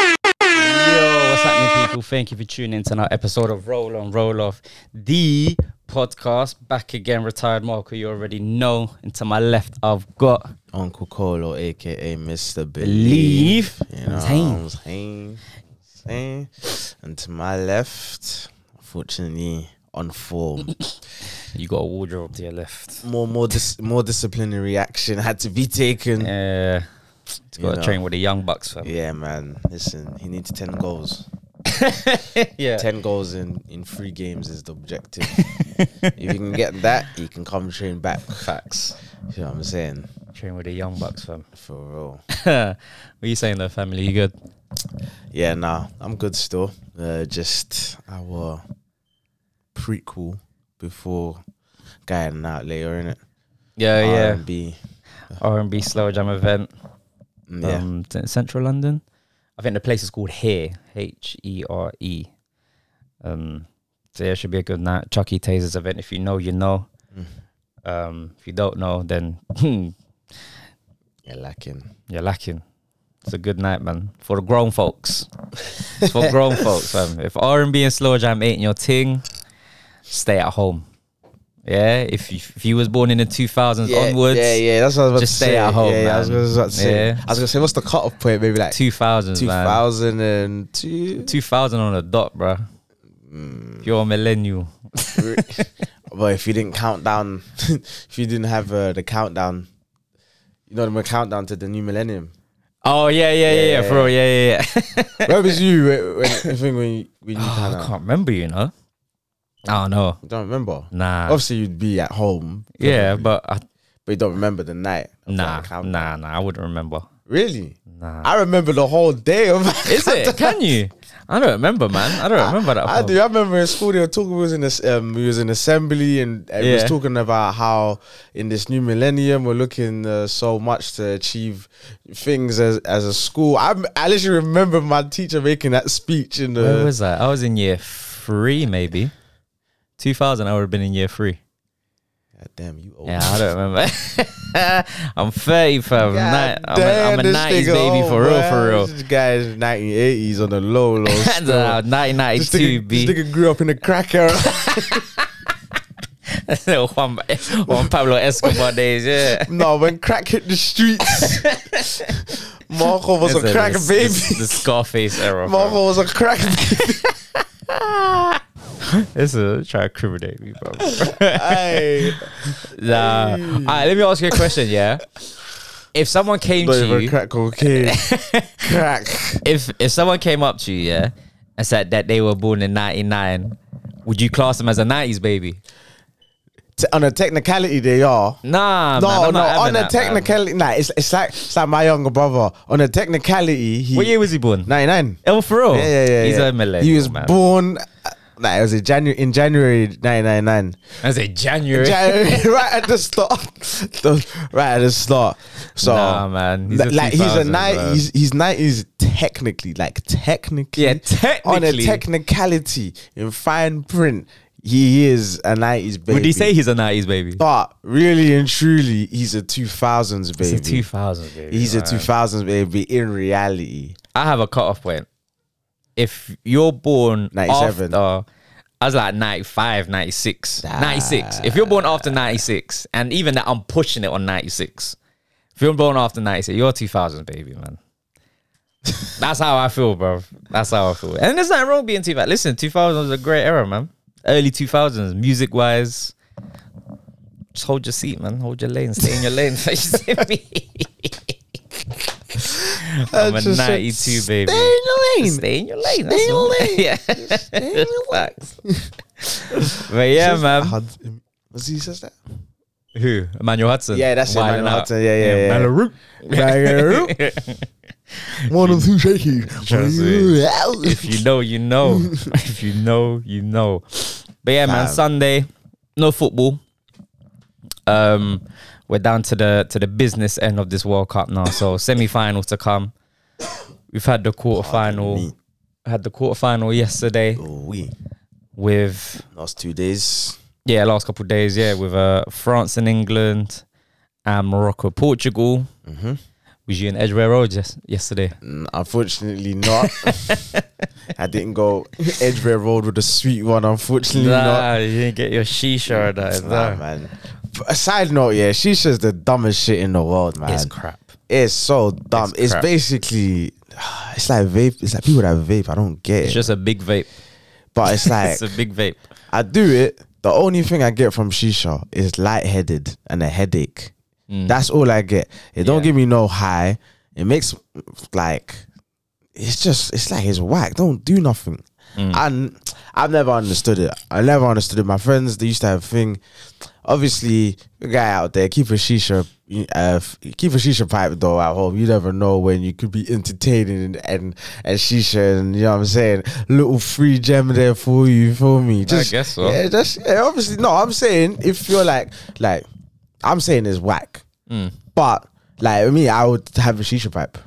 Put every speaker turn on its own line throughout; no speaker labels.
Yo, what's happening, people? Thank you for tuning in to another episode of Roll On Roll Off, the podcast. Back again, retired Marco. You already know. And to my left, I've got
Uncle Colo, aka Mr.
Believe.
Believe. You know
Zane.
what I'm saying? Saying. And to my left, unfortunately, on form.
you got a wardrobe to your left.
more more dis- more disciplinary action had to be taken. Yeah.
Yeah, it's got
You
to
know.
train with the young bucks, fam.
man. Listen, he needs ten goals.
yeah.
Ten goals in in three games is the objective. if you can get that, you can come train back. Facts. You know what I'm saying?
Train with the young bucks, fam.
For real.
what you saying, though, family? You good?
Yeah, nah, I'm good still. Uh, just our prequel before guy and out later in it.
Yeah,
Uh, R&B.
yeah. R and B slow jam event.
Mm, Yeah,
um, t- central London. I think the place is called Here, H E R E. Um, so yeah, it should be a good night. Chucky Taser's event. If you know, you know.
Mm.
Um, if you don't know, then hmm,
yeah, lacking.
you're lacking. It's a good night, man, for the grown folks. it's for grown folks, man. If R and B and slow jam ain't your thing, stay at home. Yeah, if you, if you was born in the two thousands
Yeah,
onwards,
yeah, yeah. That's what I was about
just
to
stay
say.
at home,
Yeah, yeah, I was
man.
gonna- I was about to say.
Yeah.
I was gonna say, what's the cutoff point? Maybe like
two thousands,
two
man.
thousand and two.
Two thousand on the dot, bro. You're a millennial.
Mm, But if you didn't count down, if you didn't have uh, the countdown, you know the countdown to the new millennium.
Oh yeah, yeah, yeah, yeah,
Yeah.
bro, yeah, yeah, yeah.
Where was you when, when, I think when you, when you found
Oh, I
out?
can't remember, you know. Oh no,
Don't remember.
nah,
Obviously, you'd be at home.
yeah, but I,
but you don't remember the night. of
nah,
that count-
nah, nah, I wouldn't remember.
Really?
Nah,
I remember the whole day of
is it? Can you? I don't remember, man. I don't remember that.
I
far.
do. I remember in school they were talking. We was in this. Um, we was in assembly and it was
Yeah.
talking about how in this new millennium we're looking uh, so much to achieve things as as a school. I I literally remember my teacher making that speech in
Where
the.
was I? I was in year three, maybe. Two thousand, I would have been in year three.
God damn you! Old.
Yeah, I don't remember. I'm thirty, fam. Ni-
God
I'm, a, I'm a
damn, this
'90s
nigga
baby
old,
for real,
man.
for real.
This guy's 1980s on the low low. still. This
1992
nigga,
B.
this nigga grew up in a crack era.
Juan, Juan Pablo Escobar days, yeah.
no, when crack hit the streets, Marco was
Listen,
a crack
this-
baby.
this- The Scarface era. bro.
Marco was a crack baby.
This is try to incriminate me, bro.
Aye.
nah. All right, let me ask you a question, yeah? If someone came
Not
to
even
you,
crack cocaine. crack.
if if someone came up to you, yeah, and said that they were born in 99, would you class them as a 90s baby?
T- on a technicality, they are.
Nah,
No,
man, I'm
no.
not having
On a
that, man.
technicality, nah. It's, it's like it's like my younger brother. On a technicality, he
What year was he born?
ninety nine.
Oh, for real?
Yeah, yeah, yeah.
He's
yeah.
a millennial.
He was
man.
born. uh, Nah, it was in January. In January, ninety nine nine.
That's a January.
January, right at the start. The- right at the start. So
Nah, man, he's
li-
a
Oh. like he's a
2000,
night.
bro.
He's he's nineties technically, like technically,
Yeah,
on a
technically.
technicality in fine print. He is a nineties baby.
Would he say he's a 90s baby?
But really and truly, he's a two thousands baby.
He's a 2000 baby.
He's a
man.
two thousands baby in reality.
I have a cutoff point. If you're born
97.
after, I was like 95, 96, 96. If you're born after 96, and even that, I'm pushing it on 96. If you're born after 96, you're 2000, baby, man. That's how I feel, bro. That's how I feel. And there's nothing wrong being 2000. Listen, 2000 was a great era, man. Early 2000s, music wise. Just hold your seat, man. Hold your lane. Stay in your lane. You see me? I'm a
That's just it.
92, baby.
Stay in your lane.
Stay in your lane.
Stay in your
that's all.
lane.
yeah.
Stay in your lane.
Facts. but yeah,
Says-
man.
Hud- um, Was he says that?
Who? Emmanuel Hudson.
Yeah, that's it,
Wilding
Emmanuel
out.
Hudson. Yeah, yeah, yeah.
Mallaroo.
One of two shaky.
Trust me. if you know, you know. if you know, you know. But yeah, man,
Fam.
Sunday, no football. Um, We're down to the to the business end of this World Cup now. So semi-finals to come. We've had the
me.
quarterfinal. Had the quarterfinal yesterday
Oh, we
with
last two days.
yeah, last couple of days, yeah, with uh, France and England and Morocco, Portugal.
Mm-hmm.
Was you in Edgware Road yes, yesterday?
Mm, Unfortunately, not. I didn't go Edgeware Road with a sweet one. Unfortunately, not.
you didn't get your shisha or that.
Nah, man. But a side note, yeah, she's just the dumbest shit in the world, man.
It's crap.
It's so dumb.
It's
It's,
crap.
basically, it's like vape. It's like people that vape. I don't get it,
It's just a big vape.
but it's like
it's a big vape.
I do it. The only thing I get from shisha is lightheaded and a headache. That's all I get. It don't
Mm. Yeah.
give me no high. It makes like it's just it's like it's whack. Don't do nothing.
Mm.
And I've never understood it. I never understood it. My friends they used to have a thing. Obviously, the guy out there keep a shisha, uh, f- keep a shisha pipe though at home. You never know when you could be entertaining and and, and shisha and you know what I'm saying. Little free gem there for you. You feel me? Just,
guess so.
Yeah, that's yeah, obviously no. I'm saying if you're like like I'm saying it's whack,
Hmm.
but like me, I would have a shisha pipe.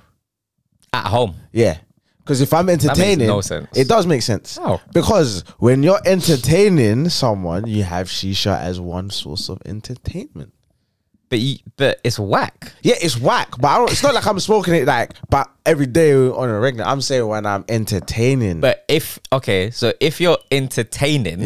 At home.
Yeah. Because if I'm entertaining,
no sense.
it does make sense.
Oh.
Because when you're entertaining someone, you have shisha as one source of entertainment.
But you, but it's whack.
Yeah, it's whack, but I don't, it's not like I'm smoking it like but every day on a regular. I'm saying when I'm entertaining.
But if okay, so if you're entertaining,
Yeah, yeah,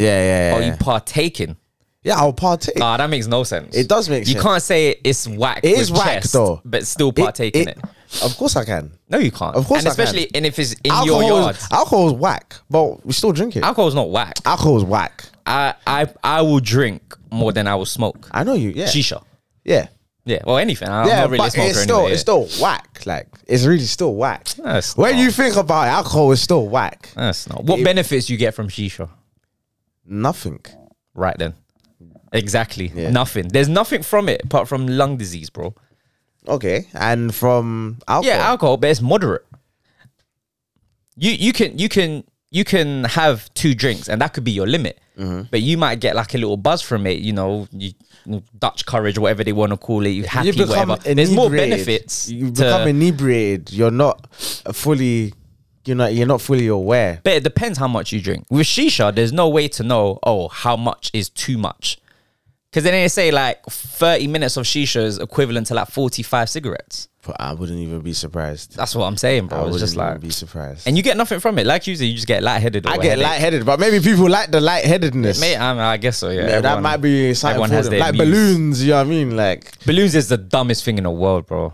yeah,
are
yeah.
Oh, you partaking?
yeah, I'll partake.
Ah, that makes no sense.
It does make
you
sense.
can't say it's whack.
It
with
is whack,
chest,
though.
but still
It-
partaking it,
Of course I can.
No, you can't.
Of course
and
I can.
especially and if it's in
Alcohol,
your yard,
is, alcohol is whack, but we still drink it.
alcohol's not whack.
alcohol is whack.
I I I will drink more than I will smoke.
I know you. Yeah.
Shisha.
yeah.
Yeah, well, anything. I'm
yeah,
not really a
but
smoker
it's still
anyway. yeah.
it's still whack. Like it's really still whack.
No, it's
when
not.
you think about it, alcohol, it's still whack.
That's not. What benefits you get from shisha?
Nothing.
Right then. Exactly.
Yeah.
Nothing. There's nothing from it apart from lung disease, bro.
Okay, and from alcohol.
Yeah, alcohol, but it's moderate. You you can you can you can have two drinks and that could be your limit. But you might get like a little buzz from it, you know, you, Dutch courage, whatever they want to call it, you happy, whatever. There's more
inebriated.
benefits.
You
to-
become inebriated. You're not fully. You're not. You're not fully aware.
But it depends how much you drink. With shisha, there's no way to know, oh, how much is too much. Because then they say like 30 minutes of shisha is equivalent to like 45 cigarettes.
But I wouldn't even be surprised.
That's what I'm saying,
I
bro.
wouldn't
It's just
even
like,
be surprised.
and you get nothing from it. Like usually, you just get lightheaded. Or
I
a
get
headache.
lightheaded, but maybe people like the lightheadedness.
Mate, I, mean, I guess so. Yeah,
Yeah, that
everyone-
might be something
everyone
for
has
them.
their
like
views.
balloons. You know what I mean? Like
Balloons is the dumbest thing in the world, bro.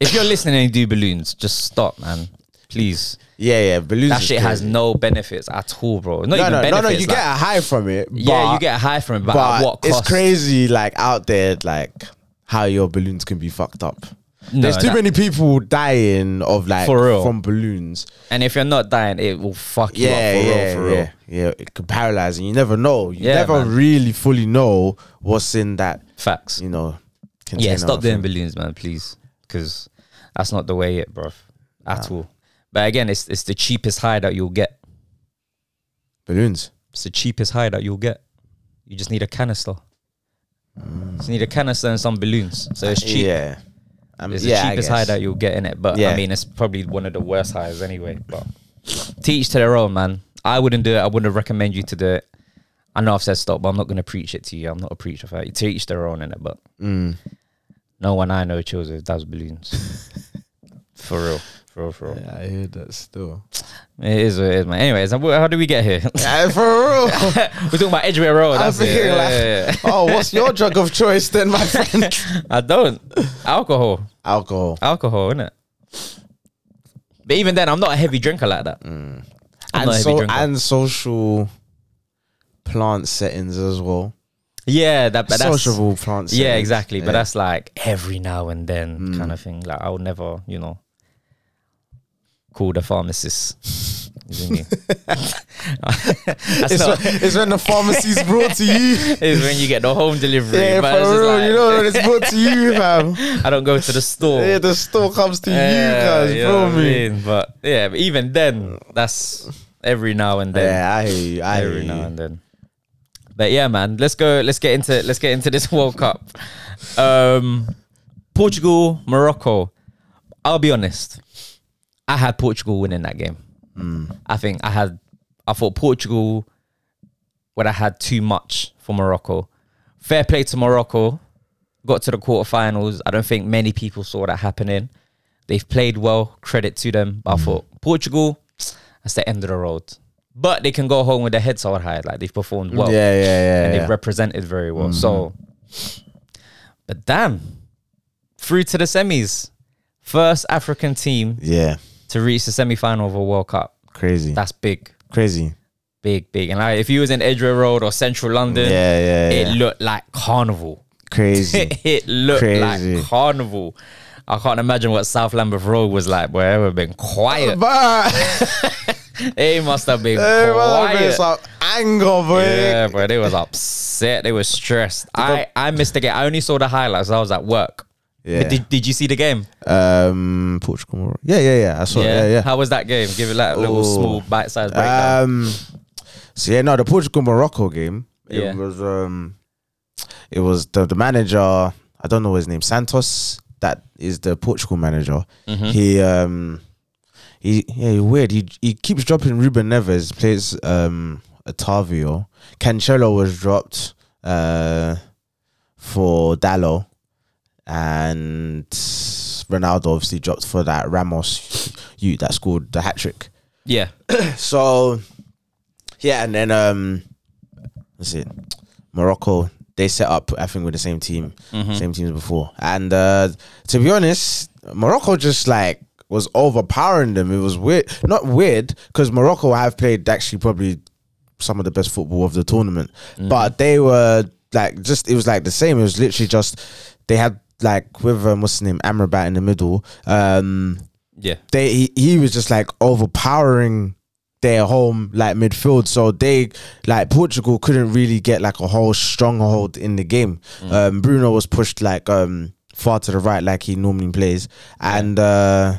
If you're listening and you do balloons, just stop, man. Please,
yeah, yeah. Balloons.
that
is
shit has
crazy.
no benefits at all, bro. Not
no,
even
no, no,
benefits.
no. You
like-
get a high from it.
yeah, you
but-
get a high from it, but,
but
at what cost?
it's crazy like out there like how your balloons can be fucked up
No,
there's too
that-
many people dying of like
For real.
from balloons
And if you're not dying, it will fuck you
yeah
up for
yeah
real, for real.
yeah yeah it could paralyze and you never know you
Yeah,
never
man.
really fully know what's in that
Facts.
you know
Yeah,
container
stop
of
doing
it.
balloons, man, please. Because that's not the way it, bruv. At all. But again, it's it's the cheapest high that you'll get.
balloons
It's the cheapest high that you'll get. You just need a canister. Just need a canister and some balloons. So it's cheap.
yeah um,
It's
yeah, I
the cheapest high
guess.
that you'll get in it. But I
Yeah.
mean, it's probably one of the worst highs anyway. But teach to their own, man. I wouldn't do it. I wouldn't recommend you to do it. I know I've said stop, but I'm not going to preach it to you. I'm not a preacher for it. Teach their own in it. But no one I know chose it. That was balloons. for real. For real, for real.
yeah, I hear that still.
It is what it is, man. Anyways, how- how do we get here?
Yeah, for real.
We're talking about Edgeware Road.
I'm
That's it.
thinking
Yeah,
like,
yeah,
oh, what's your drug of choice then, my friend?
yeah. I don't. Alcohol.
Alcohol.
alcohol, innit? But even then, I'm not a heavy drinker like that. I'm
Mm. and
not a heavy
so
drinker.
and social plant settings as well.
yeah, that, but that's
Sociable plant settings.
yeah, exactly.
Yeah. Mm.
But that's like every now and then kind of thing. Like I'll never, you know, call the pharmacist. You know what I mean? That's
it's,
not-
when, it's when the pharmacy's brought to you.
it's when you get the home delivery.
yeah,
but it's
for
just
real.
like,
you know when it's brought to you, fam.
I don't go to the store.
Yeah, the store comes to
Yeah,
you guys,
you
you
know
feel
what I
me?
mean? But yeah, but even then, that's every now and then.
Yeah, I hear you. I hear
every now
you.
and then. But yeah, man, let's go. Let's get into let's get into this World Cup. Um, Portugal, Morocco. I'll be honest. I had Portugal winning that game. I think I had. I thought Portugal when I had too much for Morocco. Fair play to Morocco. Got to the quarterfinals. I don't think many people saw that happening. They've played well. Credit to them.
Mm.
But I thought Portugal, that's the end of the road. But they can go home with their heads held high. Like they've performed well.
yeah, yeah,
And
yeah. Mm.
they've
yeah.
represented very well. So, but damn, through to the semis. First African team
yeah,
to reach the semi final of a World Cup.
crazy,
That's big,
crazy.
big, big. And like, if you was in Edgware Road or Central London,
Yeah, yeah,
it
yeah.
looked like carnival.
crazy.
it looked
Crazy.
like carnival. I can't imagine what South Lambeth Road was like, where it would have been quiet.
but
They must have been
hey, man,
quiet.
it's like anger, boy.
Yeah, bro, they was upset. They was stressed. I, I missed the game. I only saw the highlights. I was at work.
Yeah.
But did, did you see the game?
Um, Portugal. Morocco. Yeah, yeah, yeah. I saw. Oh, Yeah, yeah.
How was that game? Give it like a little
Ooh.
small bite-sized breakdown.
Um, so yeah, no, the Portugal Morocco game. It
Yeah.
was um, it was the, the manager. I don't know his name. Santos. That is the Portugal manager.
Mm-hmm.
He um, he yeah, he weird. He he keeps dropping Ruben Neves. Plays um, Otavio. Cancelo was dropped uh, for Dallo, and Ronaldo obviously dropped for that Ramos. You that scored the hat trick.
yeah.
So yeah, and then um what's it? Morocco, they set up I think with the same team, same teams before. And uh to be honest, Morocco just like was overpowering them. It was weird. Not weird, because Morocco have played actually probably some of the best football of the tournament. But they were like just it was like the same. It was literally just they had like with um, what's his name, Amrabat in the middle. Um
Yeah.
they he, he was just like overpowering their home like midfield so they like portugal couldn't really get like a whole stronghold in the game um bruno was pushed like um far to the right like he normally plays and uh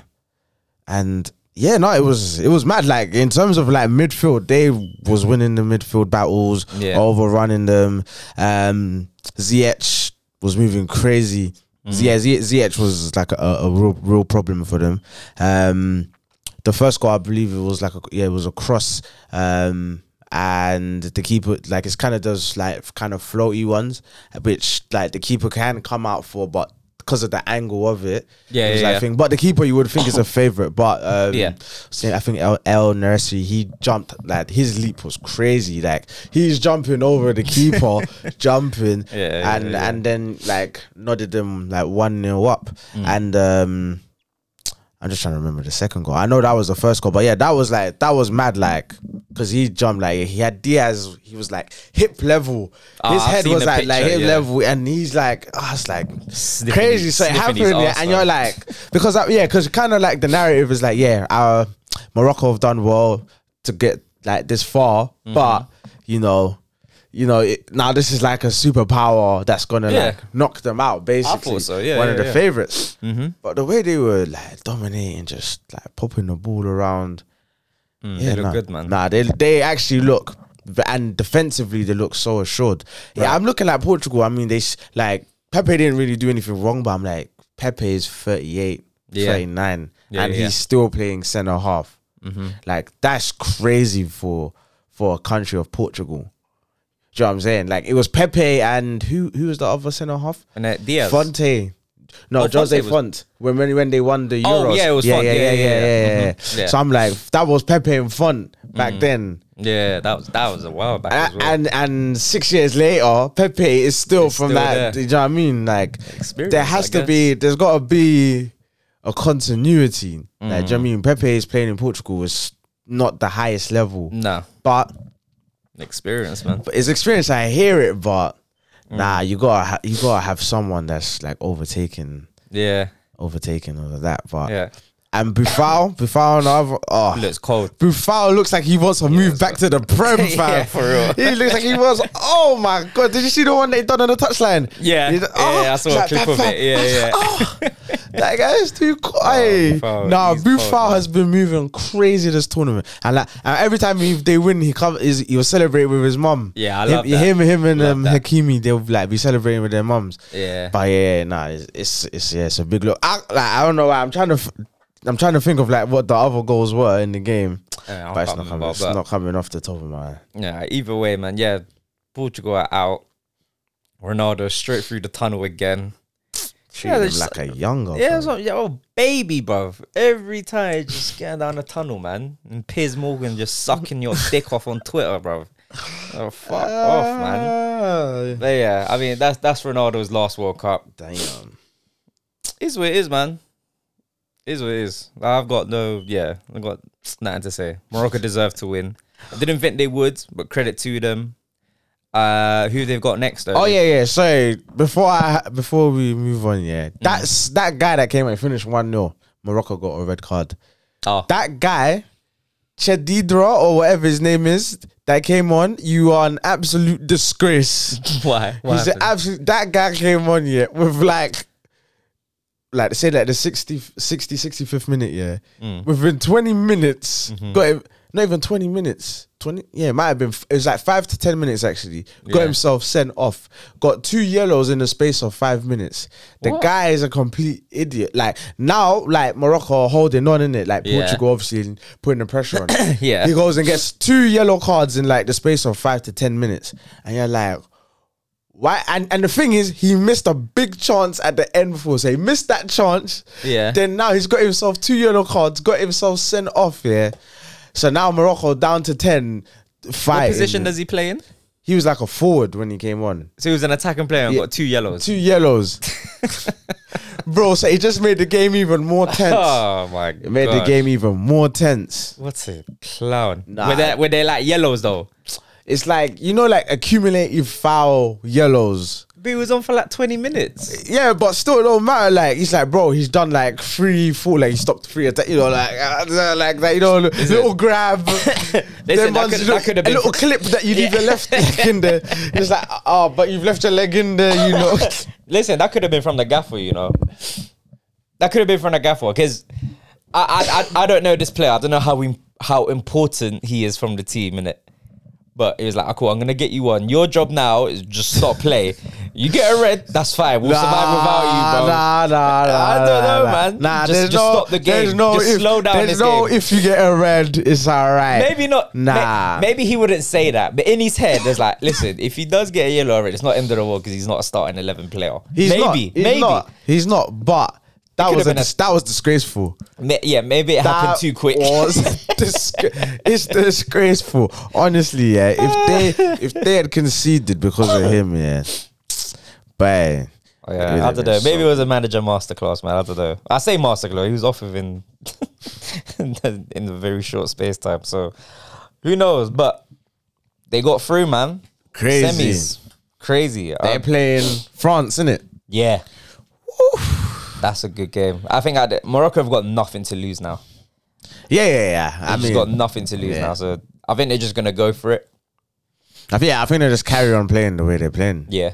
and yeah, no, it was it was mad. Like in terms of like midfield, they was winning the midfield battles,
Yeah.
overrunning them. Um, Ziyech was moving crazy.
Mm.
Yeah, Ziyech, Ziyech was like a, a real real problem for them. Um, the first goal, I believe it was like a, yeah, it was a cross. Um, and the keeper like it's kind of those like kind of floaty ones, which like the keeper can come out for, but because of the angle of it,
Yeah,
it was
yeah,
like
yeah.
thing. But the keeper you would think is a favorite. But um,
Yeah.
so I think El, El Nursery he jumped like his leap was crazy. Like he's jumping over the keeper, jumping,
yeah,
and and then like nodded them like one nil up.
Mm.
And um, I'm just trying to remember the second goal. I know that was the first goal, but yeah, that was like that was mad. Like because he jumped like he had Diaz. He was like hip level.
Ah,
his
I've
head
seen
was
the
like like
picture,
hip
yeah.
level, and he's like, ah, it's like
Sniffing
crazy.
his-
So it
sniffing
happened,
his
yeah,
arse,
and
though.
you're like because I, yeah, because kind of like the narrative is like yeah, our Morocco have done well to get like this far,
Mm-hmm.
but you know, you know it, now this is like a superpower that's gonna
Yeah.
like knock them out basically.
so, yeah,
one
yeah,
of the
yeah. Mm-hmm.
favorites. But the way they were like dominating, just like popping the ball around, yeah,
Mm, they look
nah.
good, man.
Nah, they they actually look and defensively they look so assured. Yeah, I'm looking at Portugal. I mean, they s- like Pepe didn't really do anything wrong, but I'm like Pepe is 38,
Yeah.
39,
Yeah,
and
yeah. Mm-hmm.
he's still playing centre half. Like that's crazy for for a country of Portugal. Do you know what I'm saying? Like it was Pepe and who who was the other centre half?
And uh, Diaz.
Fonte. No,
Oh,
Jose
Fonte
Font.
was-
When when when they won the
Oh,
Euros.
yeah, it was Font. Yeah, yeah, yeah.
yeah.
Mhm. Yeah.
So I'm like, that was Pepe and Font back then.
Yeah, that was that was a while back
A-
as well.
Uh, And and six years later, Pepe is still
It's
from
still
that.
there.
You know what I mean? Like,
Experience,
there has
I
to be. There's got to be a continuity.
Mm.
Like, do you know what I mean? Pepe is playing in Portugal is not the highest level,
no
but
experience, man.
but it's experience. I hear it, but
Mm.
nah, you gotta ha- you gotta have someone that's like overtaking
Yeah,
overtaking all of that. But
yeah.
And Buffal, Buffal, and other, oh,
Looks cold.
Buffal looks like he wants to move back to the prem, fam.
Yeah, for real.
He looks like he was. Oh my god! Did you see the one they done on the touchline?
Yeah,
He did- oh,
yeah, I saw
it's
a
like,
clip
blah,
of
blah.
it. Yeah, yeah.
Oh, that guy is too quiet.
Buffal,
nah,
he's cold,
Buffal has been moving crazy this tournament, and like and every time he, they win, he come is he will celebrate with his mum.
Yeah, I
him,
love that.
him, him, and
Love
um,
that.
Hakimi. They'll like be celebrating with their mums.
Yeah.
But yeah, nah, it's it's, it's yeah, it's a big look. I, like, I don't know. why I'm trying to, f- I'm trying to think of like what the other goals were in the game,
Yeah, I
but
can't
it's not coming.
remember,
it's
but-
not coming off the top of my. head.
Yeah, either way, man. Yeah, Portugal are out. Ronaldo straight through the tunnel again.
Treating him
there's-
like a younger.
Yeah, that's what, yeah, oh, baby, bruv. Every time you just getting down the tunnel, man. And Piers Morgan just sucking your dick off on Twitter, bruv. Oh, fuck off,
Uh,
man.
man.
But yeah, I mean, that's that's Ronaldo's last World Cup.
Damn.
Is what it is, man. Is what it is. I've got no, yeah, I've got nothing to say. Morocco deserved to win. I didn't think they would, but credit to them. Uh, who they've got next? Though.
Oh yeah, yeah. So before I before we move on, yeah,
Mm.
that's that guy that came and finished one 0 Morocco got a red card.
Oh.
That guy, Chedidra or whatever his name is, that came on. You are an absolute disgrace.
why? What
He's an
happened?
absolute. That guy came on yeah with like, like say like the 60, 60 65th minute yeah.
Mm.
Within twenty minutes,
Mm-hmm.
got him. Not even twenty minutes. Twenty yeah, it might have been. It was like five to ten minutes actually. Got
Yeah.
himself sent off. Got two yellows in the space of five minutes. The
What?
guy is a complete idiot. Like now, like Morocco are holding on in it. Like
Yeah.
Portugal obviously putting the pressure on.
Yeah.
he goes and gets two yellow cards in like the space of five to ten minutes, and you're like. Why and, and the thing is, he missed a big chance at the end before. So he missed that chance.
Yeah.
Then now he's got himself two yellow cards, got himself sent off. Yeah. So now Morocco down to ten.
What
Fighting.
position does he play in?
he was like a forward when he came on.
So he was an attacking player and
Yeah.
got two yellows.
Two yellows, bro. So it just made the game even more tense.
Oh my god!
It made the game even more tense.
What's a clown?
Nah.
Were they were they like yellows though?
It's like you know, like accumulative foul yellows.
But he was on for like twenty minutes.
Yeah, but still, it don't matter. Like he's like, bro, he's done like three, four, like he stopped three attack. You know, like uh, like that. You know, little grab.
Listen, that
Then once
could,
you
that
look-
could have
a
been.
little clip that you leave your left leg in there. It's like, oh, but you've left your leg in there. You know,
listen, that could have been from the gaffer, you know. That could have been from the gaffer because I, I I I don't know this player. I don't know how im- how important he is from the team in it. But it was like, oh, cool, I'm gonna get you one. Your job now is just stop play. You get a red, that's fine. We'll survive without you, bro.
Nah, nah, nah.
I don't
nah,
know,
nah.
man.
Nah,
Just-
there's
just
no,
stop the game.
There's no
Just
if,
slow down
There's
this
no
game.
if you get a red, it's all right.
Maybe not. may-
Nah.
maybe he wouldn't say that, but in his head, there's like, listen, if he does get a yellow already, it's not end of the world because he's not a starting eleven player.
he's
maybe,
not. He's
maybe,
not. He's not. But that
could
was
have
a,
been a-
dis- that was disgraceful.
Ma- yeah, maybe it happened
That
too quick.
was disg- it's disgraceful. Honestly, yeah. If they if they had conceded because of him, yeah. But
Oh, yeah, I don't know. Maybe it was a manager masterclass, man. I don't know. I say masterclass. He was off within in the- in a very short space time. So who knows? But they got through, man.
Crazy.
Semis. Crazy.
they're
Um,
playing France, innit?
yeah. That's a good game. I think I did. Morocco have got nothing to lose now.
Yeah, yeah, yeah. I
I
mean,
just got nothing to lose
yeah.
now. So I think they're just gonna go for it.
I think yeah, I think they just carry on playing the way they're playing.
Yeah.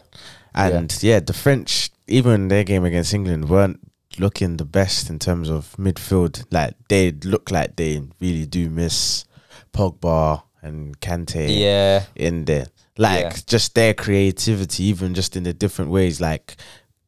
And yeah. the French, even their game against England, weren't looking the best in terms of midfield. Like they look like they really do miss Pogba and Kante.
Yeah.
in there. Like
Yeah.
just their creativity, even just in the different ways, like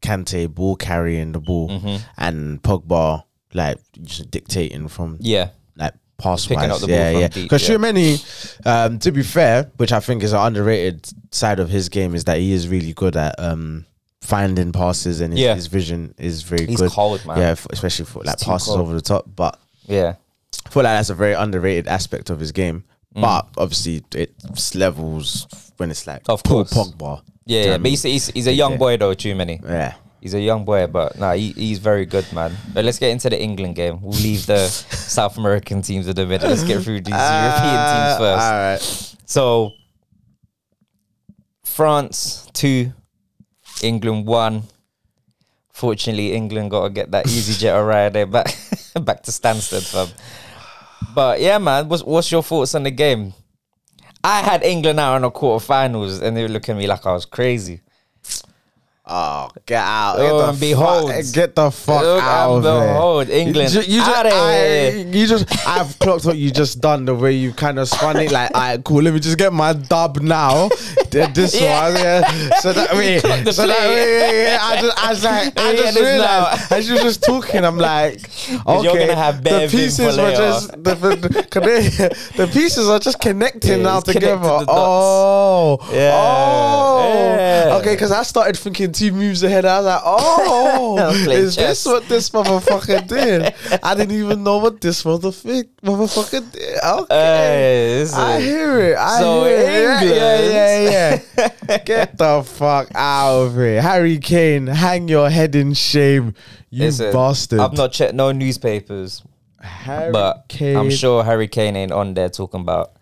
Kante ball carrying the ball
Mm-hmm.
and Pogba like just dictating from
Yeah.
like pass
Picking
wise.
up the ball
yeah,
from
yeah.
deep,
Because
yeah.
Shumeni, um, to be fair, which I think is an underrated side of his game, is that he is really good at um finding passes and his,
Yeah.
his vision is very
He's
good.
cold, man.
Yeah, f- especially for like
too
passes
cold.
over the top, but.
Yeah.
I feel like that's a very underrated aspect of his game.
Mm.
But obviously, it's levels when it's like
Of
Paul
course. Yeah,
Pogba. Do you know
yeah,
what I
but
mean?
he's, he's, he's a young boy though, too many.
yeah.
He's a young boy, but nah, he, he's very good, man. But let's get into the England game. We'll leave the South American teams in a minute. Let's get through these
Ah.
European
Uh,
teams first.
first.
So, France two, England one. Fortunately, England got to get that EasyJet ride there back back to Stansted, fam. But yeah, man, what's what's your thoughts on the game? I had England out in the quarterfinals, and they were looking at me like I was crazy.
Oh, get out! Get
Oh,
the
and behold.
fuck- get the fuck
Look
out
and
of there.
behold, England
You, ju- you just,
outta
I-
here.
you just, I've clocked what you just done. The way you kind of spun it, like, all right, cool. Let me just get my dub now. Did this
Yeah.
one, yeah. So that way,
clocked the
so that
play.
way, yeah, yeah, I just, I was like, I
Yeah,
just
this now.
realized as you were just talking, I'm like, okay,
you're gonna have
the
Bevin for
pieces were
later.
just the, the, the, the pieces are just connecting
Yeah,
now
it's connected
together.
the dots.
Oh,
Yeah.
oh,
Yeah.
okay. Because I started thinking two moves ahead. I was like, oh,
Play
is this
chess.
what this motherfucker did? I didn't even know what this motherfucker motherfucker did. Okay.
Hey, this is-
I hear it. I
So
hear it. Yeah, yeah,
England-
yeah, yeah. Get the fuck out of here. Harry Kane, hang your head in shame. You
Listen,
bastard.
I've not checked no newspapers,
Harry
but
Kane.
I'm sure Harry Kane ain't on there talking about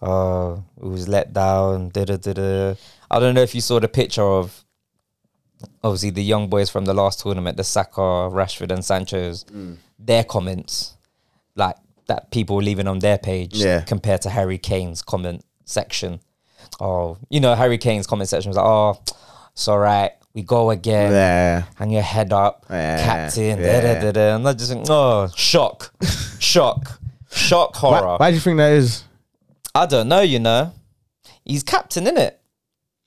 oh it was let down. Da da da da. I don't know if you saw the picture of obviously the young boys from the last tournament, the Saka, Rashford, and Sanchez.
Mm.
Their comments, like that people were leaving on their page,
Yeah.
compared to Harry Kane's comment section. Oh, you know Harry Kane's comment section was like, oh, it's all right. We go again
Yeah.
hang your head up,
Yeah,
captain.
yeah.
Da, da, da, da. And I just think, oh, shock, shock, shock horror.
Why, why do you think that is?
I don't know, you know. He's captain, innit?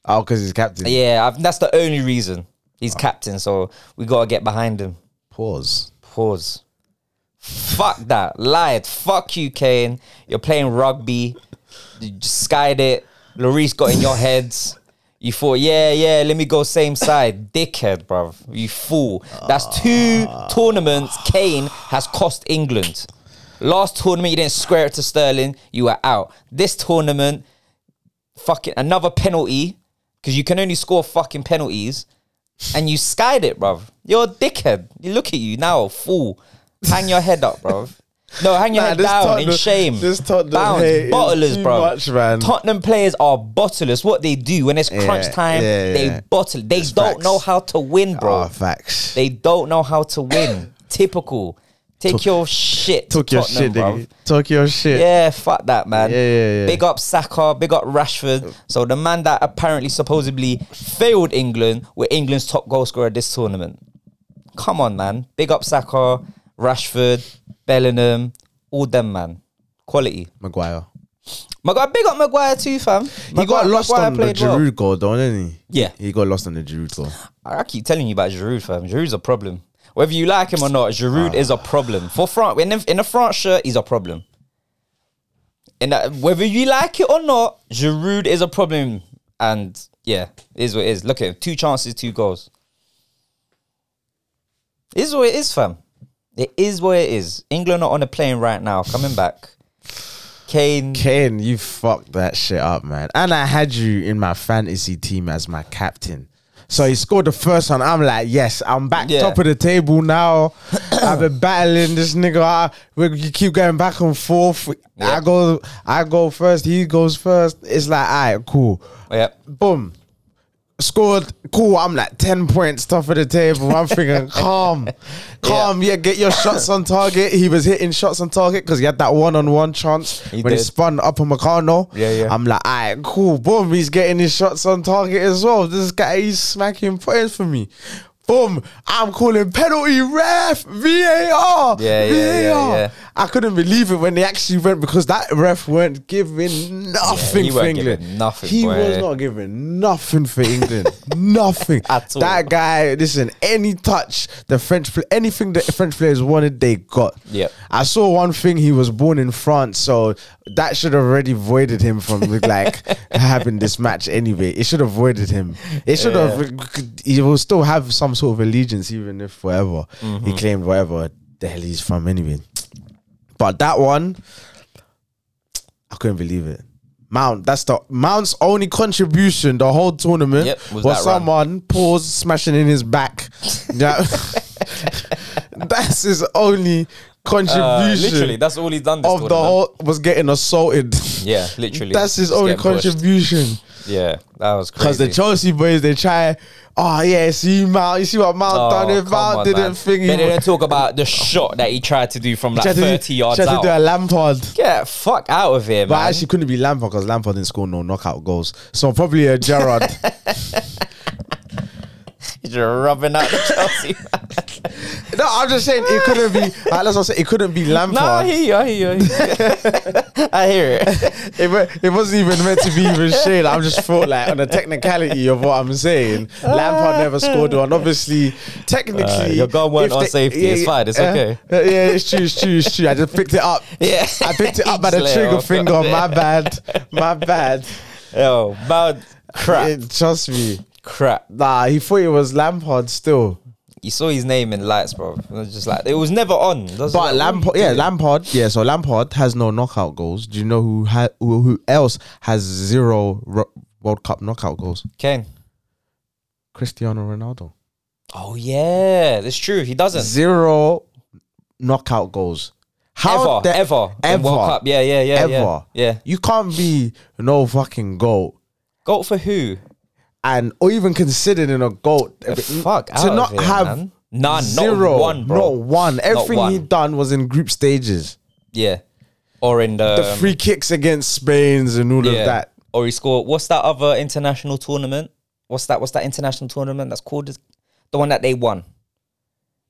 Oh, because he's captain.
Yeah, I've, that's the only reason. He's
Oh.
captain, so we got to get behind him.
Pause.
Pause. Fuck that. Lied. Fuck you, Kane. You're playing rugby. You just skied it. Lloris got in your heads. You thought, yeah, yeah, let me go same side. Dickhead, bruv. You fool. That's two tournaments Kane has cost England. Last tournament, you didn't square it to Sterling. You were out. This tournament, fucking another penalty because you can only score fucking penalties, and you skied it, bruv. You're a dickhead. You look at you now, fool. Hang your head up, bruv. No, hang your
Nah,
head
this
down in
Tottenham-
shame.
this Tottenham
Bound,
hate is
bottlers,
too
bruv.
much, man.
Tottenham players are bottlers. What they do when it's crunch
Yeah,
time,
yeah,
they
yeah.
bottle. They don't
facts.
know how to win, bro.
Oh, facts.
They don't know how to win. Typical. Take your shit.
Talk
to
your
Tottenham,
shit,
bruv.
nigga. Talk your shit.
Yeah, fuck that, man.
Yeah, yeah, yeah.
Big up Saka, big up Rashford. So the man that apparently supposedly failed England were England's top goal scorer this tournament. Come on, man. Big up Saka, Rashford, Bellingham, all them, man. Quality.
Maguire.
Maguire, big up Maguire too, fam.
He got lost on the
played well.
Giroud goal, though, didn't he?
Yeah.
He got lost on the Giroud goal.
I keep telling you about Giroud, fam. Giroud's a problem. Whether you like him or not, Giroud is
Ah.
a problem. For France, in, the- in a France shirt, he's a problem. And that, whether you like it or not, Giroud is a problem. And yeah, it is what it is. Look at him. Two chances, two goals. It is what it is, fam. It is what it is. England are on a plane right now, coming back. Kane.
Kane, you fucked that shit up, man. And I had you in my fantasy team as my captain. So he scored the first one. I'm like, yes, I'm back
Yeah.
top of the table now. I've been battling this nigga. I, we you keep going back and forth. I
Yeah.
go, I go first. He goes first. It's like, all right, cool.
Yep.
boom, scored. Cool. I'm like ten points top of the table. I'm thinking calm, calm. Yeah. get your shots on target. He was hitting shots on target because he had that one-on-one chance
He
when he
did.
spun up on Meccano.
Yeah, yeah.
I'm like, alright, cool. Boom, he's getting his shots on target as well. This guy, he's smacking points for me. Boom! I'm calling penalty ref VAR.
Yeah, yeah,
VAR.
yeah, yeah.
I couldn't believe it when they actually went because that ref weren't giving nothing
he
for
weren't giving
England.
nothing,
he
boy.
was not giving nothing for England. nothing
At all.
That guy, listen, any touch the French pla- anything the French players wanted, they got.
Yep.
I saw one thing. He was born in France, so that should have already voided him from like having this match anyway. It should have voided him. It should have. He will still have some sort of allegiance, even if whatever he
Mm-hmm.
claimed, whatever the hell he's from anyway. But that one, I couldn't believe it. Mount, that's the Mount's only contribution the whole tournament
Yep, was
was,
that run.
someone paws smashing in his back. Yeah. that's his only
Uh,
contribution
literally, that's all he's done. This
of the
tournament.
whole was getting assaulted.
Yeah, literally.
That's his
Just
only
getting pushed.
contribution.
Yeah, that was crazy.
Because the Chelsea boys, they try. Oh yeah, see Mal. You see what Mal
Oh,
done. If
come
Mal
on,
didn't
man.
think he
Then they
would-
didn't talk about the shot that he tried to do from like
tried to do-
30 yards
tried
out.
to do a Lampard.
Get fuck out of here,
But
man.
actually, couldn't be Lampard because Lampard didn't score no knockout goals. So probably a Gerrard.
You're rubbing out the Chelsea. man.
no, I'm just saying it couldn't be. Like, that's what I'm saying. It couldn't be
no, I
Lampard.
hear you. I hear you. I hear you. I hear it.
it, wa- it wasn't even meant to be even shade. I'm just thought like on the technicality of what I'm saying. Lampard never scored one. Obviously, technically,
Uh, your gun weren't
if
on safety. It's fine. It's
uh,
okay.
uh, yeah, it's true. It's true. It's true. I just picked it up.
Yeah.
I picked it up by the
Just let it
trigger
off.
finger. My bad. My bad.
Yo, man, crap,
It- trust me.
crap.
Nah, he thought it was Lampard still.
You saw his name in lights, bro. It was just like it was never on. That's
But
like,
Lampard, yeah, Lampard, yeah. So Lampard has no knockout goals. Do you know who ha- who, who else has zero Ro- World Cup knockout goals?
Kane.
Cristiano Ronaldo.
Oh yeah, that's true. He doesn't
zero knockout goals.
ever,
the-
ever, in
ever,
World Cup. Yeah, yeah, yeah, yeah.
ever.
Yeah,
You can't be no fucking goal
goal for who?
and or even considered in a goal.
Fuck
to
out
not
of here,
have
man. none,
zero,
not one, bro.
not one. Everything he
one.
done was in group stages.
Yeah, or in the,
The free kicks against Spain's and all
Um, yeah.
of that.
Or he scored. What's that other international tournament? What's that? What's that international tournament that's called? The one that they won.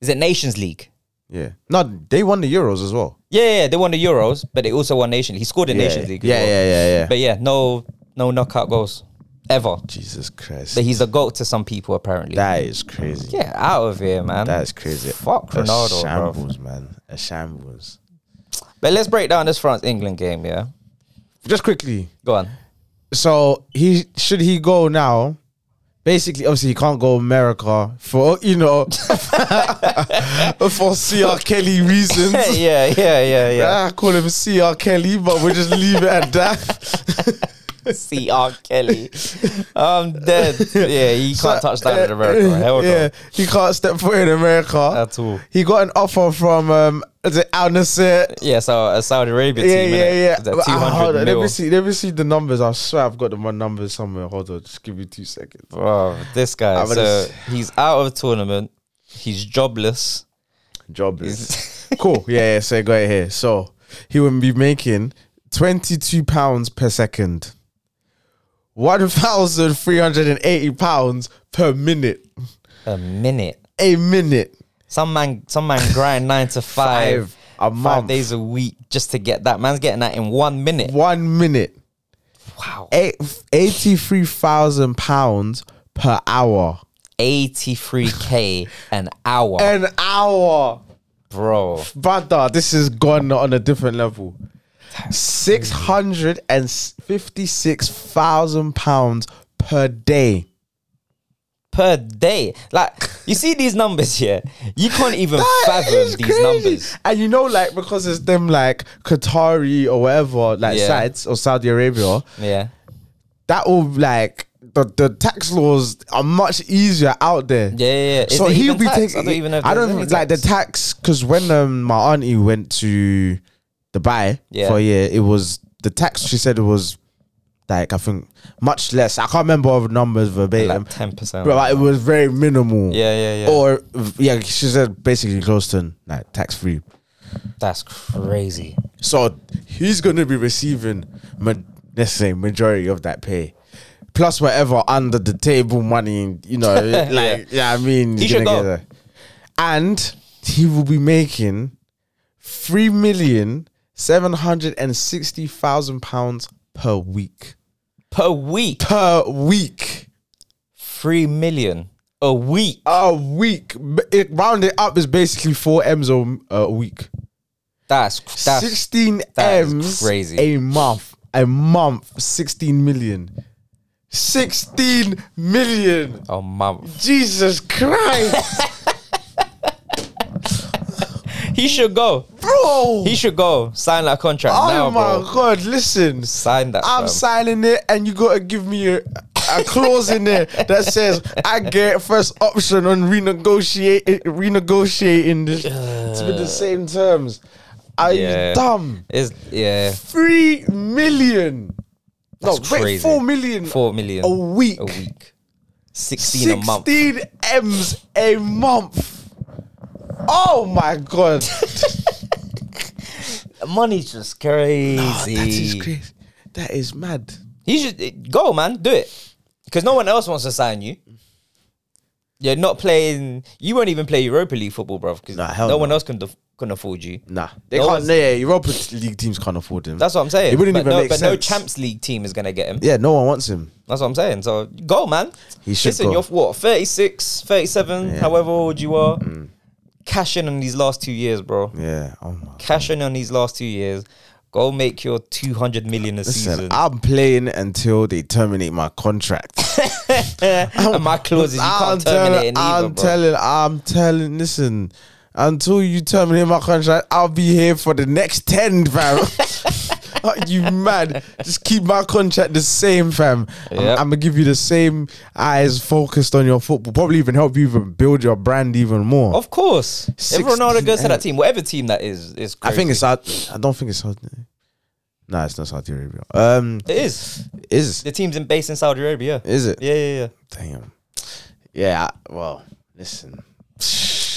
Is it Nations League?
Yeah. No, they won the Euros as well.
Yeah, yeah, they won the Euros, but they also won Nation. He scored in
Yeah,
Nations League. as
yeah,
well.
yeah, yeah, yeah.
But yeah, no, no knockout goals ever.
Jesus Christ.
But he's a goat to some people apparently.
that is crazy.
Get out of here, man.
That is crazy.
Fuck
a
Ronaldo, bro.
shambles, man. A shambles.
But let's break down this France England game, yeah?
Just quickly,
Go on.
so he should he go now? Basically, obviously, he can't go America for you know for CR Kelly reasons.
yeah, yeah, yeah, yeah.
I call him CR Kelly, but we'll just leave it at that.
C.R. Kelly. I'm dead. Yeah, he can't touch that in America. Hell no.
uh, yeah, he can't step foot in America
At all.
He got an offer from um, is it Al Nasser?
Yeah, so a Saudi Arabia
Yeah,
team.
yeah,
innit?
yeah.
Is that
But, uh,
200
hold on, let
mil?
me see. Let me see the numbers. I swear, I've got the my numbers somewhere. Hold on, just give me two seconds.
Bro, this guy.
I'm gonna
So
s-
he's out of tournament. He's jobless.
jobless. cool. Yeah, yeah. So go ahead here. So he would be making twenty-two pounds per second, one thousand three hundred and eighty pounds per minute.
A minute.
A minute,
Some man, some man grind nine to five,
Five a
five
month.
days a week just to get that. Man's getting that in one minute.
one minute,
Wow,
eight, eighty-three thousand pounds per hour.
eighty-three k an hour,
An hour,
bro.
brother. This is gone on a different level. Six hundred and fifty-six thousand pounds per day.
per day. Like you see these numbers here, you can't even
That
fathom
is
these
crazy.
numbers.
And you know, like because it's them like Qatari or whatever, like
Yeah.
sides or Saudi Arabia,
Yeah,
that will like the, the tax laws are much easier out there.
yeah, yeah. yeah. Is
So
there
he'll
even
be
tax?
taking.
I don't even know. if
I
there's
don't
any
like the tax because when um, my auntie went to Dubai
Yeah.
for a year, it was the tax. She said it was like I think much less. I can't remember all the numbers verbatim,
like ten percent.
but like, it was very minimal.
Yeah, yeah, yeah.
Or yeah, she said basically close to like tax free.
That's crazy.
So he's going to be receiving ma- let's say majority of that pay, plus whatever under the table money. You know, like yeah, I mean,
He
he's
should
gonna
go.
get a- and he will be making three million seven hundred and sixty thousand pounds per week.
Per week,
Per week,
three million a week.
a week. B- It, round it up is basically four m's a, a week.
That's that's
16
that is
M's
crazy.
a month. A month, 16 million. 16 million.
a month.
Jesus Christ,
He should go.
bro.
He should go. Sign that contract
oh
now,
my
bro.
God, listen.
Sign that.
I'm
fam.
signing it, and you gotta give me a, a clause in there that says I get first option on renegotiate renegotiating this to me the same terms. Are
Yeah.
you dumb?
It's yeah,
Three million. no,
That's
wait,
crazy.
four million
four million
a week.
a week, sixteen, a month.
16 M's a month. Oh my god.
Money's just crazy.
Oh, that is crazy. That is mad.
He should go, man. Do it because no one else wants to sign you. You're not playing. You won't even play Europa League football, bro. Because
Nah,
no,
hell
one
no.
else can def- can afford you.
Nah, they
No
can't.
one's-
No, yeah, Europa League teams can't afford him.
That's what I'm saying.
It wouldn't
but
even
no,
make
But no
sense.
Champs League team is gonna get him.
yeah, no one wants him.
That's what I'm saying. So go, man.
He should
Listen,
go.
you're what 36, 37,
Yeah. Mm.
however old you are. Cash in on these last two years, bro.
Yeah. Oh my.
Cash in on these last two years. Go make your 200 million a
Listen,
season.
I'm playing until they terminate my contract.
and my clauses, you can't terminate it
telling,
either,
I'm
bro.
telling, I'm telling. Listen, until you terminate my contract, I'll be here for the next ten, fam. Are you mad? Just keep my contract the same, fam. I'm-
Yep.
I'm, gonna give you the same eyes focused on your football. Probably even help you even build your brand even more.
of course. If
16
Ronaldo goes to that
and-
team, whatever team that is, is
I
crazy.
think it's Saudi. I don't think it's Saudi. Nah, it's not Saudi Arabia. Um,
It is.
is
The team's in based in Saudi Arabia.
is it?
Yeah, yeah, yeah.
Damn. Yeah. I- Well, listen.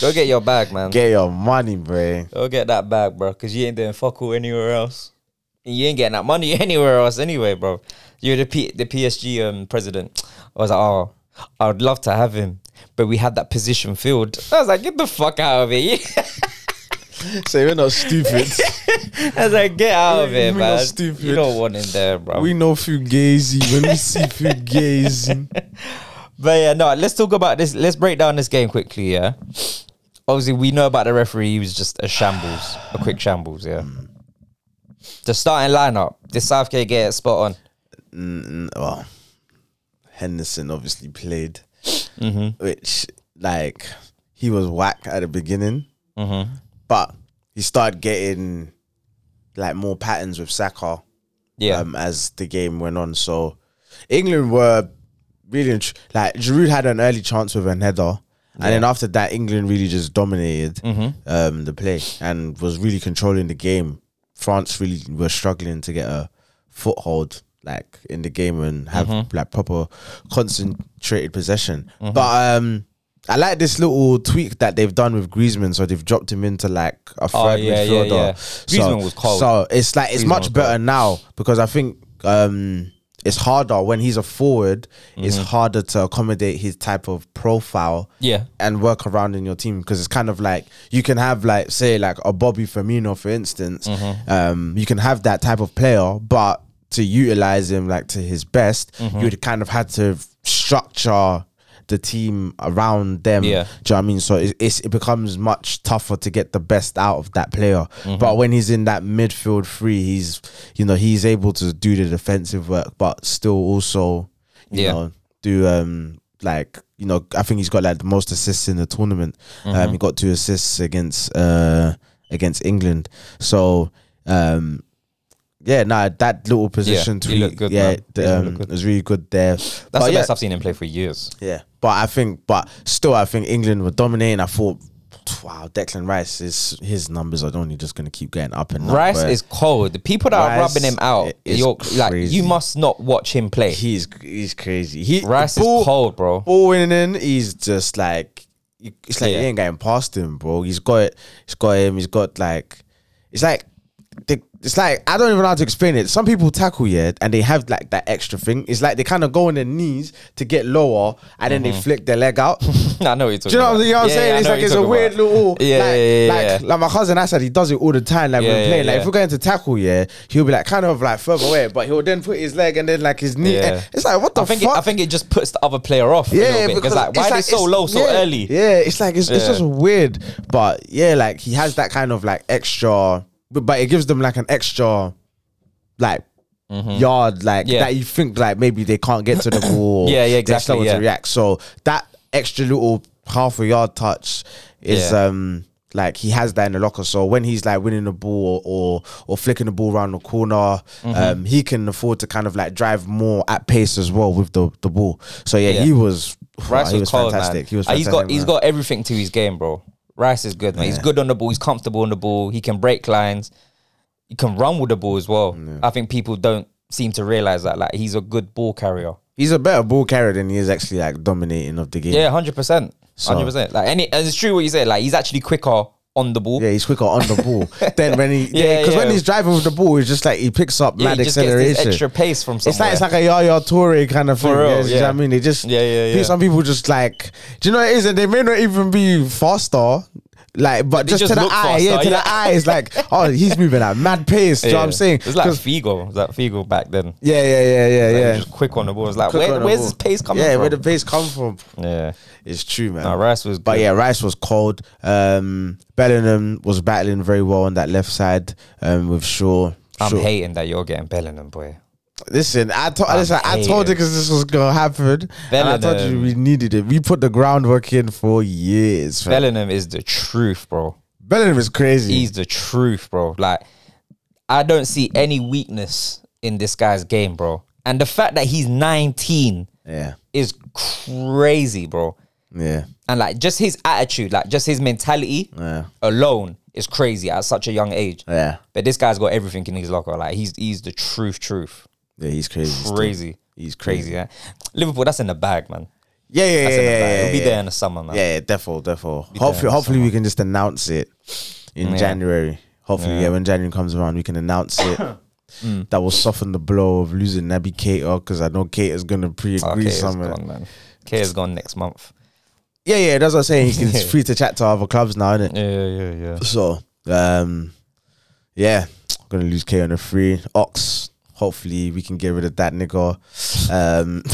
Go get your bag, man.
Get your money, bruh.
Go get that bag, bro, because you ain't doing fuck all anywhere else. And you ain't getting that money anywhere else anyway, bro. You're the P- the PSG um, president. I was like, oh, I would love to have him, but we had that position filled. I was like, get the fuck out of here.
Say we're not stupid.
I was like, get out of
You
here,
mean
man.
that's stupid.
You don't want him there, bro.
we know Fugazi. When we see Fugazi,
But yeah, no, let's talk about this. Let's break down this game quickly, yeah. Obviously, we know about the referee. He was just a shambles, a quick shambles, yeah. The starting lineup. Did Southgate get it spot on?
Mm, well, Henderson obviously played, which like he was whack at the beginning, Mm-hmm. but he started getting like more patterns with Saka
Yeah.
um, as the game went on. So England were really int- like Giroud had an early chance with an header. And then after that, England really just dominated
Mm-hmm.
um, the play and was really controlling the game. France really were struggling to get a foothold, like in the game, and have
Mm-hmm.
like proper concentrated possession. But um, I like this little tweak that they've done with Griezmann. So they've dropped him into like a third
Oh, yeah, yeah,
midfielder.
yeah.
So-
Griezmann was cold.
So Oh, it's like it's much better now because I think um it's harder when he's a forward. It's harder to accommodate his type of profile.
Mm-hmm. Yeah.
And work around in your team because it's kind of like you can have like say like a Bobby Firmino for instance.
Mm-hmm.
Um, you can have that type of player, but to utilize him like to his best,
Mm-hmm.
you'd kind of had to structure the team around them
Yeah.
do you know what I mean? So it, it's, it becomes much tougher to get the best out of that player.
Mm-hmm.
But when he's in that midfield three, he's you know he's able to do the defensive work, but still also you
Yeah.
know do um like you know I think he's got like the most assists in the tournament.
Mm-hmm.
Um, he got two assists against uh against England. So um. Yeah, nah, that little position
he
tweak,
looked good,
yeah,
man.
the,
He looked
um,
good.
was really good there.
That's
But
the
yeah,
best I've seen him play for years.
yeah, but I think, but still, I think England were dominating. I thought, wow, Declan Rice is his numbers are only just going to keep going up and up.
Rice
but
is cold. The people that are
Rice
rubbing him out,
i- is
you're like,
crazy.
you must not watch him play.
he's he's crazy. He
Rice is cold, bro.
Ball winning, he's just like it's like
Yeah.
he ain't getting past him, bro. He's got he's got him. He's got like it's like. they- It's like I don't even know how to explain it. Some people tackle yeah, and they have like that extra thing. It's like they kind of go on their knees to get lower, and then they flick their leg out.
I know what you're talking
Do you
about.
know what I'm, you know what I'm
Yeah, yeah,
saying?
I
it's
know
like
what
it's a
you're
weird
talking about.
little
Yeah,
like,
yeah, yeah,
like
yeah.
like my cousin Asad, he does it all the time. Like
Yeah,
when
yeah,
we're playing, like
yeah.
if we're going to tackle, yeah, he'll be like kind of like further away, but he'll then put his leg and then like his knee.
Yeah.
It's like what the
I think it,
fuck?
I think it just puts the other player off. Yeah, a little bit. because like, why
it's
are they so
it's-
low so
yeah,
early?
Yeah, it's like it's, it's
Yeah.
just weird. But yeah, like he has that kind of like extra, but, but it gives them like an extra, like. Yard like
Mm-hmm. Yeah.
that, you think like maybe they can't get to the ball.
Yeah, yeah,
they're
exactly,
slower
yeah.
To react. So that extra little half a yard touch is
Yeah.
um like he has that in the locker. So when he's like winning the ball or or flicking the ball around the corner,
Mm-hmm.
um he can afford to kind of like drive more at pace as well with the the ball. So yeah,
Yeah.
he was
Rice
he was
cold,
fantastic.
Man.
He was
Uh, he's
fantastic.
got he's
man.
got everything to his game, bro. Rice is good, man. He's good on the ball. He's comfortable on the ball. He can break lines. He can run with the ball as well. I think people don't seem to realize that. Like he's a good ball carrier.
He's a better ball carrier than he is actually like dominating of the game.
Yeah, hundred percent, hundred percent. Like any, and it's true what you said. Like he's actually quicker on the ball.
Yeah, he's quicker on the ball. then when he, yeah,
Yeah,
because when
yeah.
he's driving with the ball, it's just like he picks up
Yeah,
mad
he just gets
acceleration.
this extra pace from somewhere.
It's like it's like a Yaya Toure kind of thing.
real,
yeah, You know
yeah.
what I mean? They just
Yeah, yeah, yeah.
Some people just like do you know what it is? And they may not even be faster. Like, but
they
just,
just
to the
look
eye,
faster,
yeah, to
yeah.
the eye, it's like, oh, he's moving at mad pace. Do you know what I'm saying?
It's like
'Cause-
Figo. It's like Figo back then.
yeah, yeah, yeah, yeah,
Like, he was
yeah.
just quick on the ball. It's like
Quick on
where,
the
where's
ball.
this pace coming
Yeah,
from?
where the pace come from?
yeah,
It's true, man.
Nah, Rice was.
But
good.
yeah, Rice was cold. Um, Bellingham was battling very well on that left side um, with Shaw.
I'm
Shaw-
hating that you're getting Bellingham, boy.
Listen, I told
I'm
listen, I told you
hating.
because this was gonna happen. And I told you
Bellingham.
we needed it. We put the groundwork in for years. fam.
Bellingham is the truth, bro.
Bellingham is crazy.
He's the truth, bro. Like, I don't see any weakness in this guy's game, bro. And the fact that he's 19
yeah,
is crazy, bro.
yeah,
And like, just his attitude, like, just his mentality
yeah,
alone is crazy at such a young age.
yeah.
But this guy's got everything in his locker. Like, he's he's the truth, truth.
Yeah, he's crazy. still.
Crazy.
He's
Crazy,
crazy.
yeah. Liverpool, that's in the bag, man.
Yeah, yeah, yeah,
That's in the
yeah,
bag.
yeah,
It'll be
yeah.
there in the summer, man.
Yeah, yeah, defo, defo. Hopefully,
in
hopefully we can just announce it in January. Hopefully, yeah. when January comes around, we can announce it. Mm.
Mm.
That will soften the blow of losing Naby Keita because I know Keita's gonna pre-agree
Okay, it's
somewhere.
Oh, gone, man. K is gone next month.
Yeah, yeah, that's what I'm saying. He's free to chat to other clubs now, isn't it?
Yeah, yeah, yeah.
So, um, yeah, gonna lose K on the free Ox. Hopefully, we can get rid of that nigga. Um,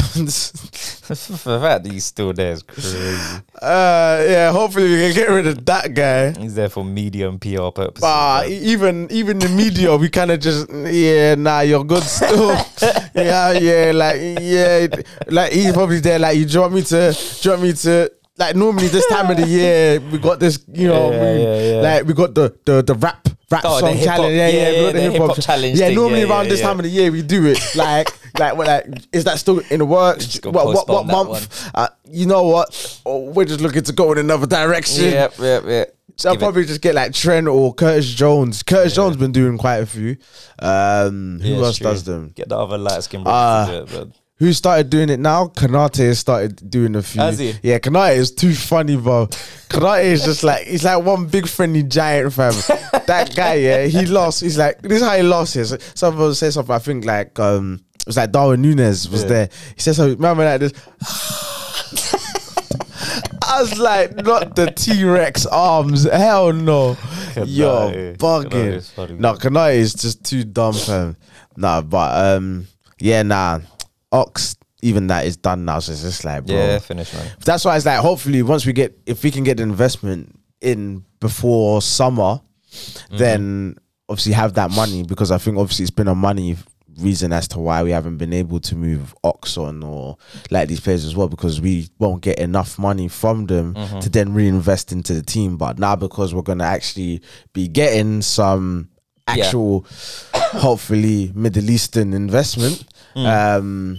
For the fact that he's still there is crazy.
uh, yeah, hopefully we can get rid of that guy.
He's there for media and PR purposes.
But even even the media, we kind of just yeah, nah, you're good still. yeah, yeah, like yeah, like he's probably there. Like you, do you want me to? Do you want me to? Like normally this time of the year, we got this. You know,
Yeah,
we,
yeah, yeah.
like we got the the the rap. Rap
Oh, the
song
hip-hop.
challenge, yeah, yeah,
Yeah,
we got
the hip-hop challenge
Yeah,
thing.
normally
Yeah,
around
yeah,
this
yeah.
time of the year we do it. Like, like, we're like, is that still in the works?
Just gonna
What, what,
postpone
what
that
month? Uh, you know what? Oh, we're just looking to go in another direction.
Yep, yep, yep.
So I'll
Give it-
probably just get like Trent or Curtis Jones. Curtis Jones been doing quite a few. Um, who
Yeah, it's
else
true.
does them?
Get the other light skin
Ah.
to do it,
Who started doing it now? Kanate has started doing a few.
Has he?
Yeah, Kanate is too funny, bro. Kanate is just like he's like one big friendly giant fam. that guy, yeah, he lost. He's like this is how he lost. Is someone said something. I think like um, it was like Darwin Nunes was
Yeah.
there. He said something. Remember like this. I was like, not the T Rex arms. Hell no. You're
Kanate. Kanate
bugging.
is funny,
no, Kanai is just too dumb, fam. Nah, but um, yeah, nah. Ox, even that is done now, so it's just like,
but
bro.
yeah, finish, man.
That's why it's like, hopefully, once we get, if we can get the investment in before summer, then obviously have that money because I think obviously it's been a money reason as to why we haven't been able to move Ox on or like these players as well because we won't get enough money from them to then reinvest into the team. But now because we're gonna actually be getting some
Yeah.
actual, hopefully Middle Eastern investment. Um,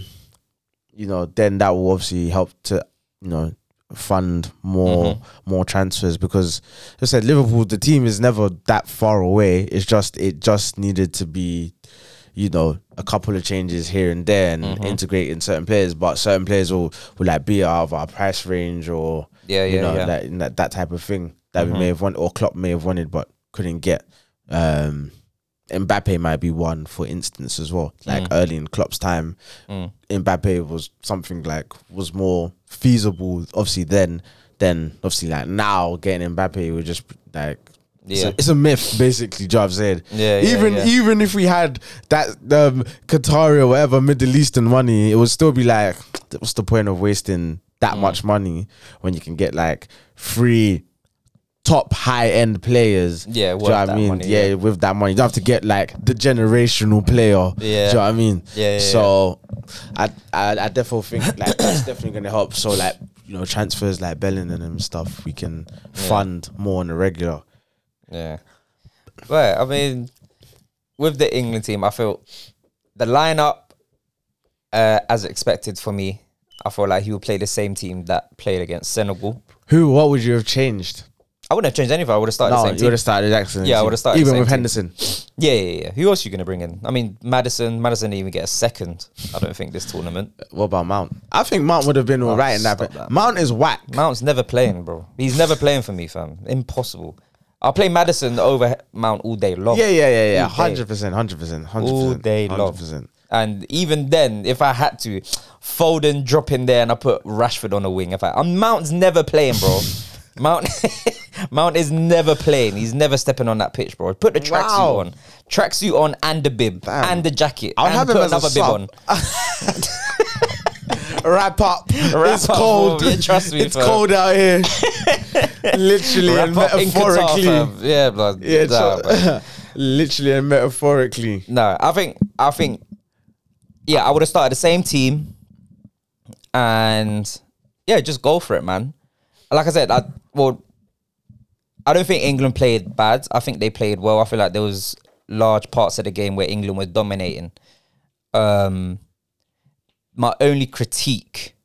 you know, then that will obviously help to, you know, fund more
Mm-hmm.
more transfers because as I said Liverpool the team is never that far away. It's just it just needed to be, you know, a couple of changes here and there and
Mm-hmm.
integrating certain players, but certain players will, will like be out of our price range or
Yeah,
you
yeah,
know,
yeah. Mm-hmm.
That, in that that type of thing that we may have wanted or Klopp may have wanted but couldn't get. Um Mbappe might be one for instance as well. Like
Mm.
early in Klopp's time, Mbappe was something like was more feasible, obviously then than obviously like now getting Mbappe would just like it's,
Yeah.
a, it's a myth basically. Job said.
Yeah, yeah,
Even
yeah.
even if we had that um, Qatari or whatever Middle Eastern money, it would still be like, what's the point of wasting that
Mm.
much money when you can get like free top high end players.
Yeah,
do
worth
you know what I
that
mean?
money,
yeah,
yeah.
with that money, you don't have to get like the generational player. do
Yeah.
you know what I mean?
Yeah, yeah,
so I, I I definitely think like that's definitely gonna help. So like you know transfers like Bellingham and stuff, we can fund more on a regular.
Yeah. But I mean, with the England team, I feel the lineup, uh, as expected for me, I feel like he will play the same team that played against Senegal.
Who? What would you have changed?
I wouldn't have changed anything. I would have started the
No,
same
you would
team.
have started Jackson.
Yeah, I would've started
Even
the
with
same
Henderson.
Yeah, yeah, yeah. Who else are you going to bring in? I mean, Madison. Madison didn't even get a second. I don't think this tournament.
What about Mount? I think Mount would have been all right in that.
stop
But
that.
Mount is whack.
Mount's never playing, bro. He's never playing for me, fam. Impossible. I'll play Madison over Mount all day long.
Yeah, yeah, yeah, yeah.
All day.
Hundred percent, hundred percent, hundred
all
percent,
day long.
100%.
And even then, if I had to, Foden drop in there and I put Rashford on a wing. If I, um, Mount's never playing, bro. Mount, Mount is never playing. He's never stepping on that pitch, bro. Put the tracksuit
Wow.
on, tracksuit on, and the bib,
Damn.
and the jacket,
I'll
and
have him
put
as a
another bib
sub.
on.
Wrap up.
Wrap
it's
up,
cold.
bro. Yeah, trust me,
It's
fam.
cold out here. Literally and
Wrap up in Qatar,
metaphorically.
fam. yeah, blood.
yeah,
Nah,
tru-
bro.
literally and metaphorically.
No, I think I think yeah, I would have started the same team and yeah, just go for it, man. Like I said, I well I don't think England played bad. I think they played well. I feel like there was large parts of the game where England was dominating. Um my only critique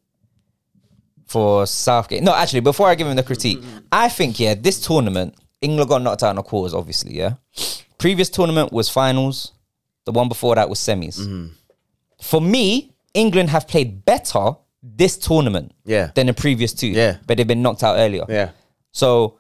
for Southgate. No, actually, before I give him the critique,
Mm-hmm.
I think, yeah, this tournament, England got knocked out in the quarters, obviously, yeah. Previous tournament was finals. The one before that was semis.
Mm-hmm.
For me, England have played better this tournament
Yeah.
than the previous two.
Yeah.
But they've been knocked out earlier.
Yeah.
So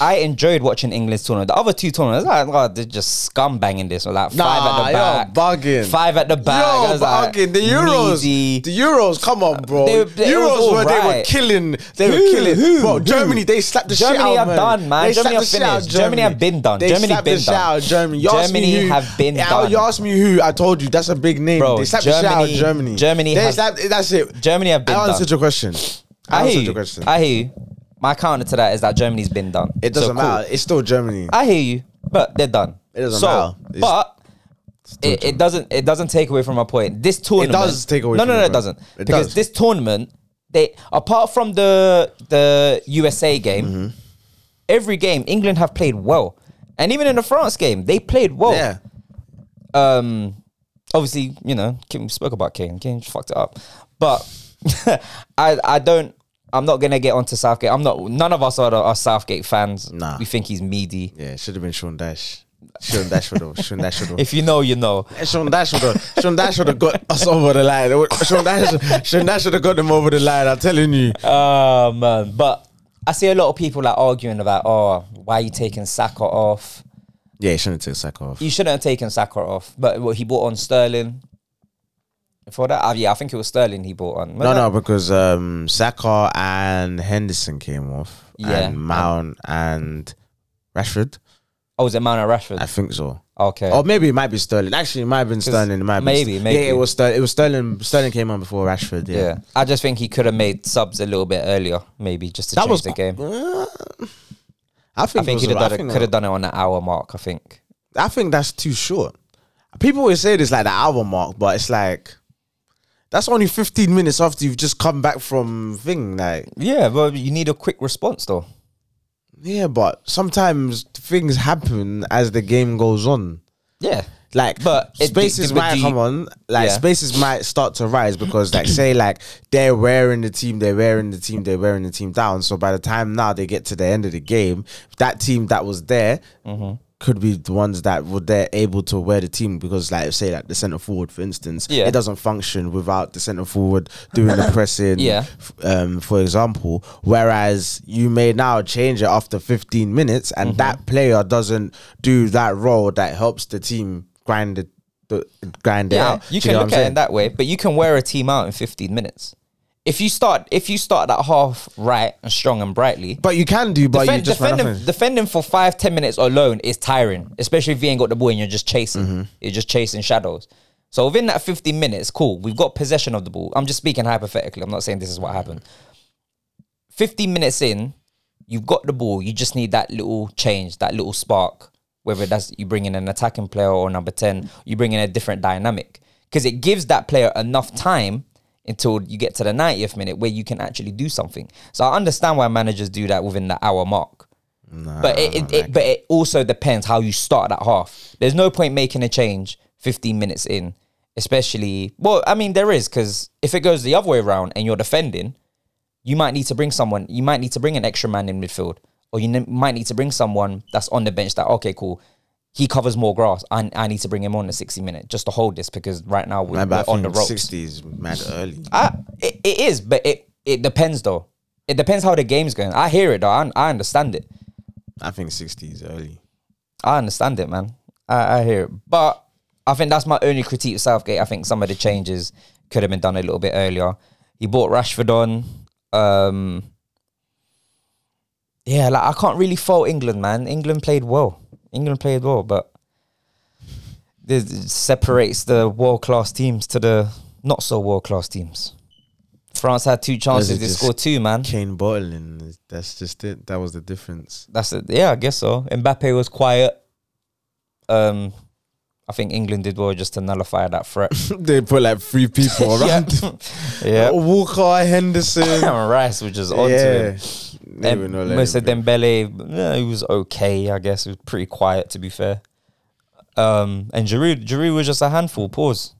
I enjoyed watching England's tournament. The other two tournaments, I was like, oh, they're just scumbanging this. Or like
Nah,
five
you're
at the back.
bugging.
Five at the back. I
Yo,
was like,
okay, the Euros,
meaty.
the Euros, come on, bro.
They were- they was
Euros
all
were they were
right.
killing, they were
Who?
killing.
Who?
bro,
Who?
Germany, they slapped the shit
Germany
out.
are done, man.
They
Germany
slapped
are
the shit out of
finished. Germany have been done.
They
Germany
slapped
been
the shit
done.
out of Germany. You asked me
Germany
who-
have been
Yeah,
done.
You asked me who? I told you that's a big name.
Bro,
they slapped the shit out of
Germany-
Germany.
Germany
They
have-
slapped. That's it.
Germany have been
I answered
done.
your question. I
I
answered
hear
your
you.
question.
I hear you. My counter to that is that Germany's been done.
It doesn't
So, cool.
matter. It's still Germany.
I hear you, but they're done.
It doesn't
so,
matter. It's-
but it, it doesn't it doesn't take away from my point. This tournament
does take away
No,
from
no,
your
no, it
point.
doesn't.
It
because
does.
this tournament, they apart from the the USA game,
Mm-hmm.
every game England have played well, and even in the France game they played well.
Yeah.
Um, obviously, you know, Kim spoke about Kane. Kane fucked it up, but I I don't. I'm not gonna get onto Southgate. I'm not. None of us are, are Southgate fans.
Nah.
We think he's meaty.
Yeah. Should have been Sean Dash. Sean Dash would have. Sean Dash would have.
If you know, you know.
And Sean Dash would have Sean Dash would have got us over the line. Sean Dash Sean Dash would have got them over the line. I'm telling you.
Oh man, but I see a lot of people like arguing about, oh, why are you taking Saka off?
Yeah, he shouldn't take Saka off.
You shouldn't have taken Saka off, but well, he bought on Sterling. Before that, Ah, yeah, I think it was Sterling he bought on.
No, no, because um, Saka and Henderson came off.
Yeah.
And Mount and Rashford.
Oh, was it Mount and Rashford?
I think so.
Okay.
Or maybe it might be Sterling. Actually, it might have been Sterling. It might have been
maybe,
Ster-
maybe.
Yeah, it was Sterling. It was Sterling. Sterling came on before Rashford. Yeah.
yeah. I just think he could have made subs a little bit earlier, maybe just to
That
change
was
the game.
Uh, I think,
I think
it
he
was
could
all right. I
have done
think it
it. Could
was-
have done it on the hour mark. I think.
I think that's too short. People always say this like the hour mark, but it's like that's only 15 minutes after you've just come back from thing. Like,
Yeah, but you need a quick response though.
yeah, but sometimes things happen as the game goes on.
Yeah.
Like,
But it-
spaces
but
might
do you-
come on. Like,
Yeah.
spaces might start to rise because, like, say, like they're wearing the team, they're wearing the team, they're wearing the team down. So by the time now they get to the end of the game, that team that was there
Mm-hmm.
could be the ones that were there able to wear the team because, like, say, like the centre forward, for instance,
Yeah.
it doesn't function without the centre forward doing the pressing.
Yeah.
f- Um, for example, whereas you may now change it after 15 minutes,
Mm-hmm.
and that player doesn't do that role that helps the team grind it. The, grind it
Yeah,
out.
you
Do know
can look
what I'm
at it
saying?
in that way, but you can wear a team out in 15 minutes. If you start, if you start that half right and strong and brightly,
But you can do, but Oh, you
defend,
just ran off
defending,
it.
defending for five ten minutes alone is tiring, especially if you ain't got the ball and you're just chasing.
Mm-hmm.
You're just chasing shadows. So within that 15 minutes, cool, we've got possession of the ball. I'm just speaking hypothetically. I'm not saying this is what happened. 15 minutes in, you've got the ball. You just need that little change, that little spark. Whether that's you bring in an attacking player or number 10, you bring in a different dynamic. Because it gives that player enough time until you get to the 90th minute where you can actually do something. So I understand why managers do that within the hour mark. but it, it, it but it also depends how you start that half. There's no point making a change 15 minutes in, especially well, I mean there is because if it goes the other way around and you're defending, you might need to bring someone. You might need to bring an extra man in midfield. or you ne- might need to bring someone that's on the bench that okay, cool. He covers more grass. I, I need to bring him on the 60 minute just to hold this because right now we're,
Remember, I
we're on
think
the ropes.
60 is mad early.
I, it, it is, but it, it depends though. It depends how the game's going. I hear it though. I, I understand it.
I think 60 is early.
I understand it, man. I, I hear it. But I think that's my only critique of Southgate. I think some of the changes could have been done a little bit earlier. He bought Rashford on. Um, yeah, like I can't really fault England, man. England played well. England played well, but this separates the world class teams to the not so world class teams. France had two chances. They
just-
scored two, man.
Kane bottling, that's just it. That was the difference.
That's it. Yeah, I guess so. Mbappe was quiet. Um, I think England did well just to nullify that threat.
they put like three people around.
yeah.
Walker, Henderson.
Rice was just onto
Oh. yeah.
it.
They were
Em-
not letting
Moussa
him breathe.
Dembele, yeah, he was okay, I guess. He was pretty quiet, to be fair. Um, and Giroud, Giroud was just a handful. Pause.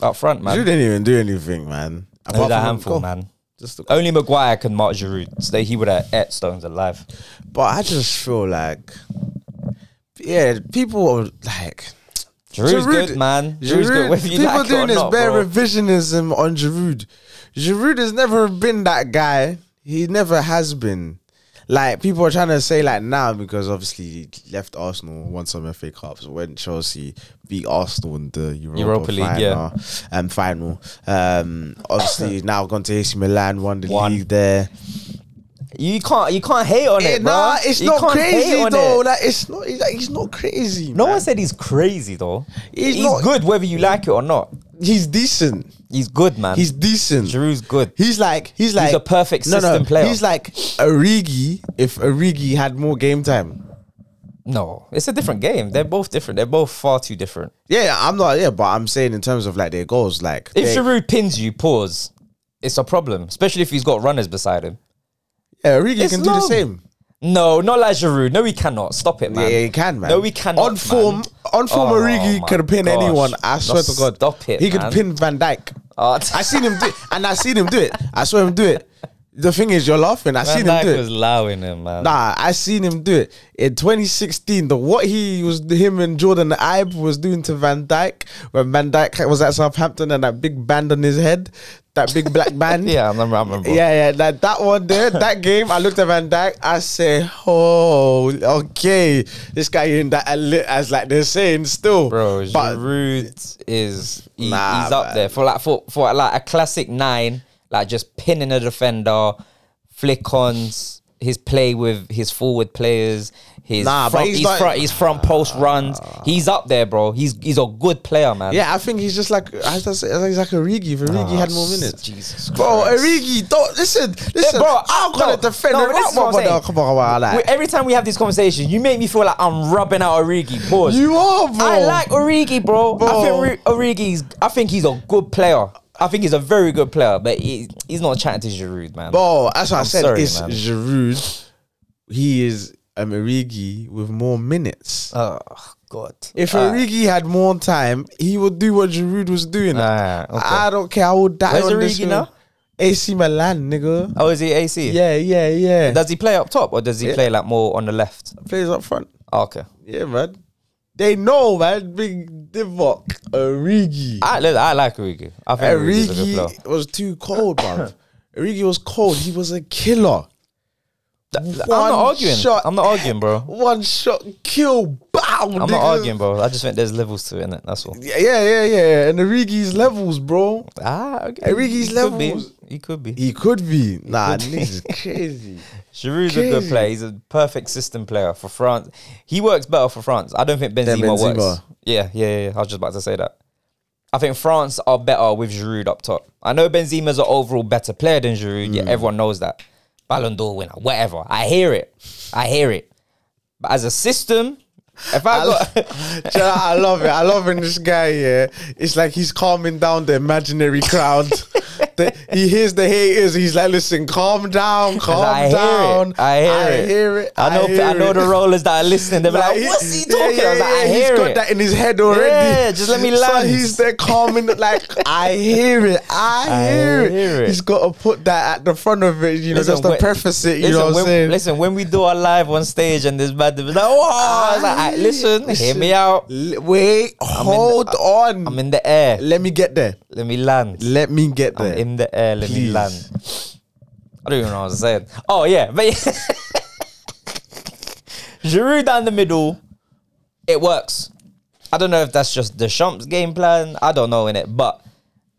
Up front,
Giroud
man.
didn't even do anything, man.
He was
Apart
a
from
handful,
goal.
man.
Just the-
Only Maguire can mark Giroud. So he would have ate stones alive.
but I just feel like, yeah, people are like.
Giroud's
Giroud-
good, man. Giroud's good. Whether you
people
like it or
doing this
not,
bare
bro.
revisionism on Giroud. Giroud has never been that guy. He never has been. Like people are trying to say like now because obviously he left Arsenal, won some FA Cups, went Chelsea, beat Arsenal in the Europa,
Europa League,
final,
yeah.
um, final. Um, obviously now gone to AC Milan, won the
Won.
league there.
You can't you can't hate on
Eh,
it, bro.
nah, it's
You
not
can't hate
crazy
on
though.
it.
Like it's not, like, he's not crazy.
No
man.
one said he's crazy though.
He's
He's,
not-
good whether you like it or not.
he's decent.
He's good, man.
He's decent.
Giroud's good.
He's like he's like
a perfect system player.
He's like Origi if Origi had more game time.
No, it's a different game. They're both different. They're both far too different.
Yeah, I'm not. Yeah, but I'm saying in terms of like their goals, like
If
they-
Giroud pins you, pause. It's a problem, especially if he's got runners beside him.
yeah, Origi
It's
can do the
long.
same.
No, not like Giroud. No, he cannot. Stop it, man.
Yeah, yeah, he can, man.
No, he cannot.
On
man.
form, on form,
Oh,
Origi
my
could pin
gosh.
anyone. I
No,
swear to God,
Stop it.
He could
man.
pin Van Dyke.
Oh,
I seen him do, it, and I seen him do it. I saw him do it. The thing is, you're laughing. I
Van
seen him
Dijk
do it.
was allowing him, man.
Nah, I seen him do it in 2016. The what he was, him and Jordan Ibe was doing to Van Dyke when Van Dyke was at Southampton and that big band on his head, that big black band.
Yeah, I remember. I remember.
Yeah, yeah, that, that one there, that game. I looked at Van Dyke. I said, "Oh, okay, this guy in that elite as like they're saying still,
bro.
But
Giroud is he-
Nah,
he's up
man.
there for like for for like a classic nine, like just pinning a defender, flick ons, his play with his forward players, his
Nah, but
front,
he's
his,
not-
front, his front post runs. He's up there, bro. He's he's a good player, man.
yeah, I think he's just like I just, I think he's like Origi. If Origi had more minutes,
Ah, Jesus
Bro,
Christ.
Origi, don't listen. Listen,
bro,
I'm
no,
gonna defend
no,
him.
but this is
Come
what I'm
on,
saying.
come on, come on,
We-
like.
Every time we have this conversation, you make me feel like I'm rubbing out Origi. Pause.
You are, bro.
I like Origi, bro.
Bro.
I think Ri- Origi's. I think he's a good player. I think he's a very good player, but he, he's not chatting to Giroud, man.
Bro, that's what i
I'm
said.
sorry,
it's
man.
Giroud. He is um, Origi with more minutes.
oh God.
If
All right.
Origi had more time, he would do what Giroud was doing.
Alright, okay.
I don't care. I would die
Where's
on this
Origi
hill.
now?
AC Milan, nigga.
oh, is he AC?
Yeah, yeah, yeah. That
Does he play up top or does he play like more on the left?
plays up front.
Oh, okay.
Yeah, man. They know, man. Big Divock, Origi.
I li- I like Ah, Origi. I think Origi's a good player.
Origi was too cold, bruv. Origi was cold. He was a killer.
I'm not arguing.
shot-
I'm not arguing, bro.
One shot kill. Bow.
I'm not arguing, bro. I just think there's levels to it, innit? That's all.
Yeah, yeah, yeah, yeah. And Origi's levels, bro.
Ah, okay.
Origi's
He could be.
levels.
He could be.
He could be. Nah,
could be.
this is crazy.
Giroud's a
Crazy.
good player. He's a perfect system player for France. He works better for France. I don't think Benzema,
Benzema.
works. Yeah, yeah, yeah. I was just about to say that. I think France are better with Giroud up top. I know Benzema's an overall better player than Giroud. Yeah, everyone knows that. Ballon d'Or winner, whatever. I hear it. I hear it. But as a system, if I,
I, lo-
got
Do you know, I love it. I love when this guy, yeah, it's like he's calming down the imaginary crowd. the, he hears the haters. He's like, listen, calm down, calm
I hear
down.
it. I hear it. I know. I, know the rollers that are listening. They're like, "What's he talking?" I was like, "I hear
He's got
it."
that in his head already.
Yeah, just let me
So
land.
he's there calming, like, I hear it. I,
I
hear, it.
hear it.
He's got to put that at the front of it, you know,
Listen,
just to
when-
preface it, you
listen,
know what I'm
when,
saying?
Listen, when we do our live on stage and this bad, like,
Ah,
oh, I was like, "Aight, listen, hear me out.
L- Wait,
in the-
hold on.
I'm in the air.
let me get there.
Let me land.
Let me get
I'm
there.
in the air. Let me
Please.
land. I don't even know what I was saying. Oh yeah, but yeah. Giroud down the middle, it works. I don't know if that's just Deschamps' game plan. I don't know in it, but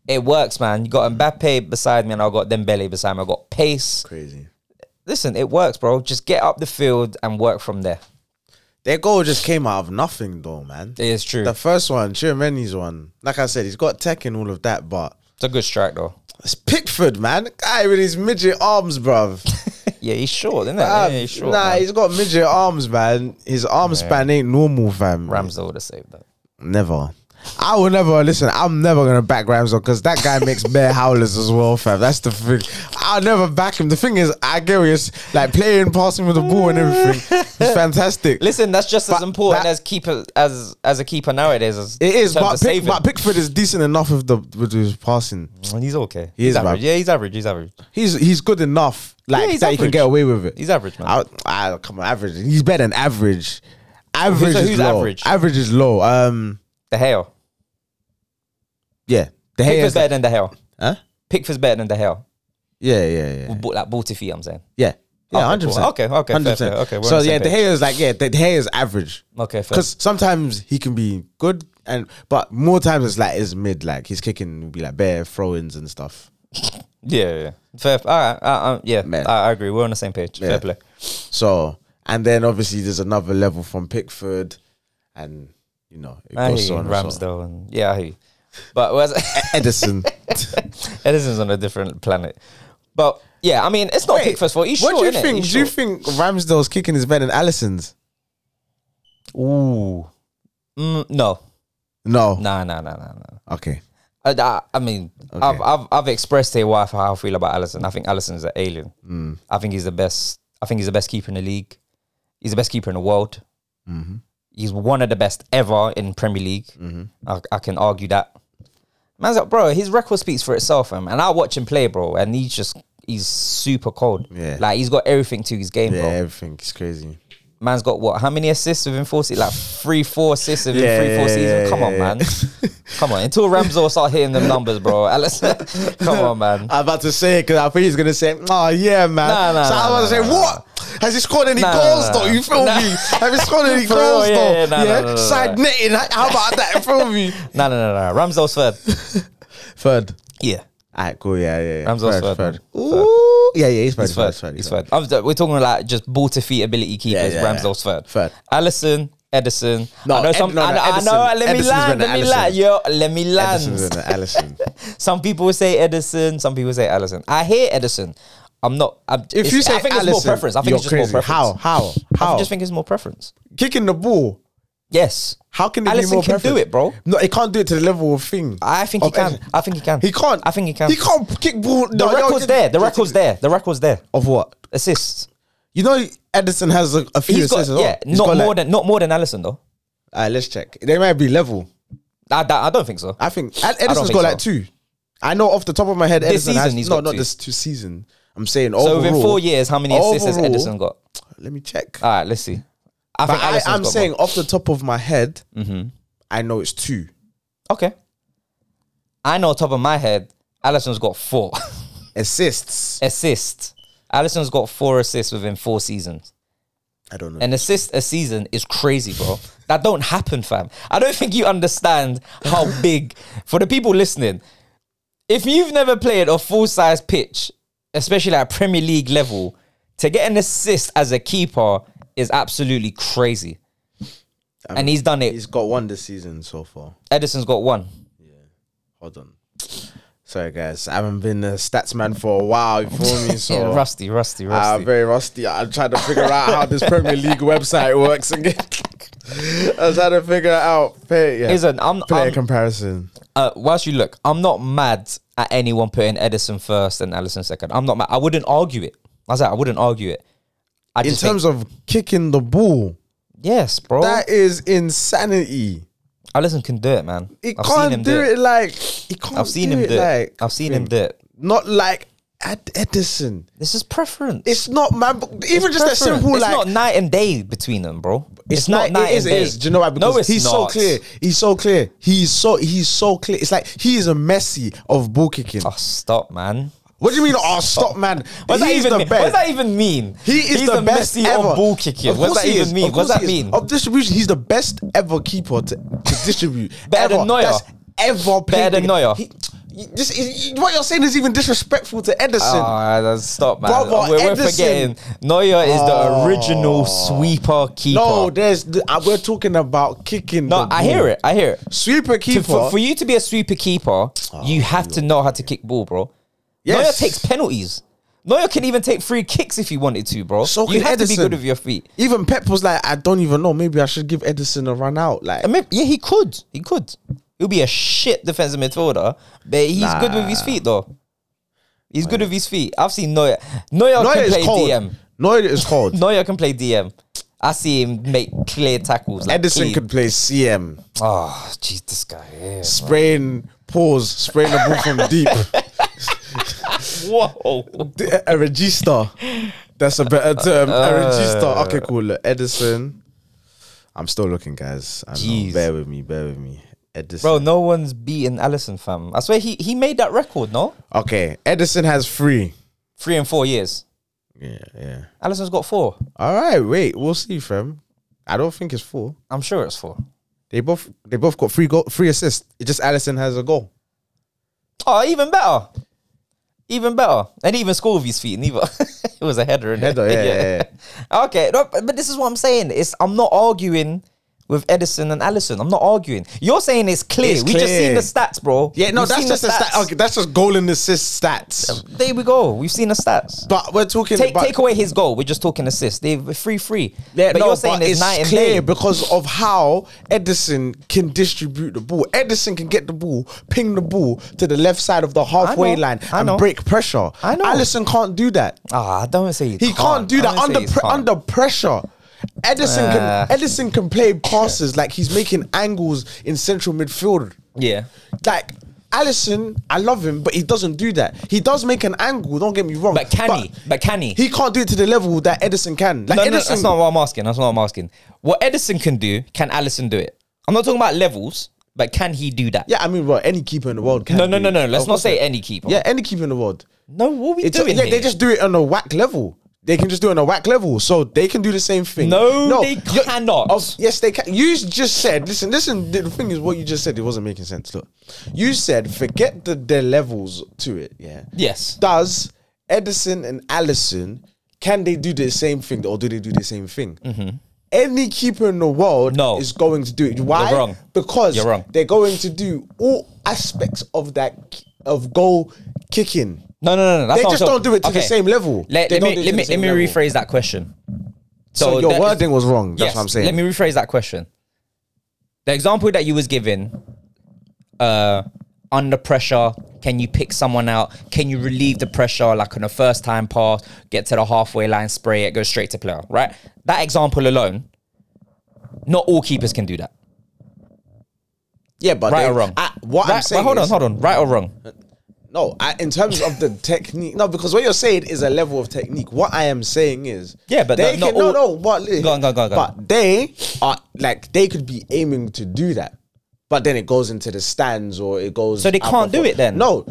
it works, man. You got Mbappe beside me, and I got Dembele beside me. I got pace.
Crazy.
Listen, it works, bro. Just get up the field and work from there.
Their goal just came out of nothing, though, man.
It is true.
The first one, Chirmeni's one. Like I said, he's got tech and all of that, but
It's a good strike, though.
it's Pickford, man. Guy with his midget arms, bruv.
Yeah, he's short, isn't it?
Ah,
yeah, he's short.
nah,
man.
he's got midget arms, man. His arm span ain't normal, fam.
Ramsdale would have saved that.
Never. I will never listen. I'm never gonna back Ramsdale because that guy makes bear howlers as well, fam. That's the thing. I'll never back him. The thing is, I get what you're s- like playing, passing with the ball and everything. It's fantastic.
Listen, that's just as
But
important
that-
as keeper as as a keeper nowadays. As
It
in terms
is, but,
of
Pick,
saving.
but Pickford is decent enough with the with his passing.
Well, he's okay.
He
he's
is, man.
average. Yeah, he's average. He's average.
He's he's good enough, like
Yeah, he's
that he can
average.
get away with it.
He's average, man.
I, I, come on, average. He's better than average. Average
so
is
who's
low.
average?
is low. Um,
The hell.
yeah, the Gea
Pickford's
is-
better than the hell.
Huh?
Pickford's better than the hell.
Yeah, yeah, yeah,
Like ball to feet. I'm saying.
yeah. Yeah,
Okay,
hundred
cool.
percent.
Okay, okay, fair, fair. Okay, we're on
So
the same
yeah, the
page.
hair is like yeah, the hair is average
Okay, fair.
because sometimes he can be good and but more times it's like it's mid, like he's kicking will be like bare throw-ins and stuff.
Yeah, yeah. Fair. All right. Uh, uh, yeah,
Man.
I, I agree. We're on the same page.
Yeah.
Fair play.
So, and then obviously there's another level from Pickford, and you know it
I hear
goes
you.
on. and so on.
Ramsdale and yeah, I hear you. But was,
Edison.
Edison's on a different planet. But yeah, I mean, it's not Pickford's fault. He's
what
short,
do you
innit?
think?
He's
Do you
short.
think Ramsdale's kicking is better than Allison's?
Ooh. Mm, no.
No.
Nah, nah, nah, nah, nah.
Okay.
I, I, I mean, I've, I've I've expressed to wife how I feel about Allison. I think Allison's an alien.
Mm.
I think he's the best. I think he's the best keeper in the league. He's the best keeper in the world.
Mm-hmm.
He's one of the best ever in Premier League.
Mm-hmm.
I, I can argue that. Man's like, bro, his record speaks for itself, man. And I watch him play, bro, and he's just he's super cold.
Yeah.
like he's got everything to his game,
Yeah,
bro.
everything is crazy.
Man's got what? How many assists within four seasons? Like three, four assists within
Yeah,
three, four
yeah,
seasons.
yeah,
come on,
yeah,
man. come on. Until Ramsdale start hitting them numbers, bro. Alex, come on, man.
I'm about to say it because I think he's gonna say, "Oh yeah, man."
Nah, nah,
so I'm
nah,
about to say,
nah, nah,
"What? Has he scored any
Nah, nah,
goals
nah,
though? You feel
nah.
me? Have he scored any
For real,
goals
yeah,
though?
yeah, nah, nah, nah, nah,
side
nah.
netting. How about that? You feel me?
No, no, no, no. Ramsdale's third.
Third.
Yeah.
Alright, cool. Yeah, yeah. yeah.
Ramsdale's
third.
third,
third.
man.
Ooh, yeah, yeah. He's third.
He's third. He's third. I'm, we're talking like just ball to feet ability keepers.
yeah, yeah.
Ramsdale's third.
Third.
Allison, Edison.
No,
I know
Ed-
some.
no, no,
I, know- I
Edison.
know. Let me
Edison's
land.
better
Let
than
me land. Yo, let me
Edison's
land.
in the Allison.
Some people say Edison. Some people say Allison. I hear Edison. I'm not. I'm,
If you say
I think it's more
Allison,
preference. I think
you're
it's just
crazy.
more preference.
How? How?
I
How?
just think it's more preference.
kicking the ball.
Yes.
How can it
Allison
be more
can
preference?
do it, bro?
No, he can't do it to the level of thing.
I think he
of
can.
Ed-
I think he can.
He can't.
I think he can.
He can't kick ball.
The record's there. The record's there. The record's there.
of what?
Assists.
You know, Edison has a, a few
He's got
assists. as well.
yeah,
He's
not
got,
more
like-
than not more than Allison though.
All right, let's check. They might be level.
I, I, I don't think so.
I think Ed- Edison's
think
got
so.
like two. I know off the top of my head, Edison
season
has
he's
no,
got
not
two.
this two season. I'm saying
So
overall.
within four years, how many assists has
overall-
Edison got?
Let me check.
All right, let's see. I
but
think
I,
Allison's
I'm
got
saying
more. Mm-hmm.
off the top of my head, I know it's two.
okay. I know top of my head, Allison's got four
Assists.
assists. Allison's got four assists within four seasons.
I don't know.
An assist a season is crazy, bro. that don't happen, fam. I don't think you understand how big for the people listening. If you've never played a full size pitch, especially at Premier League level, to get an assist as a keeper is absolutely crazy. and he's done it.
Um, He's got one this season so far.
Edison's got one.
Hold on. Sorry, guys. I haven't been a stats man for a while. You feel me? So
Yeah, rusty, rusty,
Uh,
rusty.
very rusty. I'm trying to figure out how this Premier League website works again. I was trying to figure out play, yeah,
Listen, I'm,
player
I'm
comparison.
uh, whilst you look, I'm not mad at anyone putting Edison first and Allison second. I'm not mad. I wouldn't argue it. I said I wouldn't argue it. I
In
just think-
terms of kicking the ball,
yes, bro.
that is insanity.
Allison can do it, man.
He
I've seen
can't
him
do, it. like he can't.
I've seen
do
him
it
do it.
like
I've seen him do it.
not like Ed- Edison.
This is preference.
It's not man. Even just that
preference.
simple
It's
like.
not night and day between them, bro. It's, not night
it is,
and
it
day.
is. Do you know why? Because
no, it's
he's
not.
so clear. He's so clear. He's so he's so clear. It's like he is a Messi of ball kicking.
Oh, stop, man.
What do you mean? Oh, stop, man.
What does that
He's
even
the
mean?
best.
What does that even mean?
He is
He's
the,
the
best
Messi
ever
of ball kicking.
Of
What does
course
that
he
even
is.
mean?
Of
What does
course
that
he is.
mean?
Of distribution, he's the best ever keeper to, to distribute.
Better than
ever.
Neuer.
That's ever played.
Better than
the-
Neuer.
He, you- this is, what you're saying is even disrespectful to Edison.
Ah, that's- stop, man.
Brother,
we're, we're
Ederson.
forgetting. Neuer is the original sweeper keeper.
no, there's uh, we're talking about kicking.
no,
the
I
ball.
hear it. I hear it.
Sweeper
To-
keeper. Oh,
for, for you to be a sweeper keeper, you have to know how to kick ball, bro. Neuer
Yes.
takes penalties. Neuer can even take free kicks if you wanted to, bro.
So
you
can
have to be
Ederson.
good with your feet.
even Pep was like, I don't even know. Maybe I should give Edison a run out. Like,
I mean, yeah, he could. He could. He'll be a shit defensive midfielder, but he's good with his feet, though. He's good with his feet. I've seen Neuer. Neuer,
Neuer
can
is
play
cold.
DM.
Neuer is cold.
Neuer can play DM. I see him make clear tackles. Like
Edison
clean.
could play CM.
Oh, jeez, this guy. Yeah.
Sprain, pause, sprain the ball from deep.
Whoa.
a register. Uh, That's a better term. a register. Okay, cool. Look, Edison. I'm still looking, guys. I know.
Jeez.
Bear with me. Bear with me. Edison.
Bro, no one's beaten Allison, fam. I swear he, he made that record, no?
Okay, Edison has three.
Three and four years.
Yeah, yeah.
Allison's got four.
All right, wait. We'll see, fam. I don't think it's four.
I'm sure it's four.
They both they both got three goal, three assists. It just Allison has a goal.
Oh, even better. Even better. And he even scored with his feet, neither. it was a header, innit?
Header, yeah, yeah,
Okay, no, but but this is what I'm saying. It's I'm not arguing with Edison and Allison. I'm not arguing. You're saying it's clear.
It's
we just seen
clear.
the stats, bro.
Yeah, no,
We've
that's
seen the
just a stat.
stats.
Okay, that's just goal and assist stats.
There we go. We've seen the stats.
But we're talking
Take,
about
take away his goal. We're just talking assists. They were three three.
Yeah,
but
no,
you're saying
but
it's,
it's
night and
clear
day.
because of how Edison can distribute the ball. Edison can get the ball, ping the ball to the left side of the halfway
know,
line,
I
and
know.
break pressure.
I know.
Allison can't do that.
Ah, don't say
He can't, do that under pre- under pressure. Edison
Uh.
can Edison can play passes like he's making angles in central midfield.
Yeah.
Like Allison, I love him, but he doesn't do that. He does make an angle. Don't get me wrong,
But can he? But can he?
He can't do it to the level that Edison can. Like
No, no,
Edison,
that's not what I'm asking. That's not what I'm asking. What Edison can do, can Allison do it? I'm not talking about levels, but can he do that?
Yeah, I mean, well, any keeper in the world can.
No, no, no, no. Let's
Of
not
course
say
they-
any keeper.
Yeah, any keeper in the world.
No, what are we
It's
doing?
yeah,
here?
they just do it on a whack level. They can just do it on a whack level, so they can do the same thing.
No, they
you-
cannot.
of- yes, they can. You just said, listen, listen. The thing is, what you just said, it wasn't making sense. Look, you said, forget the their levels to it. Yeah.
Yes.
Does Edison and Allison can they do the same thing, or do they do the same thing? Any keeper in the world
Mm-hmm. No.
is going to do it. Why?
You're wrong.
Because
You're wrong.
they're going to do all aspects of that of goal kicking.
No, no, no, no. That's
They
not
just
what I'm
don't do it to the
Okay.
same level.
Let,
They
let
don't
me,
do
let
it to
me,
the
let
same
me
level.
rephrase that question.
So, your
that-
wording was wrong. That's
Yes,
what I'm saying.
Let me rephrase that question. The example that you was given, uh, under pressure, can you pick someone out? Can you relieve the pressure like on a first time pass, get to the halfway line, spray it, go straight to player, right? That example alone, not all keepers can do that.
yeah, but
Right
they-
or wrong?
I, what
right,
I'm
but
saying,
hold on,
is-
hold on. Right or wrong?
No, I, in terms of the technique, no, because what you're saying is a level of technique. What I am saying is,
Yeah, but
they
no-
can
not
no,
all-
no, but li-
Go on, go on, go on, go on.
but they are like they could be aiming to do that, but then it goes into the stands or it goes.
So they
out
can't do
before-
it then?
No,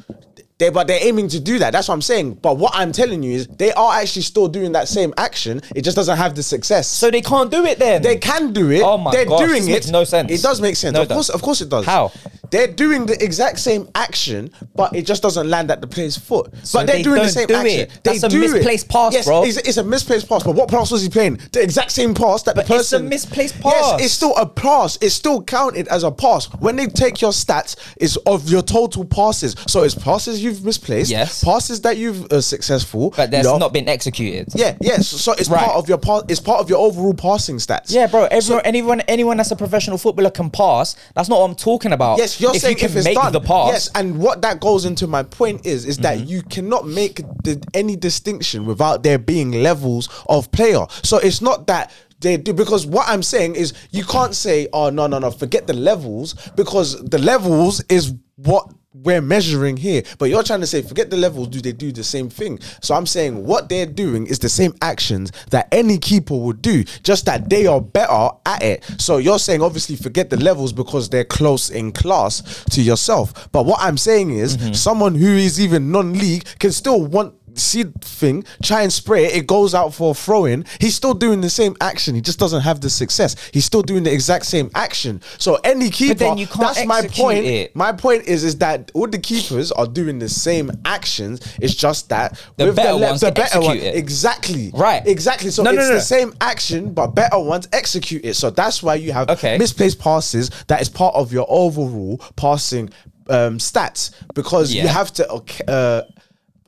they but they're aiming to do that. That's what I'm saying. But what I'm telling you is they are actually still doing that same action. It just doesn't have the success.
So they can't do it then.
They can do it.
Oh my
They're
gosh,
doing
this
it.
makes no sense.
It does make sense.
No,
of
it
course,
doesn't.
of course, it does.
How?
They're doing the exact same action, but it just doesn't land at the player's foot.
So
but they're
they
doing the
don't
same
do
action.
it.
They
That's a
do it.
misplaced pass,
yes,
bro.
It's, it's a misplaced pass. But what pass was he playing? The exact same pass that
But
the
it's a
person.
misplaced
Yes,
pass.
it's still a pass. It's still counted as a pass. When they take your stats, it's of your total passes. So it's passes you've misplaced.
Yes.
Passes that you've uh, successful.
but that's
lost.
not been executed.
Yeah, yes. So it's
Right.
part of your pa- it's part of your overall passing stats.
Yeah, bro. Everyone, anyone, anyone that's a professional footballer can pass. That's not what I'm talking about.
Yes, you're
if
saying
you can
if it's
make
done,
the pass, Mm-hmm.
Yes, and what that goes into my point is, is that you cannot make the, any distinction without there being levels of player. So it's not that they do because what I'm saying is you can't say, oh no no no, forget the levels because the levels is what we're measuring here. But you're trying to say, forget the levels. Do they do the same thing? So I'm saying what they're doing is the same actions that any keeper would do, just that they are better at it. So you're saying, obviously, forget the levels because they're close in class to yourself. But what I'm saying is,
Mm-hmm.
someone who is even non league can still want. See the thing, try and spray it. It goes out for a throw in. He's still doing the same action. He just doesn't have the success. He's still doing the exact same action. So any keeper,
then you can't
that's my
execute
point.
it.
My point is, is that all the keepers are doing the same actions. It's just that
The better ones
the
can
better one,
execute it.
exactly,
Right.
exactly. So
No,
it's
no, no,
the
no.
same action, but better ones execute it. So that's why you have
Okay.
misplaced passes. That is part of your overall passing um, stats because you
Yeah.
have to. ac- Uh,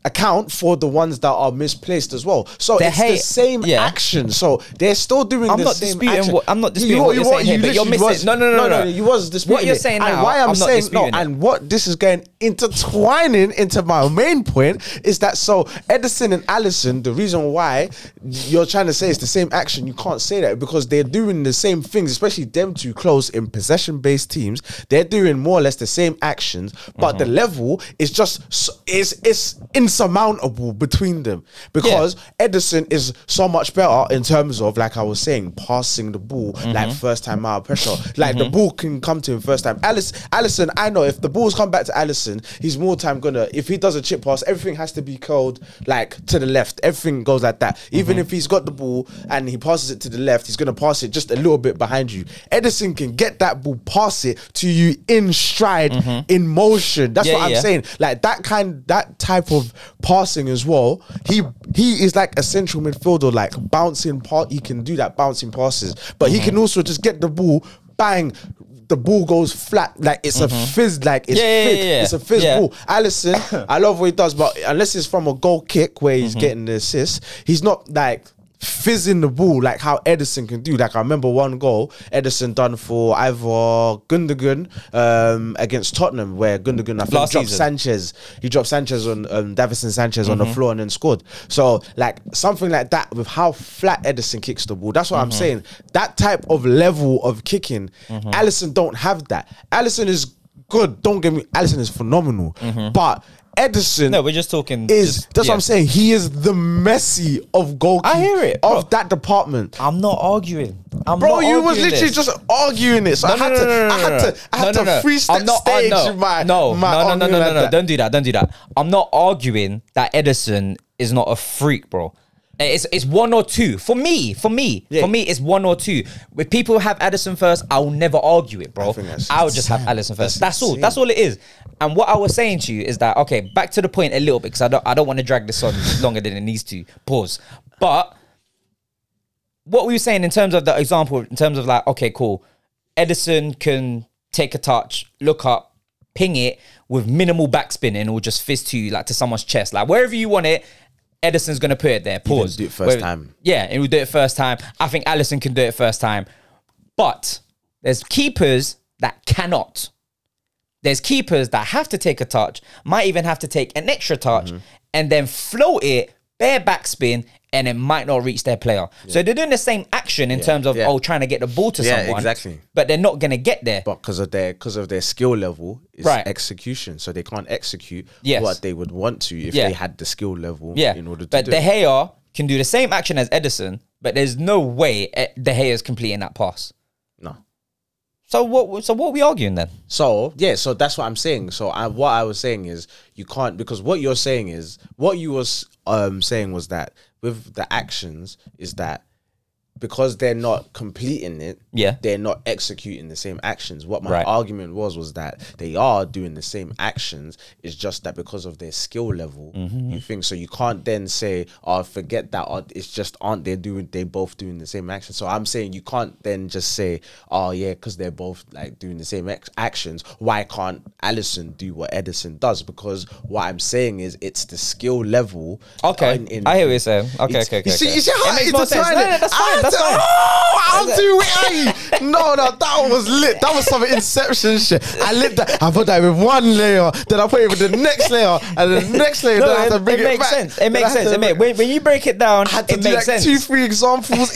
Account for the ones that are misplaced as well. So
The
it's the
hate-
same
yeah.
action. So they're still doing
I'm
the
not
same
disputing
action.
what- I'm not
You-
disputing
you-
what you're
you-
saying here,
you
but you're
literally
missing-
was-
no, no, no, no, no.
You was disputing
you're
it.
saying
and
now,
why I'm,
I'm not
saying no,
disputing it.
and and what this is going intertwining into my main point is that so Edison and Allison, the reason why you're trying to say it's the same action, you can't say that because they're doing the same things, especially them two close in possession based teams. They're doing more or less the same actions, but
Mm-hmm.
the level is just s- is it's insurmountable between them because Edison is so much better in terms of like I was saying, passing the ball
Mm-hmm.
like first time out pressure, like the ball can come to him first time. Alice, Allison, I know if the balls come back to Allison, he's more time gonna. If he does a chip pass, everything has to be curled like to the left. Everything goes like that. Even
Mm-hmm.
if he's got the ball and he passes it to the left, he's gonna pass it just a little bit behind you. Edison can get that ball, pass it to you in stride, in motion. That's
Mm-hmm. Yeah,
what I'm
yeah.
saying saying? Like that kind, that type of passing as well. He he is like a central midfielder, like bouncing part. He can do that bouncing passes, but he can
Mm-hmm.
also just get the ball, bang. The ball goes flat, like it's a fizz, like it's
Mm-hmm. Yeah, yeah,
fizz,
yeah, yeah.
it's a fizz
Yeah.
ball. Allison, I love what he does, but unless it's from a goal kick where
Mm-hmm.
he's getting the assist, he's not like fizzing the ball like how Edison can do. Like I remember one goal Edison done for either Gundogan um, against Tottenham, where Gundogan I think
Last
dropped
season.
Sanchez. He dropped Sanchez on um, Davison Sanchez on the
Mm-hmm.
floor and then scored. So like something like that with how flat Edison kicks the ball. That's what
Mm-hmm.
I'm saying. That type of level of kicking, Allison don't have that. Allison is good. Don't get me. Allison is phenomenal, but. Edison
Mm-hmm. No, we're just talking-
is
just-
that's
yeah.
what I'm saying. He is the messy of goalkeeper
I hear it, bro.
of that department.
I'm not arguing. I'm
Bro,
not
you was
arguing
literally
this.
just arguing it. So I
No,
had
no, no,
to,
no, no,
I had
no,
to, I had
no, no,
to
no.
freestyle
I'm not- I-
stage
no,
my
no,
my
no, no, no,
argument
no,
like
no, no.
that.
Don't do that. Don't do that. I'm not arguing that Edison is not a freak, bro. It's it's one or two for me. For me,
Yeah.
for me, it's one or two. If people have Edison first, I will never argue it, bro.
think that's
I'll just have
insane.
Edison first.
That's
That's, all.
insane.
That's all it is. And what I was saying to you is that okay. Back to the point a little bit because I don't I don't want to drag this on longer than it needs to. Pause. But what we were saying in terms of the example, in terms of like, okay, cool, Edison can take a touch, look up, ping it with minimal backspin, and it will just fist to you like to someone's chest, like wherever you want it. Edison's gonna put it there. Pause.
do it first time.
Yeah, and we'll do it first time. I think Allison can do it first time, but there's keepers that cannot. There's keepers that have to take a touch, might even have to take an extra touch,
Mm-hmm.
and then float it bare backspin, and it might not reach their player. So they're doing the same action in terms of
Yeah.
oh trying to get the ball to
Yeah,
someone,
exactly.
But they're not gonna get there.
but because of their because of their skill level, it's
Right.
execution. So they can't execute
Yes.
what they would want to if
Yeah.
they had the skill level
yeah,
in order to
but
do
De
it.
Gea can do the same action as Edison, but there's no way eh, De Gea is completing that pass.
No.
So what? So what are we arguing then?
So yeah, so that's what I'm saying. So I, what I was saying is you can't because what you're saying is what you was um saying was that with the actions is that because they're not completing it,
Yeah.
they're not executing the same actions. What my
Right.
argument was was that they are doing the same actions. It's just that because of their skill level,
Mm-hmm.
you think so. You can't then say, "Oh, forget that." Or it's just aren't they doing? They both doing the same action. So I'm saying you can't then just say, "Oh yeah," because they're both like doing the same ex- actions. Why can't Allison do what Edison does? Because what I'm saying is it's the skill level.
Okay, I hear what you're saying. Okay,
It's-
okay, okay.
You see,
okay.
you see how
It makes
it's Ah,
more sense. No, no, that's fine. That's fine.
Oh, I'll do it. Hey. No, no, that one was lit. That was some inception shit. I lit that. I put that with one layer, then I put it with the next layer, and the next layer. then I have
No,
to
it,
bring
it
it,
makes
back.
sense. It
Then I
makes
had
sense.
to
It make, when, when you break it down,
I had to
it
do
makes
like
sense.
two, three examples,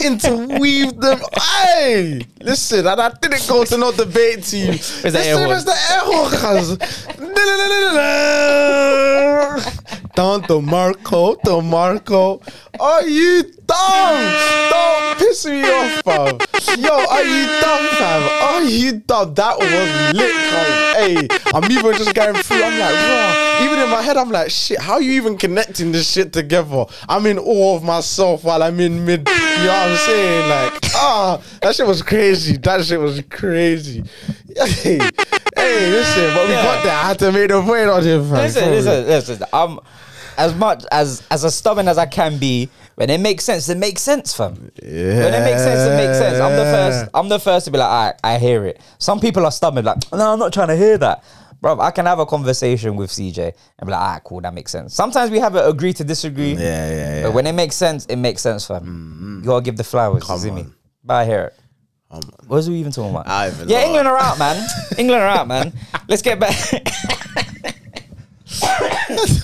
interweave them. hey, listen, and I didn't go to no debate team. It's
the air horn?
the air horn, cuz. Down to Marco, to Marco. Are you dumb? Don't piss me off, fam. Yo, are you dumb, fam? Are you dumb? That was lit, cuz. Hey, I'm even just going through. I'm like, raw. Even in my head, I'm like, shit, how you even connecting this shit together? I'm in awe of myself while I'm in mid. You know what I'm saying? Like, ah, that shit was crazy. That shit was crazy. Hey, hey, listen, but we
Yeah.
got there. I had to make the point on him, fam.
listen, listen, listen. I'm as much as as as stubborn as I can be. When it makes sense, it makes sense, fam. When it makes sense, it makes sense. I'm the first. I'm the first to be like, all right, I hear it. Some people are stubborn, like, no, I'm not trying to hear that, bro. I can have a conversation with CJ and be like, all right, cool, that makes sense. Sometimes we have a agree to disagree.
Yeah, yeah,
But when it makes sense, it makes sense, fam. You gotta give the flowers, you see me.
on.
But I hear it.
Um,
What was we even talking about?
I even
yeah,
know.
England are out, man. England are out, man. Let's get back.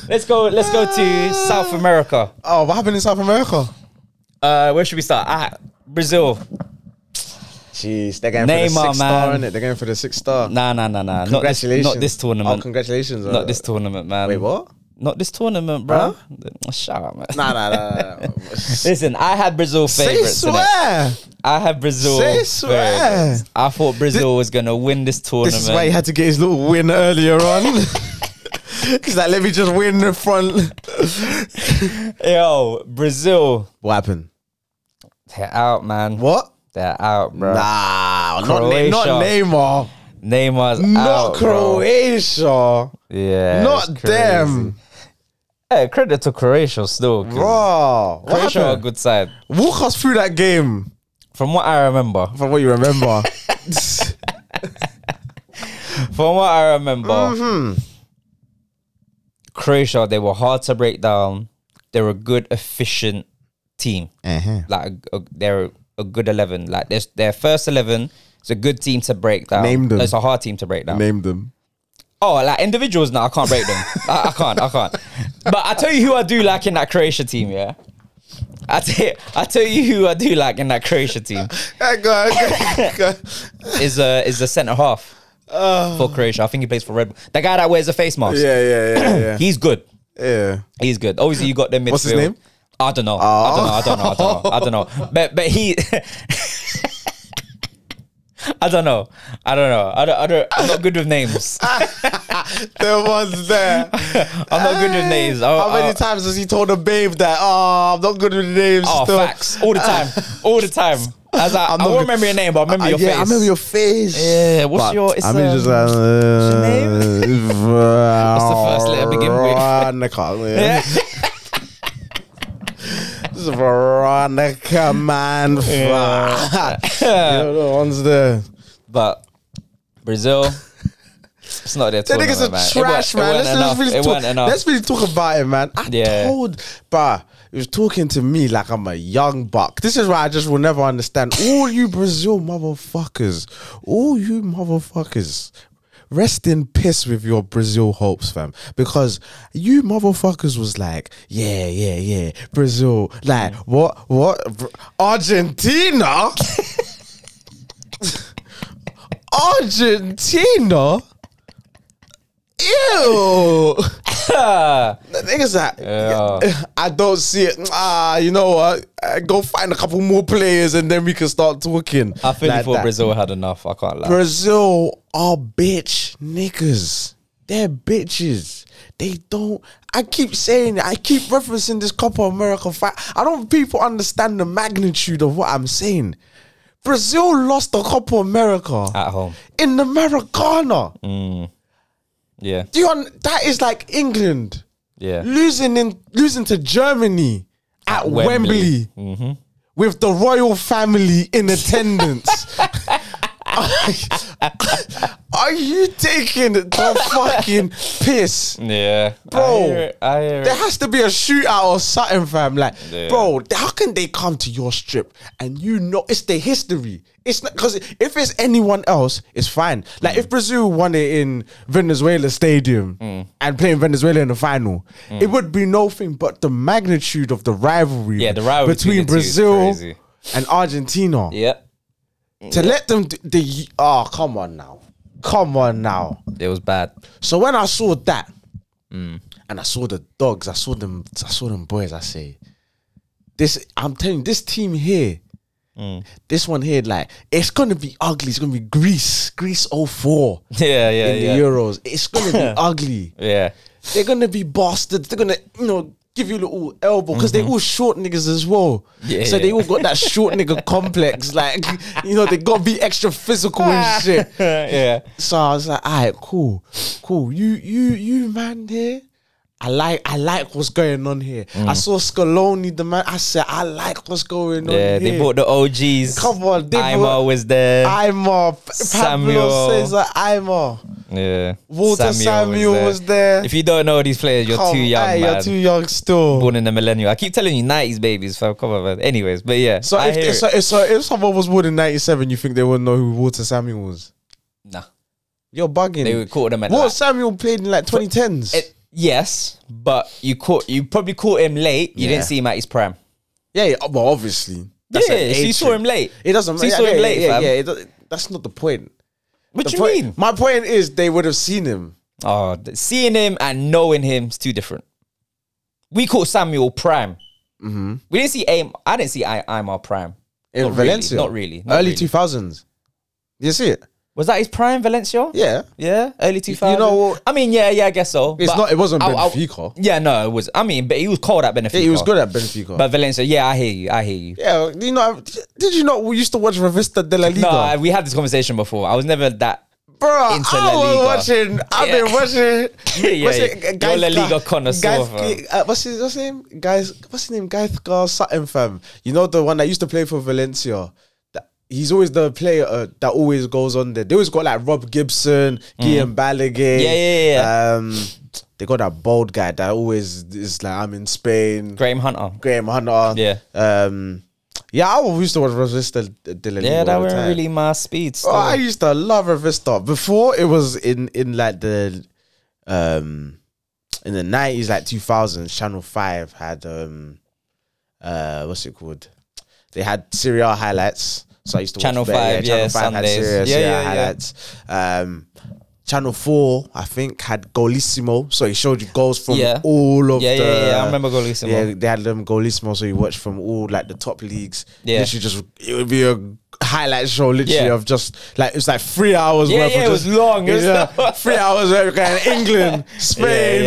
let's go. Let's go to South America.
Oh, what happened in South America?
Uh, where should we start? Ah, Brazil.
Jeez, they're going for the
Neymar,
six star,
man.
innit? They're going for the six star.
Nah, nah, nah, nah. Not this,
Congratulations.
not this
Oh,
tournament.
congratulations. uh,
not this tournament, man.
Wait, what?
Not this tournament, bro. Shut up, man.
Nah, nah, nah. nah.
Listen, I had Brazil
Say
favorites. innit?
swear.
I had Brazil.
Say swear.
favorites. I thought Brazil was gonna win this tournament.
This is why he had to get his little win earlier on. He's like, let me just win the front.
Yo, Brazil,
What happened?
they're out, man.
What?
They're out, bro.
Nah, not, Ne- not
Croatia.
Neymar.
Neymar's
Not
out, bro.
Croatia.
Yeah,
Not
it's crazy.
them.
Hey, credit to Croatia still. 'cause
Bro. What
Croatia are a
happened?
good side.
Walk us through that game
From what I remember,
from what you remember.
from what I remember,
Mm. Mm-hmm.
Croatia they were hard to break down. They're a good, efficient team.
uh-huh.
Like a, they're a good eleven. Like their their first eleven is a good team to break down.
Name them.
It's a hard team to break down.
Name them.
Oh, like individuals? No, I can't rate them. I, I can't. I can't. But I tell you who I do like in that Croatia team. Yeah, I tell I tell you who I do like in that Croatia team
Hey, go, go, go.
is a is a centre half for Croatia. I think he plays for Red Bull. The guy that wears a face mask.
Oh. Yeah, yeah, yeah, yeah.
he's good.
yeah.
He's good. Obviously, you got the midfield.
What's his name?
I don't know. I don't know. I don't know. I don't know. I don't know. But but he. I don't know. I don't know. I don't, I don't. I'm not good with names.
There was there.
I'm not good with names. I-
How
I-
many times has he told a babe that, oh, I'm not good with names?
Oh,
still.
facts. All the time. All the time. I was like,
uh, I'm
I
not
won't
good.
remember your name, but I remember
Uh,
your
yeah,
face.
I remember your face.
Yeah, what's your- it's,
I mean,
um,
just uh, like.
your What's the first letter begin with?
Veronica.
Yeah.
Yeah. This is Veronica, man. you know the ones there.
But Brazil, it's not their
That nigga's
tournament,
a
man. It
trash,
weren't-
man. Let's,
It
let's,
wasn't enough.
really
It
talk,
wasn't enough.
let's really talk about it, man. I
Yeah.
told, bruh, he was talking to me like I'm a young buck. This is why I just will never understand. All you Brazil motherfuckers, all you motherfuckers, rest in piss with your Brazil hopes, fam. Because you motherfuckers was like, yeah, yeah, yeah, Brazil. Like, what, what? Br- Argentina? Argentina? Ew. the niggas like,
Yeah.
I don't see it. Ah, you know what? Uh, go find a couple more players and then we can start talking.
I feel
Like
thought
that.
Brazil had enough. I can't lie.
Brazil are bitch niggas. They're bitches. They don't. I keep saying it. I keep referencing this Copa America fight. I don't. People understand the magnitude of what I'm saying. Brazil lost the Copa America
At home.
in the Maracana.
Yeah.
Do you un- that is like England
Yeah.
losing in losing to Germany at, Wembley, Mm-hmm. with the royal family in attendance. Are you taking the fucking piss?
Yeah.
Bro.
I hear it. I hear
There
it.
has to be a shootout or something, fam. Like,
Yeah.
bro, how can they come to your strip and you know it's the history? It's not because if it's anyone else, it's fine. Like
Mm.
if Brazil won it in Venezuela Stadium and playing Venezuela in the final,
Mm.
it would be nothing but the magnitude of the rivalry.
Yeah, the rivalry
between,
between the two is
Brazil
crazy.
and Argentina.
Yep.
To let them, do, the oh come on now, come on now.
It was bad.
So when I saw that,
Mm.
and I saw the dogs, I saw them, I saw them boys. I say, this, I'm telling you, this team here,
Mm.
this one here, like it's gonna be ugly. It's gonna be Greece, Greece 04
Yeah. Yeah.
in
yeah.
the Euros. It's gonna be ugly.
yeah.
They're gonna be bastards. They're gonna, you know. Give you a little elbow because they all short niggas as well.
Mm-hmm. Yeah,
so they
yeah.
all got that short nigga complex. Like, you know, they gotta be extra physical and shit.
yeah.
So I was like, all right, cool, cool. You, you, you, man, here. I like, I like what's going on here.
Mm.
I saw Scaloni, the man. I said, I like what's going on
Yeah,
here.
they bought the OGs.
Come on, they
I'm
bought-
always there.
I'm a Pablo
Samuel.
Cesar. I'm a
yeah.
Walter Samuel was there.
If you don't know these players, you're
Come-
too young,
aye,
man.
You're too young still.
Born in the millennial. I keep telling you, 90s babies, fam. Come on, man. Anyways, but yeah.
so
I
if,
hear
if,
it.
so, if, so if someone was born in '97, you think they wouldn't know who Walter Samuel was?
nah.
You're bugging.
They would call them at
Walter
like,
Samuel played in like 2010s.
it, Yes, but you caught you probably caught him late. You
Yeah.
didn't see him at his prime.
yeah, yeah, well, obviously. That's
yeah,
an
so you
age
saw
thing.
him late.
It doesn't
So you
yeah,
saw
yeah,
him late,
yeah,
fam.
yeah, it does- that's not the point.
What
The
you
point-
mean?
My point is they would have seen him.
Oh, th- seeing him and knowing him is two different. We caught Samuel prime.
Mm-hmm.
We didn't see aim. I didn't see I, Imar prime.
In
Not really,
Valencia.
not really, not
Early
really.
two thousands. You see it?
Was that his prime, Valencia?
Yeah.
Yeah, early 2000s.
you know what?
I mean, yeah, yeah, I guess so.
It's
but
not- it wasn't
I- I-
Benfica.
yeah, no, it was. I mean, but he was cold at Benfica.
Yeah, he was good at Benfica.
But Valencia, yeah, I hear you. I hear you.
yeah, you know, did you not? We used to watch Revista de la Liga.
No, I- we had this conversation before. I was never that.
bro, I was
into La Liga.
watching. I've
Yeah.
been watching.
Yeah, yeah,
what's
yeah.
it, G-
You're La
Gaithka-
Liga connoisseur,
Gaith- uh, what's his what's his name? Guys, what's his name? Gaithka Sutton, fam. You know the one that used to play for Valencia. That- He's always the player uh, that always goes on there. They always got like Rob Gibson, Guillaume Balaguer.
Mm. Yeah, yeah, yeah.
Um, they got that bold guy that always is like, I'm in Spain.
Graham Hunter.
Graham Hunter.
Yeah.
Um, yeah, I used to watch Rosista de la Liga.
Yeah, that
all the
weren't
time.
really my speed.
Oh,
still.
I used to love Revista. Before it was in in like the um in the nineties, like two thousands, Channel Five had um uh what's it called? They had serial highlights. So I used to
Channel
watch that.
Five, yeah, Sundays.
serial,
Yeah,
serial
yeah, yeah.
highlights. Um Channel Four, I think, had Golissimo. So it showed you goals from
Yeah.
all of
Yeah,
the
yeah, yeah, I remember Golissimo.
Yeah, they had them Golissimo, so you watched from all like the top leagues.
Yeah.
Literally just it would be a highlight show literally
Yeah.
of just like it's like three hours
Yeah,
worth
yeah,
of
it
just,
was long. It was
Yeah,
long.
three hours worth of going England, Spain,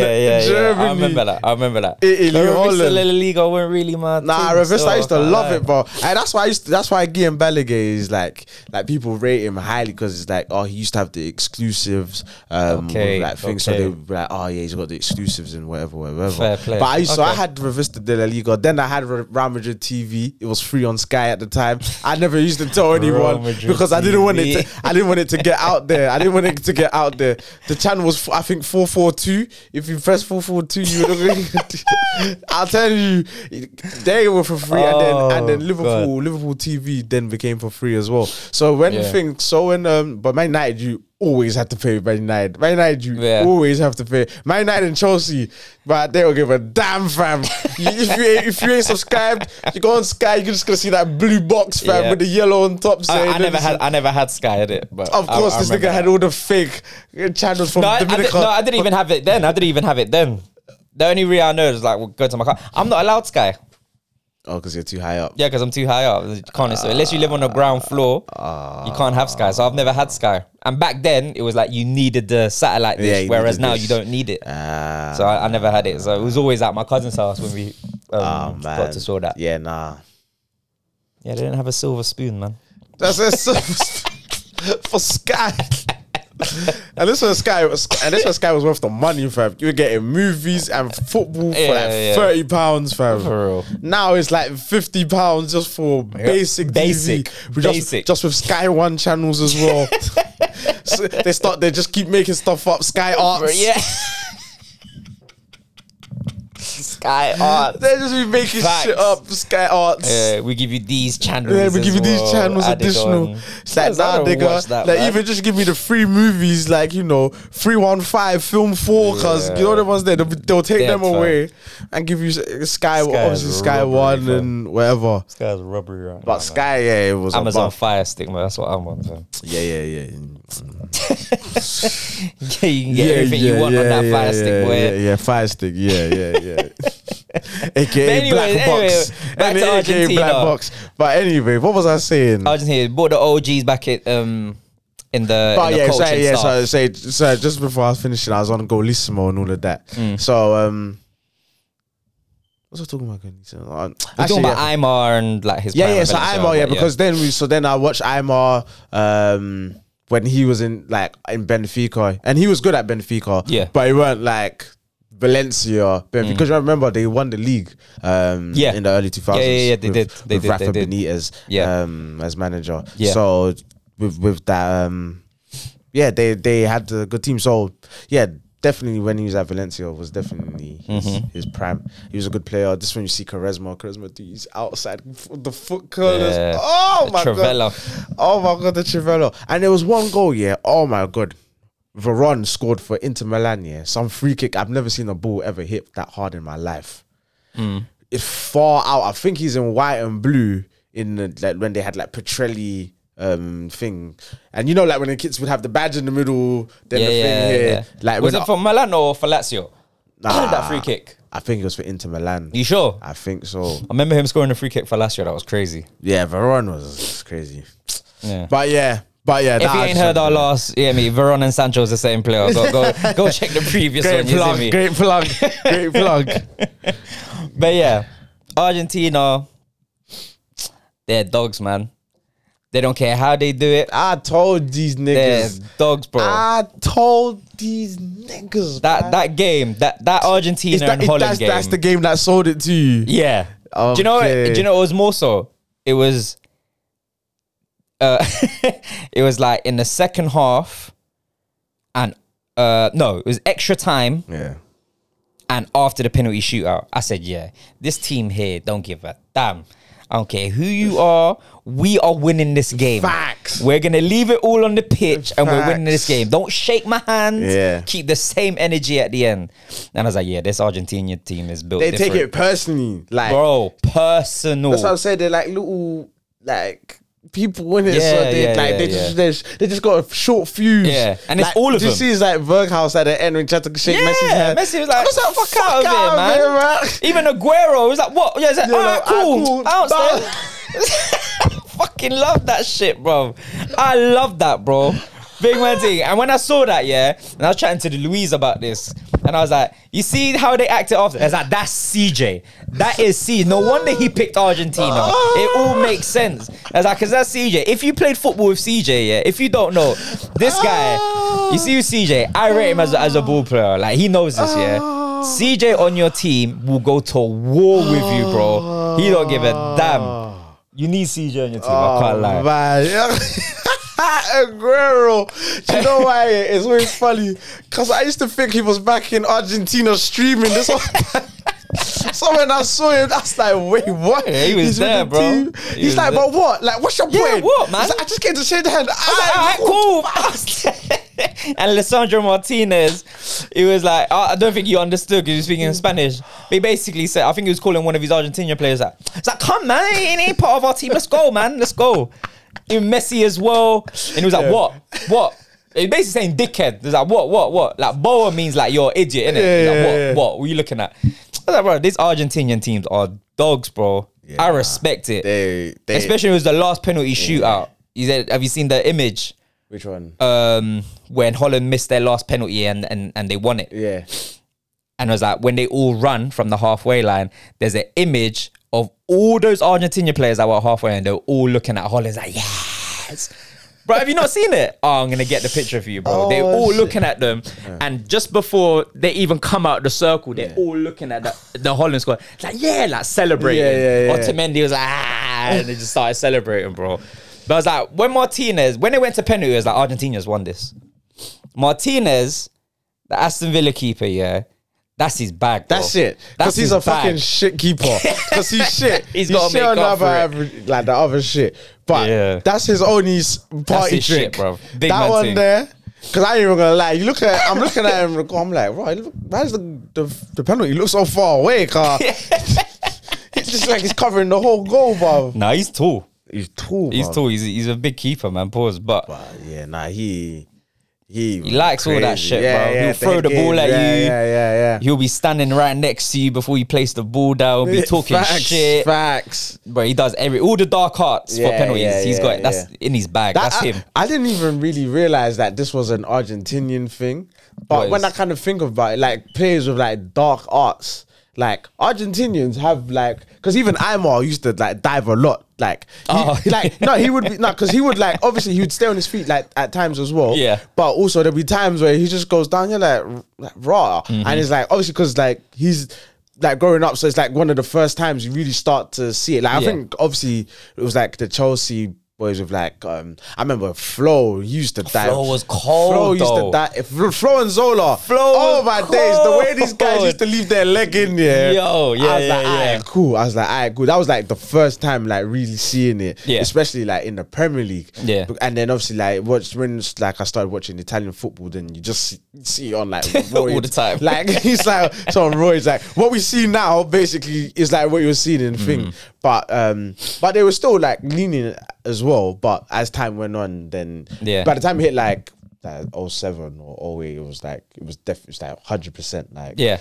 Germany.
I remember that. I remember that.
Italy,
But Revista
Holland.
La Liga weren't really my.
Nah,
thing,
Revista,
so
I used to
can't
love
lie.
it, bro. And that's why I used to, that's why Guillaume Balaguer is like like people rate him highly because it's like oh he used to have the exclusives, um,
Okay,
like things. So
okay.
they would be like oh yeah he's got the exclusives and whatever whatever.
Fair play.
But I used so I
Okay.
had Revista de la Liga. Then I had Re- Real Madrid TV. It was free on Sky at the time. I never used to tell anyone
Madrid
because I didn't want it.
TV.
To, I didn't want it to get out there. I didn't want it to get out there. The channel was, I think, four four two. If you press four four two, you would. I'll tell you, they were for free, and then and then
Oh,
Liverpool Liverpool TV then became for free as well. So when
Yeah.
things, so when um, but Man United you always had to pay Man United. Man United you
Yeah.
always have to pay. Man United and Chelsea, but they don't give a damn, fam. You- if you ain't- if you ain't subscribed, you go on Sky, you're just gonna see that blue box, fam,
Yeah.
with the yellow on top.
I,
saying
I never
this is-
had. I never had Sky at it, but
of
I-
course,
I
this nigga
remember
had
that.
all the fake uh, channels from
No, I, I
Dominica.
did, no, I didn't even have it then. I didn't even have it then. The only reason I know is like, well, go to my car. I'm not allowed Sky.
oh, because you're too high up. Ah,
Yeah, because I'm too high up. You Can't install- unless you live on the ground floor, you can't have Sky. So I've never had Sky. And back then, it was like you needed the satellite dish,
Yeah, you
whereas
needed
now
this.
you don't need it.
Uh,
so I, I never had it. So it was always at my cousin's house when we um,
oh, man.
got to saw that.
Yeah, nah.
Yeah, they didn't have a silver spoon, man.
That's it for Sky. and this was Sky, and this was Sky was worth the money, fam. You were getting movies and football for
Yeah,
like
yeah.
thirty pounds, fam.
For real.
Now it's like fifty pounds just for basic,
Basic.
TV. Just,
Basic.
just with Sky One channels as well. So they start, they just keep making stuff up. Sky Arts,
yeah. Sky art.
they just be making
Facts.
shit up. Sky Arts.
Yeah, Uh, we give you these channels.
Yeah, we
as
give you
well,
these channels
added
additional.
on.
It's like
Yes, I
nah,
don't watch
nigga.
that,
like
man.
even just give me the free movies, like you know, three one five film four, cause you know the ones there. They'll, they'll take
Dead
them
fam.
away and give you s-
Sky
Sky, obviously
is
Sky
rubbery,
One
fam.
and whatever.
This guy's robbery right
But Sky, yeah, it was
Amazon
above.
Fire Stick, man. That's what I'm on. Fam.
Yeah, yeah, yeah.
yeah, you can get everything you want on that Fire Stick,
yeah,
boy.
yeah, yeah, fire stick, yeah, yeah, yeah. AKA
But
black
anyway,
box,
anyway, back to
AKA black
Argentina.
box. But anyway, what was I saying?
Argentina bought the OGs back at um in the,
But
in the
yeah,
coach
so,
and
yeah,
stuff.
so, so, so just before I was finishing, I was on Golissimo and all of that.
Mm.
So, um, what was I talking about? Golissimo? Uh,
We're
actually,
talking about
yeah.
Imar and like his
yeah,
prime
yeah. So
ability,
Imar, yeah,
but uh,
because then we, so then I watched Imar, um, when he was in like in Benfica, and he was good at Benfica.
Yeah. Mm.
but he weren't like Valencia because I remember they won the league. Um,
Yeah.
in the early two thousands.
Yeah, yeah, yeah, they did. They
with
did, they
Rafa
did.
Benitez,
Yeah.
um, as manager.
Yeah.
So with with that, um, yeah, they they had a good team. So yeah. Definitely, when he was at Valencia, was definitely his, his prime. He was a good player. This is when you see Charisma, Charisma, he's outside f- the foot curlers.
Yeah.
Oh
The
my
Trevello.
god! Oh my god, the Trevelo. And there was one goal, yeah. Oh my god, Veron scored for Inter Milan. Yeah, some free kick. I've never seen a ball ever hit that hard in my life.
Hmm.
It's far out. I think he's in white and blue in the, like when they had like Petrelli um thing, and you know like when the kids would have the badge in the middle, then
Yeah,
the
yeah,
thing here,
yeah.
like
was
when
it for Milan or for Lazio?
Nah.
that free kick.
I think it was for Inter Milan.
You sure? I
I think so.
remember him scoring a free kick for Lazio. That was crazy.
Yeah, Veron was crazy.
Yeah.
But yeah, but yeah.
If
that
you
was
ain't heard our
something.
last, yeah, me, Veron and Sancho is the same player. Go, go, go check the previous one.
great
you see
plug,
me?
great plug, great plug.
But yeah, Argentina, they're dogs, man. They don't care how they do it.
I Ah, told these
They're
niggas.
dogs, bro.
I told these niggas.
that
man.
that game, that that Argentina
Is that-
and
is-
Holland
that's,
game.
that's the game that sold it to you.
yeah. Do you know? What, do
Okay.
you know? It was more so. It was. Uh, it was like in the second half, and uh, no, it was extra time.
Yeah.
And after the penalty shootout, I said, yeah, this team here don't give a damn. I don't care who you are. We are winning this game.
Facts.
We're gonna leave it all on the pitch, and we're winning this
Facts.
game. Don't shake my hand.
Yeah.
Keep the same energy at the end. And I was like, yeah, this Argentina team is built.
They
different.
take it personally. Like
bro. Personal.
that's what I'm saying. They're like little like people in it. so
Yeah,
they
yeah,
like
yeah,
they
yeah.
just they're- they just got a short fuse.
Yeah, and it's
Like,
all of
you
them.
see, it's like Berghaus at the end when he tried to shake
yeah,
Messi's hand.
Messi was like,
I was like,
fuck, out, of here, man. Even Aguero was like, what? Yeah, he's like,
Yeah,
all
like,
right, cool.
"Alright, cool.
Out, son." Fucking love that shit, bro. I love that, bro. Big man thing. And when I saw that, yeah, and I was chatting to the Louise about this, and I was like, you see how they acted after? I was like, that's CJ. That is C. No wonder he picked Argentina. It all makes sense. I was like, because that's CJ. If you played football with CJ, yeah, if you don't know, this guy, you see who CJ, I rate him as a, as a ball player. Like, he knows this, yeah. CJ on your team will go to war with you, bro. He don't give a
Oh.
damn. You need CJ on your team. I can't lie.
Man. Aguero. Do you know why it's always funny? Because I used to think he was back in Argentina streaming this whole time. So when I saw him, that's like, wait, what?
Yeah, he was
with
there,
the
bro.
team.
He
He's
was
like,
there.
but what? Like, what's your
Yeah,
point?
what,
He's
man?
like, I just came to shake the hand.
All right, Ah, cool. and Alessandro Martinez, he was like, oh, I don't think you understood because he was speaking in Spanish. But he basically said, I think he was calling one of his Argentinian players like, it's like, come man, it ain't- it ain't part of our team. Let's go, man. Let's go. In Messi as well. And he was like, what? What? He's basically saying dickhead. He's like, what, what, what? Like, boa means like you're an idiot, innit? He's like,
Yeah,
what,
yeah, yeah.
what? What are you looking at? I was like, bro, these Argentinian teams are dogs, bro. I respect it
They, they,
especially it was the last penalty shootout. He said, "Have you seen the image
Which one?
um, when Holland missed their last penalty and, and, and they won it.
yeah.
And I was like, when they all run from the halfway line, there's an image of all those Argentina players that were halfway and they're all looking at Holland like, yes. Bro, have you not seen it? Oh, I'm gonna get the picture for you, bro. they're all
Oh, shit.
looking at them, and just before they even come out the circle, they're all looking at the, the Holland squad, like yeah, like celebrating.
Yeah, yeah, yeah.
Otamendi was like, ah, and they just started celebrating, bro. But I was like, when Martinez, when they went to penalty, it was like Argentina's won this. Martinez, the Aston Villa keeper, yeah, that's his bag. Bro.
That's it. Because
That's
he's
his
a
bag.
fucking shit keeper. Because he's shit.
He's gotta
shit
make
on
up
the other
for
average- like the other shit. But
Yeah.
that's his only s- party
his shit,
trick,
bruv. Big
That
man
one
thing.
there. Cause I ain't even gonna lie. You look at I'm looking at him. I'm like, right, look, why does the, the the penalty look so far away? Car. it's just like he's covering the whole goal, bruv.
Nah, he's tall.
He's tall.
He's
bruv.
tall. He's, he's a big keeper, man. Pause. But
But yeah, nah, he he
He likes all that shit, bro. He'll throw the ball at
yeah,
you.
Yeah, yeah, yeah.
he'll be standing right next to you before you place the ball down. Be talking
Facts,
shit.
Facts.
But he does every all the dark arts
Yeah,
for penalties.
yeah,
He's
yeah,
got it. that's
yeah.
in his bag.
That-
that's
I,
him.
I didn't even really realize that this was an Argentinian thing. But
Boys.
when I kind of think about it, like players with like dark arts, like Argentinians have like because even Aymar used to like dive a lot. Like, he-
Oh.
like no, he would be no, because he would like obviously he would stay on his feet like at times as well.
Yeah.
But also there'll be times where he just goes down here like, r- like raw,
Mm-hmm.
and it's like obviously because like he's. Like growing up, so it's like one of the first times you really start to see it. Like I
Yeah.
think obviously it was like the Chelsea boys with like um I remember Flo used to die.
Flo was cold,
Flo used
though.
to die. If- Flo and Zola.
Flo
Oh
was
my days, the way these guys
cold.
used to leave their leg in there.
Yo, Oh, yeah,
I was
yeah,
like, "Ah."
yeah.
alright, cool. I was like, alright, cool. That was like the first time like really seeing it.
Yeah.
Especially like in the Premier League.
Yeah.
And then obviously like watch when like I started watching Italian football, then you just see, see it on like Roy.
All the time.
Like it's like so on Roy's like what we see now basically is like what you're seeing in the thing.
Mm-hmm.
But um but they were still like leaning as well. But as time went on, then
Yeah.
by the time it hit like that 07 or 08, it was like it was definitely it's like hundred percent like
Yeah.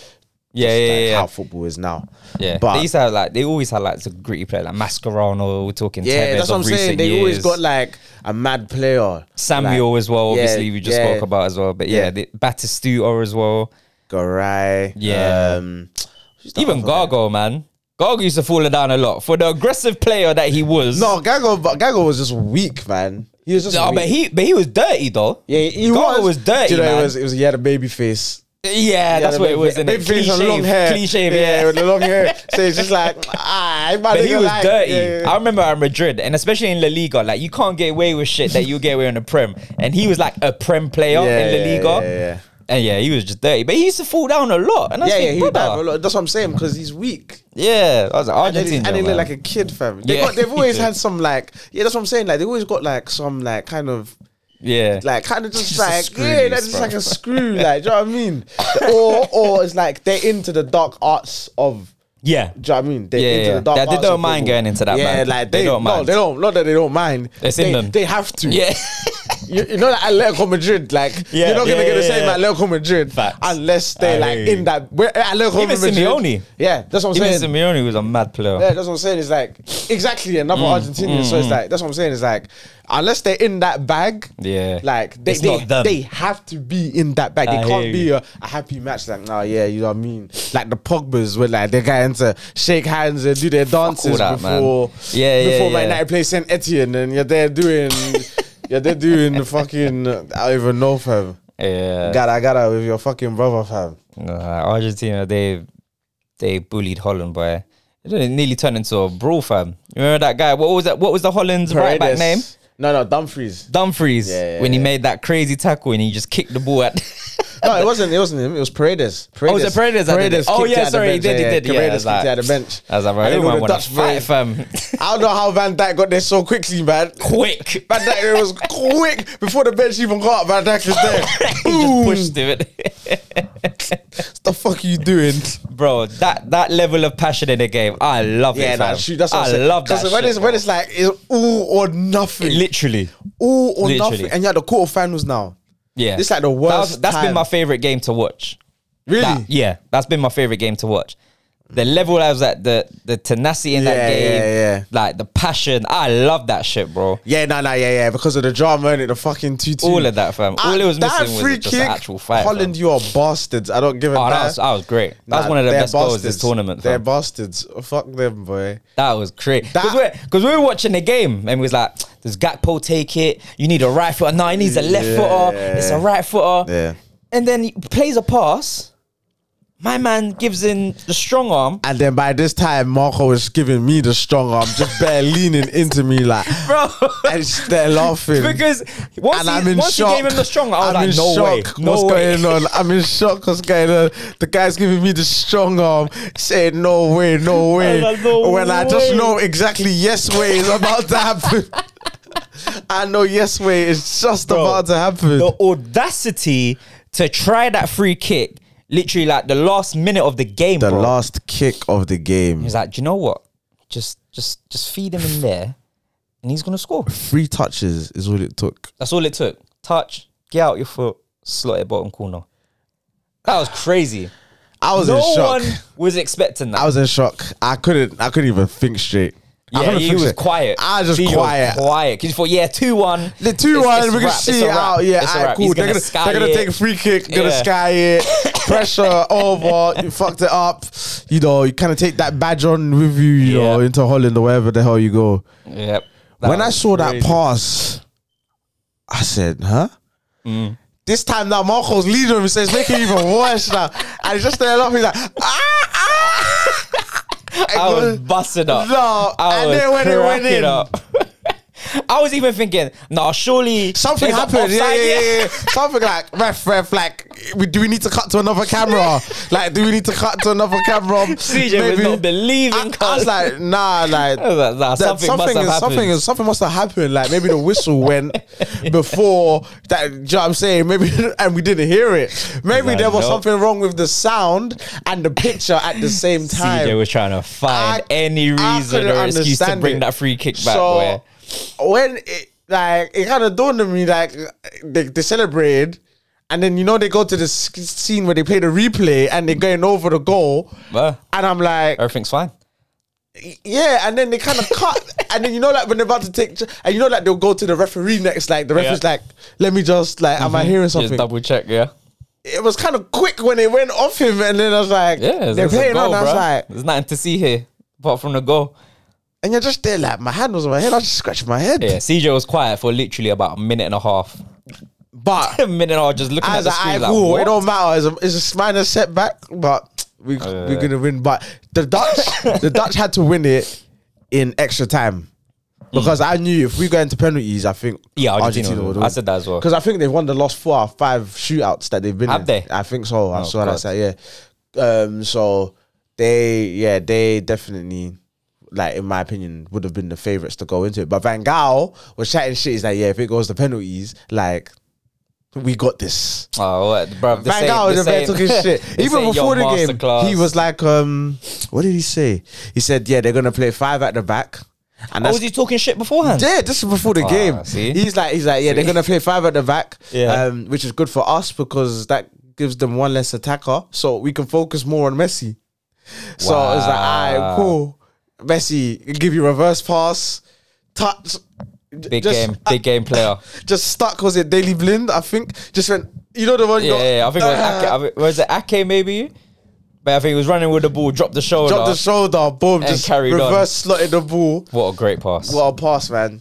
Yeah,
just
yeah,
like
yeah, yeah.
how football is now.
Yeah,
But
they used to have like they always had like the gritty player like Mascherano. We're talking
yeah,
Tevez of
that's what I'm saying.
recent
They always
years.
got like a mad player.
Samuel
like,
as well.
yeah,
Obviously, we just
yeah.
spoke about as well. But
Yeah.
yeah, the Batistuta as well.
Garay.
Yeah.
Um, who's the
Even
other guy?
Gargo, man. Gargo used to fall down a lot for the aggressive player that he was.
No, Gago but Gago was just weak, man. He was just
No,
weak.
but he but he was dirty though.
Yeah, he
Gargo was dirty,
Do you know,
man.
It was, it was, he had a baby face.
yeah,
He had
that's
a
what
baby
it was.
fa-
innit?
Baby face
Clean
and long
shave,
hair.
clean shave,
yeah,
yeah.
with the long hair. So it's just like, ah, my
But he
nigga,
was
like,
dirty.
yeah, yeah.
I remember at Madrid, and especially in La Liga, like you can't get away with shit that you get away in the Prem. And he was like a Prem player
Yeah,
in La
yeah,
Liga.
yeah, yeah.
And yeah, he was just dirty. But he used to fall down a lot. And I
Yeah, yeah,
yeah,
he
yeah,
would have a lot. That's what I'm saying because he's weak.
yeah. I was like,
And,
Argentina.
they- and they
man.
look like a kid, fam. They
Yeah.
got, they've always had some like, yeah, that's what I'm saying. Like they always got like some like kind of
yeah.
like kind of just,
Just a
like
screw
yeah,
loose,
that's just
bro.
like a screw. Like, do you know what I mean? or or it's like they're into the dark arts of
yeah.
Do you know what I mean? They're
Yeah, yeah. They- they
arts
don't
of
mind
football.
going into that,
Yeah,
man.
like they,
They
don't
don't
mind. No,
mind.
they don't. Not that they don't mind.
It's
they,
in them.
They have to.
Yeah.
You, you know that Atletico Madrid, like
Yeah,
you're not gonna
yeah,
get the
yeah,
same
yeah.
Atletico Madrid
Facts.
unless they're
I
like
hear you.
in that. Where, Atletico
Even
Madrid.
Simeone.
Yeah, that's what I'm
Even
saying.
Simeone was a mad player.
Yeah, that's what I'm saying. It's like exactly another
Mm,
Argentinian. so it's like that's what I'm saying. It's like unless they're in that bag,
Yeah.
like they
It's
they,
not them.
they have to be in that bag. They
I
can't
hear
be
you.
a, a happy match. Like no, yeah, you know what I mean. Like the Pogba's were like they're going to shake hands and do their dances
that, man.
before
Yeah, yeah,
before Man
yeah.
United play Saint Etienne, and you're there doing. Yeah, they're doing the fucking. I don't even know, fam.
Yeah.
Gotta, gotta with your fucking brother, fam.
Nah, Uh, Argentina, they they bullied Holland by it nearly turned into a brawl, fam. You remember that guy? What was that? What was the Holland's right back
Paredes.
name?
No, no, Dumfries.
Dumfries.
Yeah, yeah,
when he
yeah.
made that crazy tackle and he just kicked the ball at.
No, it wasn't. It wasn't him. It was Paredes. Paredes.
Oh, was it Paredes that did it?
kicked
Oh, yeah,
out the
sorry, he
bench.
did, he did, yeah,
Paredes
I was
kicked out the
like-
bench.
I was like, bro,
And then
you
all
might
the
want
Dutch
to fight,
boys-
fam.
I don't know how Van Dijk got there so quickly, man.
Quick.
Van Dijk was quick before the bench even got up. Van Dijk was there.
he
Boom.
just pushed him.
What the fuck are you doing?
bro, that that level of passion in the game, I love
Yeah,
it. fam.
nah, shoot, that's what
I
I'm saying.
love that.
'Cause when
shit,
it's when
bro.
it's like it's all or nothing,
literally,
all or
Literally.
nothing, and you had the quarterfinals now.
yeah,
This like the
That
worst.
was- That's been
time.
my favorite game to watch.
really.
That- yeah, that's been my favorite game to watch. The level I was at, the the tenacity in
Yeah,
that game,
yeah, yeah.
like the passion. I love that shit, bro.
Yeah, no, no, yeah, yeah. Because of the drama and it, the fucking two two.
All of that, fam. All it was
Ah, that
missing was
free
just
kick,
the actual fight,
Holland, you are bastards. I don't give a
Oh, that
damn.
was, that was great. That was
Nah,
one of the
they're
best goals this
bastards.
tournament.
They're
fam.
bastards. Fuck them, boy.
That was crazy. Because
That-
we're, 'cause we were watching the game and we was like, does Gakpo take it? You need a right footer. No, he needs a left
Yeah.
footer. It's a right footer.
Yeah.
And then he plays a pass. My man gives in the strong arm.
And then by this time, Marco is giving me the strong arm, just bare leaning into me, like,
Bro.
and they're laughing.
because once,
and
he,
I'm in
once he
shock.
gave him the strong arm,
I'm
I
in
was like, no
shock.
way. No
What's
way.
going on? I'm in shock. What's going on? The guy's giving me the strong arm, saying, "No way, no way."
And I know,
when I just
"Way."
know exactly, yes way is about to happen. I know yes way is just about to happen.
the audacity to try that free kick literally like the last minute of the game,
The
bro.
last kick of the game,
He's like, do you know what? Just, just, just feed him in there, and he's gonna score.
three touches is what it took.
That's all it took. Touch, get out your foot, slot it bottom corner. That was crazy.
I was
no
in shock.
one was expecting that.
I was in shock. I couldn't. I couldn't even think straight. I
yeah,
couldn't
he
think
was
straight.
quiet.
I was just
He was
quiet.
quiet. 'Cause you thought, yeah, two one.
The two one, we can see it out. oh, Yeah, all right, cool. They're gonna, they're gonna take a free kick, gonna
Yeah.
sky it, pressure over. You fucked it up. You know, you kind of take that badge on with you, you
Yeah.
know, into Holland or wherever the hell you go.
Yep.
when I saw that pass, I said, huh?
Mm.
This time now, Marco's leading him. He says, make it even worse now. And he's just there up. He's like, ah, ah.
I was busted up.
No,
I
and
was
then when it went
cracking
in-
up. I was even thinking, no, surely
Something
there's an
happened. Yeah,
offside
yeah,
here.
yeah, yeah. Something like ref, ref. Like, we, do we need to cut to another camera? like, do we need to cut to another camera?
CJ was
Maybe-
not believing.
I, I was
cuz.
like, nah, like.
I was like, nah,
that
something, must have
is,
happened.
something is something must have happened. Like maybe the whistle went before that. Do you know what I'm saying? Maybe and we didn't hear it. Maybe
Like,
there was
nope.
something wrong with the sound and the picture at the same time.
CJ was trying to find
I-
any
I
reason
couldn't
or excuse to
understand
bring
it.
that free kick back. boy.
So when it like it kind of dawned on me like they, they celebrated, and then you know they go to the sc- scene where they play the replay and they're going over the goal,
Well,
and I'm like,
everything's fine.
yeah, and then they kind of cut, and then you know like when they're about to take, and you know like they'll go to the referee next, like the referee's like, let me just like, am I hearing
Mm-hmm. Just
something?
double check, yeah.
It was kind of quick when it went off him, and then I was like,
Yeah,
they're
there's, a
playing
goal,
on. I was
bruh.
like,
there's nothing to see here apart from the goal.
and you're just there like my hand was on my head, I was just scratching my head,
Yeah, CJ was quiet for literally about a minute and a half.
but.
a minute and a half just looking
I
at
was
the
like, "Aight,
screen like,
cool,
what? Oh,
it don't matter. It's a, it's a minor setback, but we we're gonna win. But the Dutch, the Dutch had to win it in extra time because I knew if we go into penalties, I think
Hmm. Yeah, Argentina would win. I said that as well.
because I think they've won the last four or five shootouts that they've been.
Have
in.
they?
I think so. I saw
Oh, God.
that. stat, Yeah. Um. So they, yeah, they definitely. Like in my opinion, would have been the favourites to go into it. But Van Gaal was chatting shit. He's like, "Yeah, if it goes to penalties, like we got this."
Oh, what, bro.
Van Gaal was a man took his shit. Even before the game,
Oh,
he was like, um, what did he say? He said, yeah, they're gonna play five at the back. And
Oh,
that's
was he talking shit beforehand?
yeah, this is before the
Ah,
game.
see?
He's like, he's like, yeah, they're gonna play five at the back,
Yeah.
um, which is good for us because that gives them one less attacker, so we can focus more on Messi. So it's like, all
Wow.
right, cool. Messi, give you reverse pass, touch.
Big
just- uh,
game, big game player.
Just stuck was it Daily Blind? I think just went. You know the one.
Yeah,
got-
yeah, yeah. I think it was Ake. I think- Was it Ake maybe? But I think he was running with the ball, dropped the shoulder.
Drop the shoulder, boom,
And
just
carried on.
reverse slotted the ball.
what a great pass.
What a pass, man.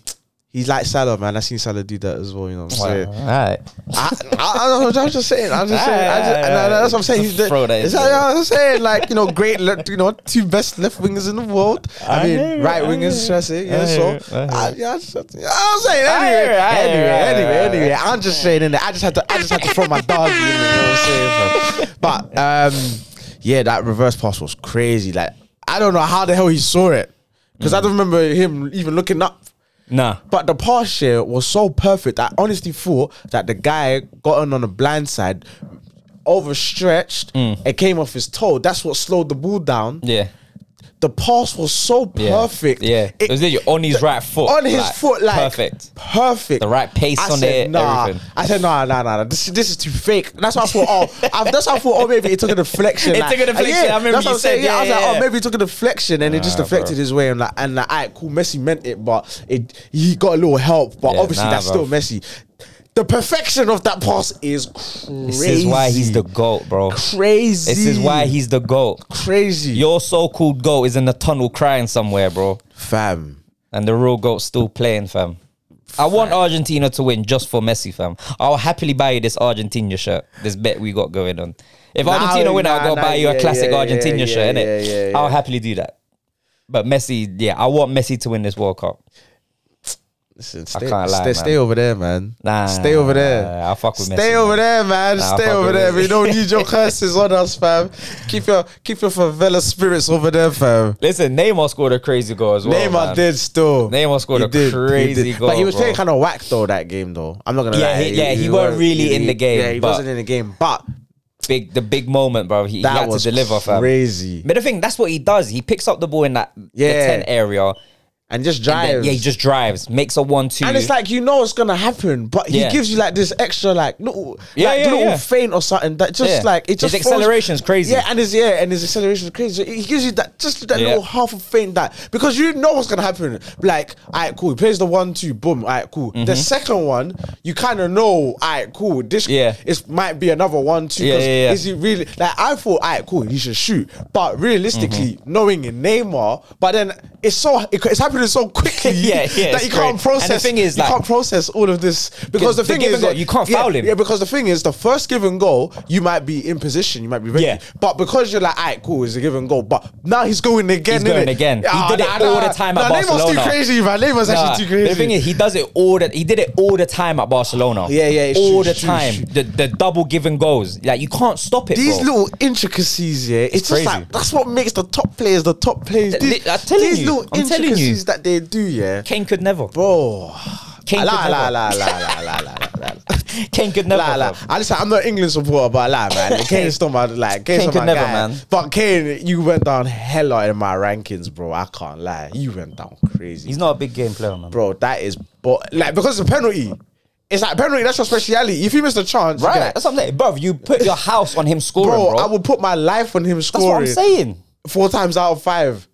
He's like Salah, man. I seen Salah do that as well, you know what I'm
Wow.
saying?
All right.
I, I, I, I'm just saying. I'm just saying. I just, and I- that's what I'm saying. He's the,
Ah, Throw that in
it's like, I'm saying, like you know, great, left, you know, two best left wingers in the world. I,
I
mean,
hear it,
right
I hear
wingers, should I say?
I
Yeah.
hear
So,
it, I hear
I, yeah, I just, I'm saying
I hear
anyway,
it, I hear it, I
anyway,
hear it,
anyway,
I hear
anyway. I'm just saying. innit? I just had to. I just had to throw my dog. in, You know what I'm saying? fam? But um, yeah, that reverse pass was crazy. Like I don't know how the hell he saw it because I don't remember him even looking up.
Nah.
But the pass share was so perfect. I honestly thought that the guy got in on the blind side, overstretched, it came off his toe. That's what slowed the ball down.
Mm. Yeah.
the pass was so
Yeah.
perfect.
Yeah. It, was literally on his right foot.
on his foot, like
perfect.
perfect.
The right pace
I
on
said,
it,
Nah.
everything.
I said, nah, nah, nah, nah. This, this is too fake. And that's why I thought, oh, I, that's why I thought, oh, maybe it took a deflection.
It
like-
took a deflection. I remember
that's
you
what
said,
I'm saying.
yeah,
I was
yeah,
like,
yeah.
oh, maybe it took a deflection, and it just
Nah,
deflected
bro.
his way. And like, and like, all right, cool. Messi meant it, but it he got a little help, but
Yeah,
obviously
nah,
that's
bro.
still Messi. The perfection of that pass is crazy.
This is why he's the GOAT, bro.
crazy.
This is why he's the GOAT.
crazy.
Your so called GOAT is in the tunnel crying somewhere, bro.
fam.
And the real GOAT's still playing, fam. I want Argentina to win just for Messi, fam. I'll happily buy you this Argentina shirt, this bet we got going on. If
Nah,
Argentina win,
nah,
I'll go
nah,
buy you
yeah,
a classic
yeah,
Argentina
yeah,
shirt,
yeah,
innit?
yeah, yeah.
I'll happily do that. But Messi, yeah, I want Messi to win this World Cup.
Listen, stay,
can't lie,
stay,
man.
stay over there, man.
Nah,
stay over there.
I fuck with
stay
Messi,
over
man.
there, man.
Nah, I
stay
fuck
over
with
there. We
Messi.
don't need your curses on us, fam. Keep your keep your favela spirits over there, fam.
Listen, Neymar scored a crazy goal as well.
Neymar
man.
did still.
Neymar scored
He
a crazy
he
goal,
but he was
bro.
playing kind of whack though that game though. I'm not gonna
Yeah,
lie.
he- yeah, he weren't
wa-
really in the game,
Yeah, he
but-
wasn't in the game, but
Big, the big moment, bro. He, he
that
had
was
to deliver, fam.
crazy.
But the thing, that's what he does. He picks up the ball in that
Yeah.
the ten area.
And just
and
drives.
then- yeah, he just drives, makes a one-two.
And it's like you know it's gonna happen, but
Yeah.
he gives you like this extra like little
Yeah,
like
yeah,
little
yeah.
feint or something that just
Yeah.
like it
His
just falls-
acceleration's crazy.
Yeah, and his yeah, and his acceleration is crazy. So he gives you that just that
Yeah.
little half a feint that because you know what's gonna happen. Like, alright, cool. He plays the one two, boom. Alright, cool.
Mm-hmm.
The second one, you kind of know. Alright, cool. This
Yeah.
is might be another one two.
Yeah,
'cause
yeah, yeah.
Is he really like? I thought, alright, cool. He should shoot, but realistically,
Mm-hmm.
knowing in Neymar, but then it's so it, it's happening so quickly
Yeah, yeah,
that
it's
you can't
great.
process.
And the thing is,
you
like-
can't process all of this because the,
The
thing
give
is,
and go,
that-
you can't
yeah,
foul him.
Yeah, because the thing is, the first given goal, you might be in position, you might be ready,
Yeah.
but because you're like, alright, cool, it's a given goal, but now he's going again.
He's going
innit?
again. He
Ah,
did it all the time at
nah, Neymar's too
Barcelona.
crazy, man. Neymar's
Nah,
actually too crazy.
The thing is, he does it all the he did it all the time at Barcelona.
Yeah, yeah, it's true,
all the
it's true,
time.
it's
The the double giving goals, like you can't stop it.
these
bro.
little intricacies, yeah, it's, just
crazy.
like that's what makes the top players the top players.
Th-
These,
I'm telling
these
you,
little
I'm telling you.
intricacies that they do, yeah,
Kane could never.
bro. Ah,
Kane
la,
could
la,
never.
la, la, la, la, la, la, la.
Kane could never.
Nah, nah.
bro.
I just, I'm not England supporter, but like, man, Kane's still my like. Kane's
Kane
still
could
my
never,
guy.
man.
But Kane, you went down hella in my rankings, bro. I can't lie, you went down crazy,
He's not a big game player, man.
bro. That is, but like, because it's a penalty. It's like penalty. That's your speciality. If you miss the chance, you
Right,
get-
that's what I'm saying, bro. You put your house on him scoring,
bro,
bro.
I would put my life on him
that's
scoring.
what I'm saying.
Four times out of five.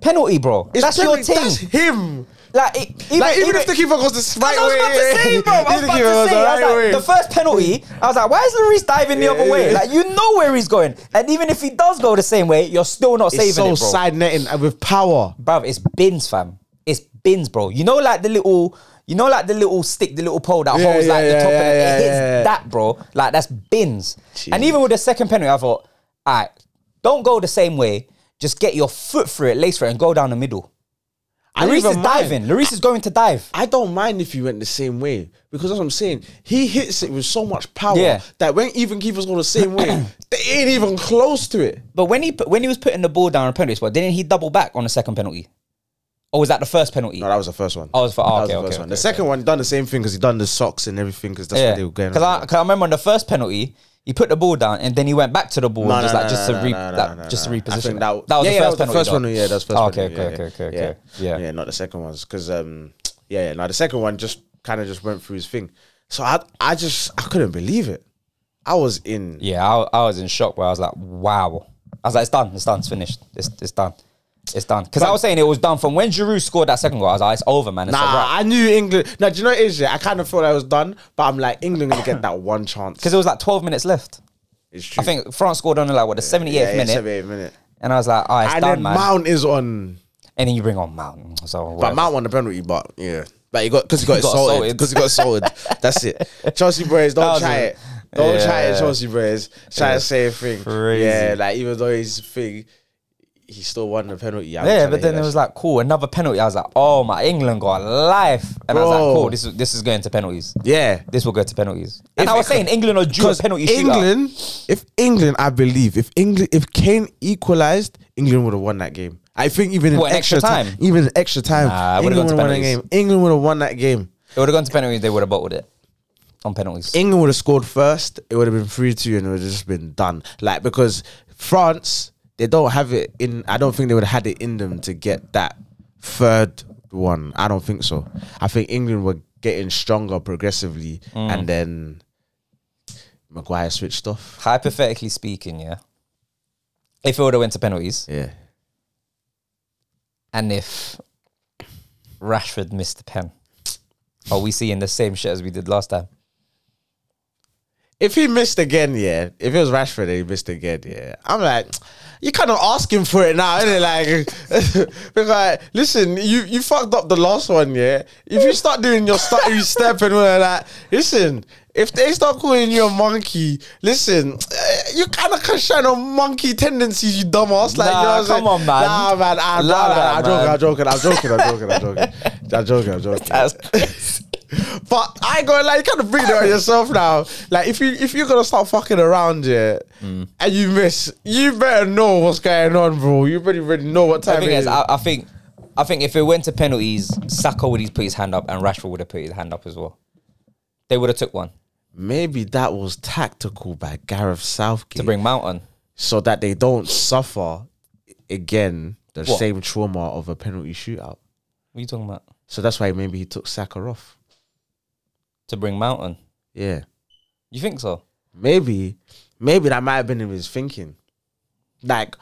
Penalty, bro.
It's
that's
penalty.
your team.
That's him.
like, it, even,
Like, even, if the keeper goes the right
I was
way,
about to say, bro. I was
even
about
if the keeper
to
goes
say,
the
I was
right
like,
way.
the first penalty, I was like, why is Lloris diving the other way?
Yeah.
Like, you know where he's going. And even if he does go the same way, you're still not saving
it's so
it, bro.
side netting and with power.
Bruv, it's bins, fam. It's bins, bro. You know, like the little, you know, like the little stick, the little pole that
Yeah,
holds
yeah,
like
yeah,
the top
yeah,
of it.
yeah,
It hits
yeah, yeah.
that, bro. Like that's bins.
Jeez.
And even with the second penalty, I thought, all right, don't go the same way. Just get your foot through it, lace through it, and go down the middle.
I don't
Lloris
even
is
mind.
diving. Lloris is going to dive.
I don't mind if you went the same way because that's what I'm saying. He hits it with so much power
Yeah.
that when even keepers go the same way, they ain't even close to it.
But when he put, when he was putting the ball down on penalty spot, didn't he double back on the second penalty? Or was that the first penalty?
No, that was the first one.
Oh, it was for- oh,
that was
okay,
the first
okay,
one.
okay,
the
okay.
second one done the same thing because he done the socks and everything because that's what they were going.
Because I, 'cause I remember on the first penalty, he put the ball down and then he went back to the ball,
No, no,
just
no,
like
no,
just to
no,
re,
no, no,
like,
no, no.
just to
I
reposition.
think
it.
That,
was
yeah,
the first
yeah, that was the first
penalty.
one. Yeah, that's first.
Oh,
penalty,
okay, okay,
yeah,
okay, okay,
yeah.
okay. Yeah.
yeah, not the second ones because um, yeah, yeah. Now the second one just kind of just went through his thing. So I, I just I couldn't believe it. I was in.
Yeah, I, I was in shock where I was like, wow. I was like, it's done, it's done, it's finished, it's, it's done, it's done. Because I was saying it was done from when Giroud scored that second goal. I was like, it's over, man. It's a
Nah,
wrap.
I knew England. Now, do you know what it is? Yeah? I kind of thought I was done, but I'm like, England gonna get that one chance.
Because it was like 12 minutes left.
It's true.
I think France scored on like what the 78th
yeah,
minute,
78th minute.
and I was like, all right, it's
And
done,
then
man.
Mount is on,
and then you bring on Mount. So
but
whatever.
Mount won the penalty, but yeah, but he got because he got
He got
assaulted
assaulted.
because he got assaulted. That's it. Chelsea boys,
That
don't
was
try
it.
it. Don't try it,
Yeah.
Chelsea boys. Try to say a thing.
crazy.
Yeah, like even though he's thing, he still won the penalty. I'm
Yeah,
trying
but
to hear
then it
that
was like, cool, another penalty. I was like, oh my, England got life, and I was
Bro.
like, cool, this is this is going to penalties.
shit. yeah.
This will go to penalties. And
If
I
it
was saying England are due a
Because
penalty shootout.
England, if England, I believe, if England, if Kane equalized, England would have won that game. I think even in
What, an extra
ti-
time?
even in extra time,
Nah, it would've
England would
gone to
have won that game.
penalties.
England would have won that game.
It would have gone to penalties. They would have bottled it on penalties.
England would have scored first. It would have been three two, and it would have just been done. Like because France, they don't have it in. I don't think they would have had it in them to get that third one. I don't think so. I think England were getting stronger progressively,
Mm.
and then Maguire switched off.
Hypothetically speaking, yeah. If it would have went to penalties,
Yeah,
and if Rashford missed the pen, are we seeing the same shit as we did last time?
if he missed again, yeah. If it was Rashford and he missed again, yeah. I'm like, you kind of asking for it now, isn't it? Like, because like, listen, you you fucked up the last one, yeah. If you start doing your stuttering step and all of that, listen. If they start calling you a monkey, listen, eh, you kind of can shine on monkey tendencies, you dumbass. Like,
Nah,
you know what
come
I'm saying?
on, man.
Nah, man. I,
Allow
nah,
that,
nah,
man.
I'm joking, I'm joking, I'm joking, I'm joking, I'm joking. I'm joking, I'm joking. But I ain't gonna lie, you kind of bring it on yourself now. Like if you if you're gonna start fucking around yeah, and you miss, you better know what's going on, bro. You better really know what
I
time
think
it is.
I, I think I think if it went to penalties, Saka would have put his hand up, and Rashford would have put his hand up as well. They would have took one
Maybe that was tactical by Gareth
to
Southgate,
bring Mount on.
so that they don't suffer again the
What?
same trauma of a penalty
What
shootout.
are you talking about?
So that's why maybe he took Saka off.
To bring Mount on.
Yeah,
You think so?
maybe, maybe that might have been in his thinking. Like,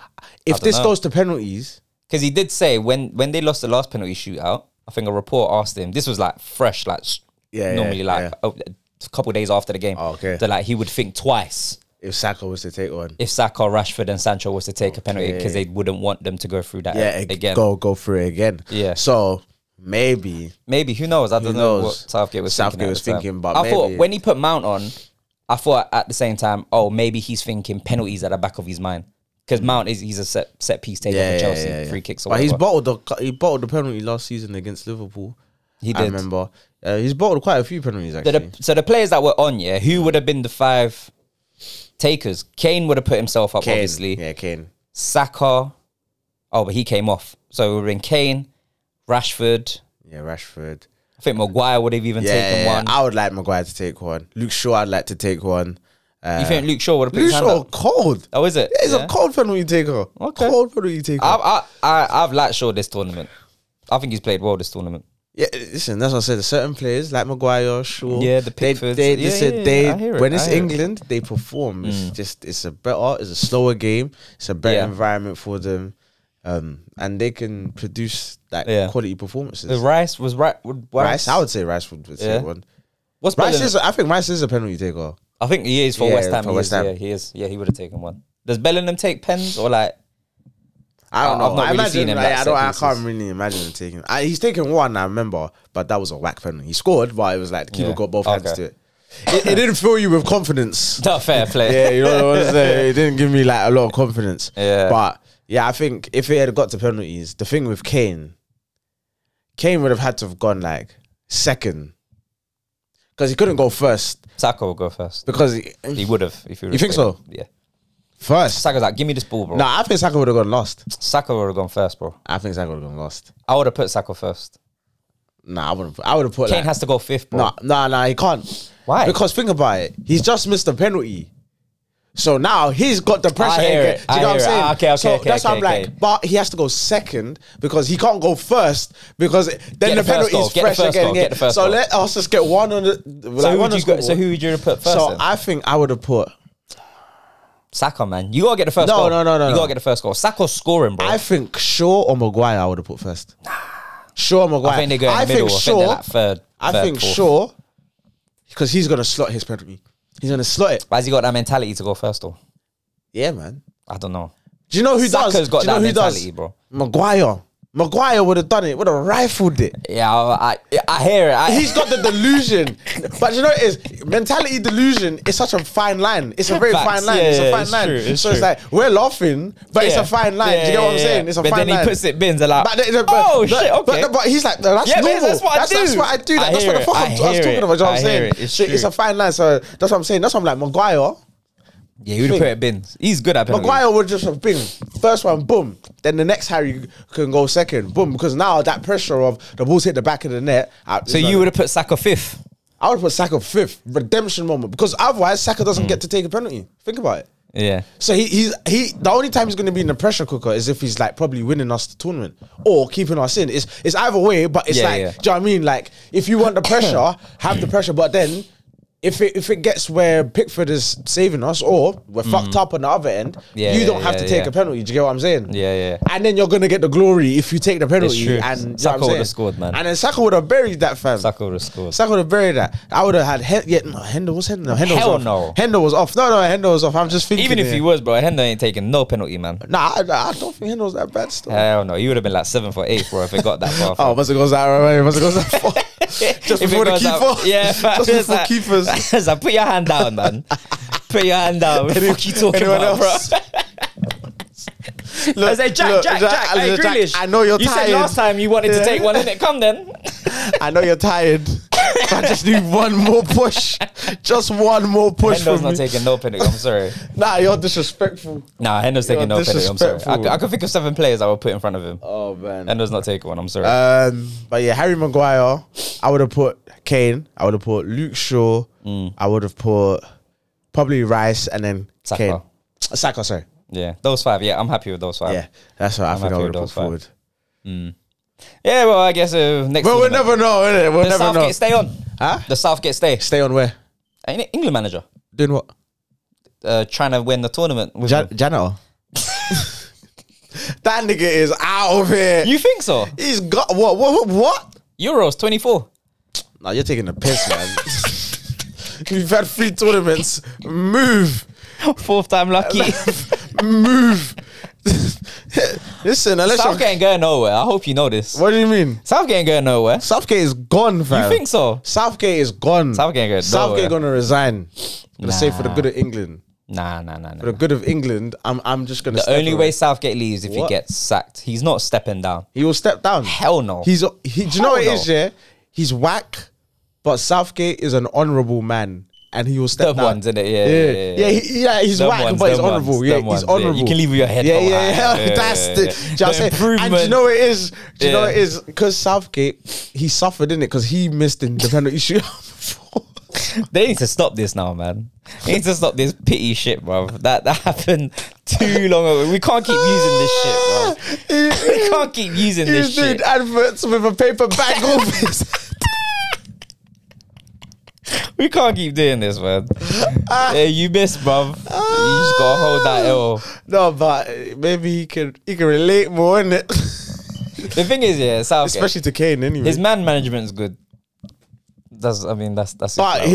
if
don't
this
know.
goes to penalties,
Because he did say when when they lost the last penalty shootout, I think a report asked him. This was like fresh, like s-
Yeah, yeah,
normally like
yeah.
a, a couple days after the game.
Oh, okay.
that like he would think twice
if Saka was to take one,
if Saka, Rashford, and Sancho was to take a penalty because they wouldn't want them to go through that
yeah, ag-
again.
go go through it again.
Yeah.
So maybe
Maybe who knows? I don't know
knows?
what Southgate was
Southgate
thinking. at
was
the time.
thinking, but
I thought
maybe-
when he put Mount on, I thought at the same time, oh, maybe he's thinking penalties at the back of his mind because Mount is he's a set set piece taker
yeah,
for
yeah,
Chelsea,
yeah, yeah.
free kicks. Or
But he's
whatever.
bottled the cu- he bottled the penalty last season against Liverpool.
he
I
did.
remember uh, he's bottled quite a few penalties
So
actually.
the, so the players that were on, yeah, who would have been the five takers? Kane would have put himself up,
Kane.
obviously.
yeah, Kane.
Saka, oh, but he came off. So it would have been Kane, Rashford.
Yeah, Rashford.
I think Maguire would have even
Yeah,
taken
yeah, yeah.
one.
I would like Maguire to take one. Luke Shaw, I'd like to take one. Uh,
you think Luke Shaw would have put
Luke
his hand
Shaw
up?
cold?
Oh, is it?
He's
Yeah.
a cold penalty taker.
Okay.
Cold penalty taker.
I, I, I, I've liked Shaw this tournament. I think he's played well this tournament.
Yeah, listen, that's what I said. Certain players like Maguire, Shaw,
Yeah, the
they,
Pickfords.
they, they
Yeah,
said
yeah,
they
I hear it,
when it's
I hear it. Mm.
England, they perform. It's just it's a better, it's a slower game, it's a better
Yeah.
environment for them, um, and they can produce like
Yeah.
quality performances.
The Rice was right. would-
Rice, I would say Rice would, would
Yeah.
take one.
What's
Rice
Bellingham?
is, I think Rice is a penalty taker.
I think he is for
Yeah,
West Ham.
for
he
West
is,
Ham.
Yeah, he is. Yeah, he would have taken one. Does Bellingham take pens or like?
I don't
I- Oh, I've not
know. I
really
imagine,
seen him
like,
like
I don't.
set
I can't
pieces.
really imagine him taking. I, he's taken one, I remember, but that was a whack penalty. He scored, but it was like the keeper
Yeah.
got both hands
Okay.
to it. it. It didn't fill you with confidence.
No, fair play.
Yeah, you know what I'm saying? It didn't give me like a lot of confidence.
Yeah.
But yeah, I think if it had got to penalties, the thing with Kane, Kane would have had to have gone like second. Because he couldn't go first.
Saka will go first.
Because he,
He would have. If he would
You think so?
Yeah.
first.
Saka's like, give me this ball, bro.
No, I think Saka would have gone last.
Saka would have gone first, bro.
I think Saka would have gone last.
I would have put Saka first.
Nah, I wouldn't I would have put
Kane
like,
has to go fifth, bro.
No, no, no, he can't.
Why?
Because think about it. He's just missed a penalty. So now he's got the pressure.
hear
again.
it.
Do you
I
know what I'm
hear it.
saying?
Ah, okay, okay,
so
okay,
that's why I'm
okay,
like,
okay.
but he has to go second because he can't go first because
the
then the,
first
penalty
goal,
is
get the
fresh
first
again.
goal,
yeah.
get the first
so
goal.
let us just get one on the.
So,
like,
who
one
would
on
you go,
the
so who would you have put first?
So
then?
I think I would have put.
Saka, man, you gotta get the first.
No,
goal.
no, no, no,
You
no.
gotta get the first goal. Saka's scoring, bro.
I think Shaw or Maguire. I would have put first. Shaw or Maguire.
I think they go in the middle. I think they're like third.
I
third,
think
fourth.
Shaw because he's gonna slot his penalty. He's gonna slot it.
Why's he got that mentality to go first though?
Yeah, man.
I don't know.
Do you know who
Saka's
does?
got
Do you know
that
who does?
mentality, bro.
Maguire. Maguire would have done it. Would have rifled it.
Yeah, I I, I hear it. I,
He's got the delusion, but you know it is mentality delusion is such a fine line. It's a very
Facts.
fine line.
Yeah,
it's
yeah,
a fine
it's
line.
true, it's
so it's
true.
like we're laughing, but it's
Yeah.
a fine line. Do you
Yeah,
get what I'm
yeah,
saying?
yeah.
It's a
but
fine
then
line.
he puts it bins and like,
But, the- the- but-
oh
but-
shit, okay.
But, but he's like, no, that's
Yeah, but
normal.
that's what I
that's, that's
do.
what I do. Like,
I
that's what
hear
the
it.
fuck
I
I'm, I was
hear
talking
it.
about. You know what I'm
I hear
saying?
it. It's
So it's
true.
a fine line. So that's what I'm saying. That's what I'm like. Maguire,
yeah, you would have put it bins. He's good at penalties.
Maguire would just have been first one, boom. Then the next Harry can go second, boom. Because now that pressure of the ball's hit the back of the net. I-
So you would have put Saka fifth.
I would put Saka fifth redemption moment because otherwise Saka doesn't get to take a penalty. Think about it.
Yeah.
So he, he's he. The only time he's going to be in the pressure cooker is if he's like probably winning us the tournament or keeping us in. It's it's either way, but it's
Yeah,
like
yeah.
do you know what I mean? Like if you want the pressure, have the pressure. But then if it if it gets where Pickford is saving us or we're fucked up on the other end,
Mm. Yeah,
you
yeah,
don't have to
yeah,
take
yeah.
a penalty. Do you get what I'm saying?
Yeah, yeah.
And then you're gonna get the glory if you take the penalty.
true.
And you know what
Saka
I'm
would've
saying?
scored, man.
And then Saka would have buried that fam.
Saka would have scored.
Saka would have buried that. I would have had Hen- yeah, no, Hendo was Hendo. No, Hendo
Hell
was
no.
off. Hendo was off. No, no, Hendo was off. I'm just thinking.
Even if
here.
he was, bro, Hendo ain't taking no penalty, man.
Nah, I, I don't think Hendo's that bad still.
Hell no, he would have been like seven for eight, bro, if it got that far.
oh, once it goes out, right? Once it goes out, far.
If
just
it
before the
goes
keeper.
out- yeah,
just
it's
before
like-
keepers.
it's like, put your hand down, man. Put your hand down. What the fuck you talking
anyone
about,
else?
bro? I said, Jack, Jack,
look, Jack,
Jack,
I-
hey,
Jack,
Grealish.
I know you're
You
tired.
said last time you wanted
Yeah.
to take one, innit? Come then.
I know you're tired. I just need one more push. Just one more push
Hendo's
from
not
me.
taking no penalty. I'm sorry.
nah, you're disrespectful.
Nah, Hendo's taking no penalty. I'm sorry. I,
disrespectful.
c- I could think of seven players I would put in front of him.
Oh man.
Hendo's not taking one. I'm sorry.
Um, but yeah, Harry Maguire. I would have put Kane. I would have put Luke Shaw.
Mm.
I would have put probably Rice and then
Saka.
Kane. Saka, sorry.
yeah, those five. Yeah, I'm happy with those five.
Yeah, that's what i think
happy
I
with
would have put
those five.
forward.
Yeah, well, I guess uh, next.
But we'll
tournament-
never know, innit? We'll
the
never
Southgate
know.
stay on.
Huh?
The Southgate stay.
Stay on where?
Ain't it England manager
Doing what?
uh, trying to win the tournament? With
Jan-
them?
janitor. that nigga is out of here.
you think so?
He's got what? What? What? what?
Euros 24.
Nah, you're taking a piss, man. You've had three tournaments. Move,
Fourth time lucky.
move. Listen, unless
Southgate
you're,
ain't going nowhere. I hope you know this.
what do you mean?
Southgate ain't going nowhere.
Southgate is gone, fam.
You think so?
Southgate is gone.
Southgate ain't going nowhere.
Southgate gonna resign. I'm gonna say for the
Nah.
good of England.
Nah, nah, nah, nah.
For the
nah.
good of England, I'm I'm just gonna.
The
step
only
away.
way Southgate leaves if
What?
he gets sacked. He's not stepping down.
He will step down.
Hell no.
He's he, do you know
Hell
what it is?
no.
Yeah, he's whack, but Southgate is an honourable man, and he will step
Them
down.
ones, innit? Yeah, yeah, yeah,
yeah,
yeah.
he- yeah, he's
Them
whack,
ones,
but he's
them ones,
honourable.
them
yeah,
ones,
he's
yeah. You
honourable.
can leave with your head
Yeah,
held
yeah,
high.
yeah.
Yeah,
That's
yeah,
the.
yeah.
do you know
The
what I'm saying? And do you
improvement.
know what it is? Do you know
Yeah.
what it is? Because Southgate, he suffered in it because he missed in the penalty shootout.
They need to stop this now, man. They need to stop this pity shit, bro. That that happened too long ago. We can't keep using this shit, bro.
he,
We can't keep using
he
this
was doing
shit.
adverts with a paper bag over his
We can't keep doing this, man. yeah, you missed, bruv. you just gotta hold that L.
No, but uh, maybe he can he can relate more, innit?
The thing is, yeah, Southgate.
Especially to Kane, anyway.
his man management's good. That's, I mean, that's that's.
but
that was-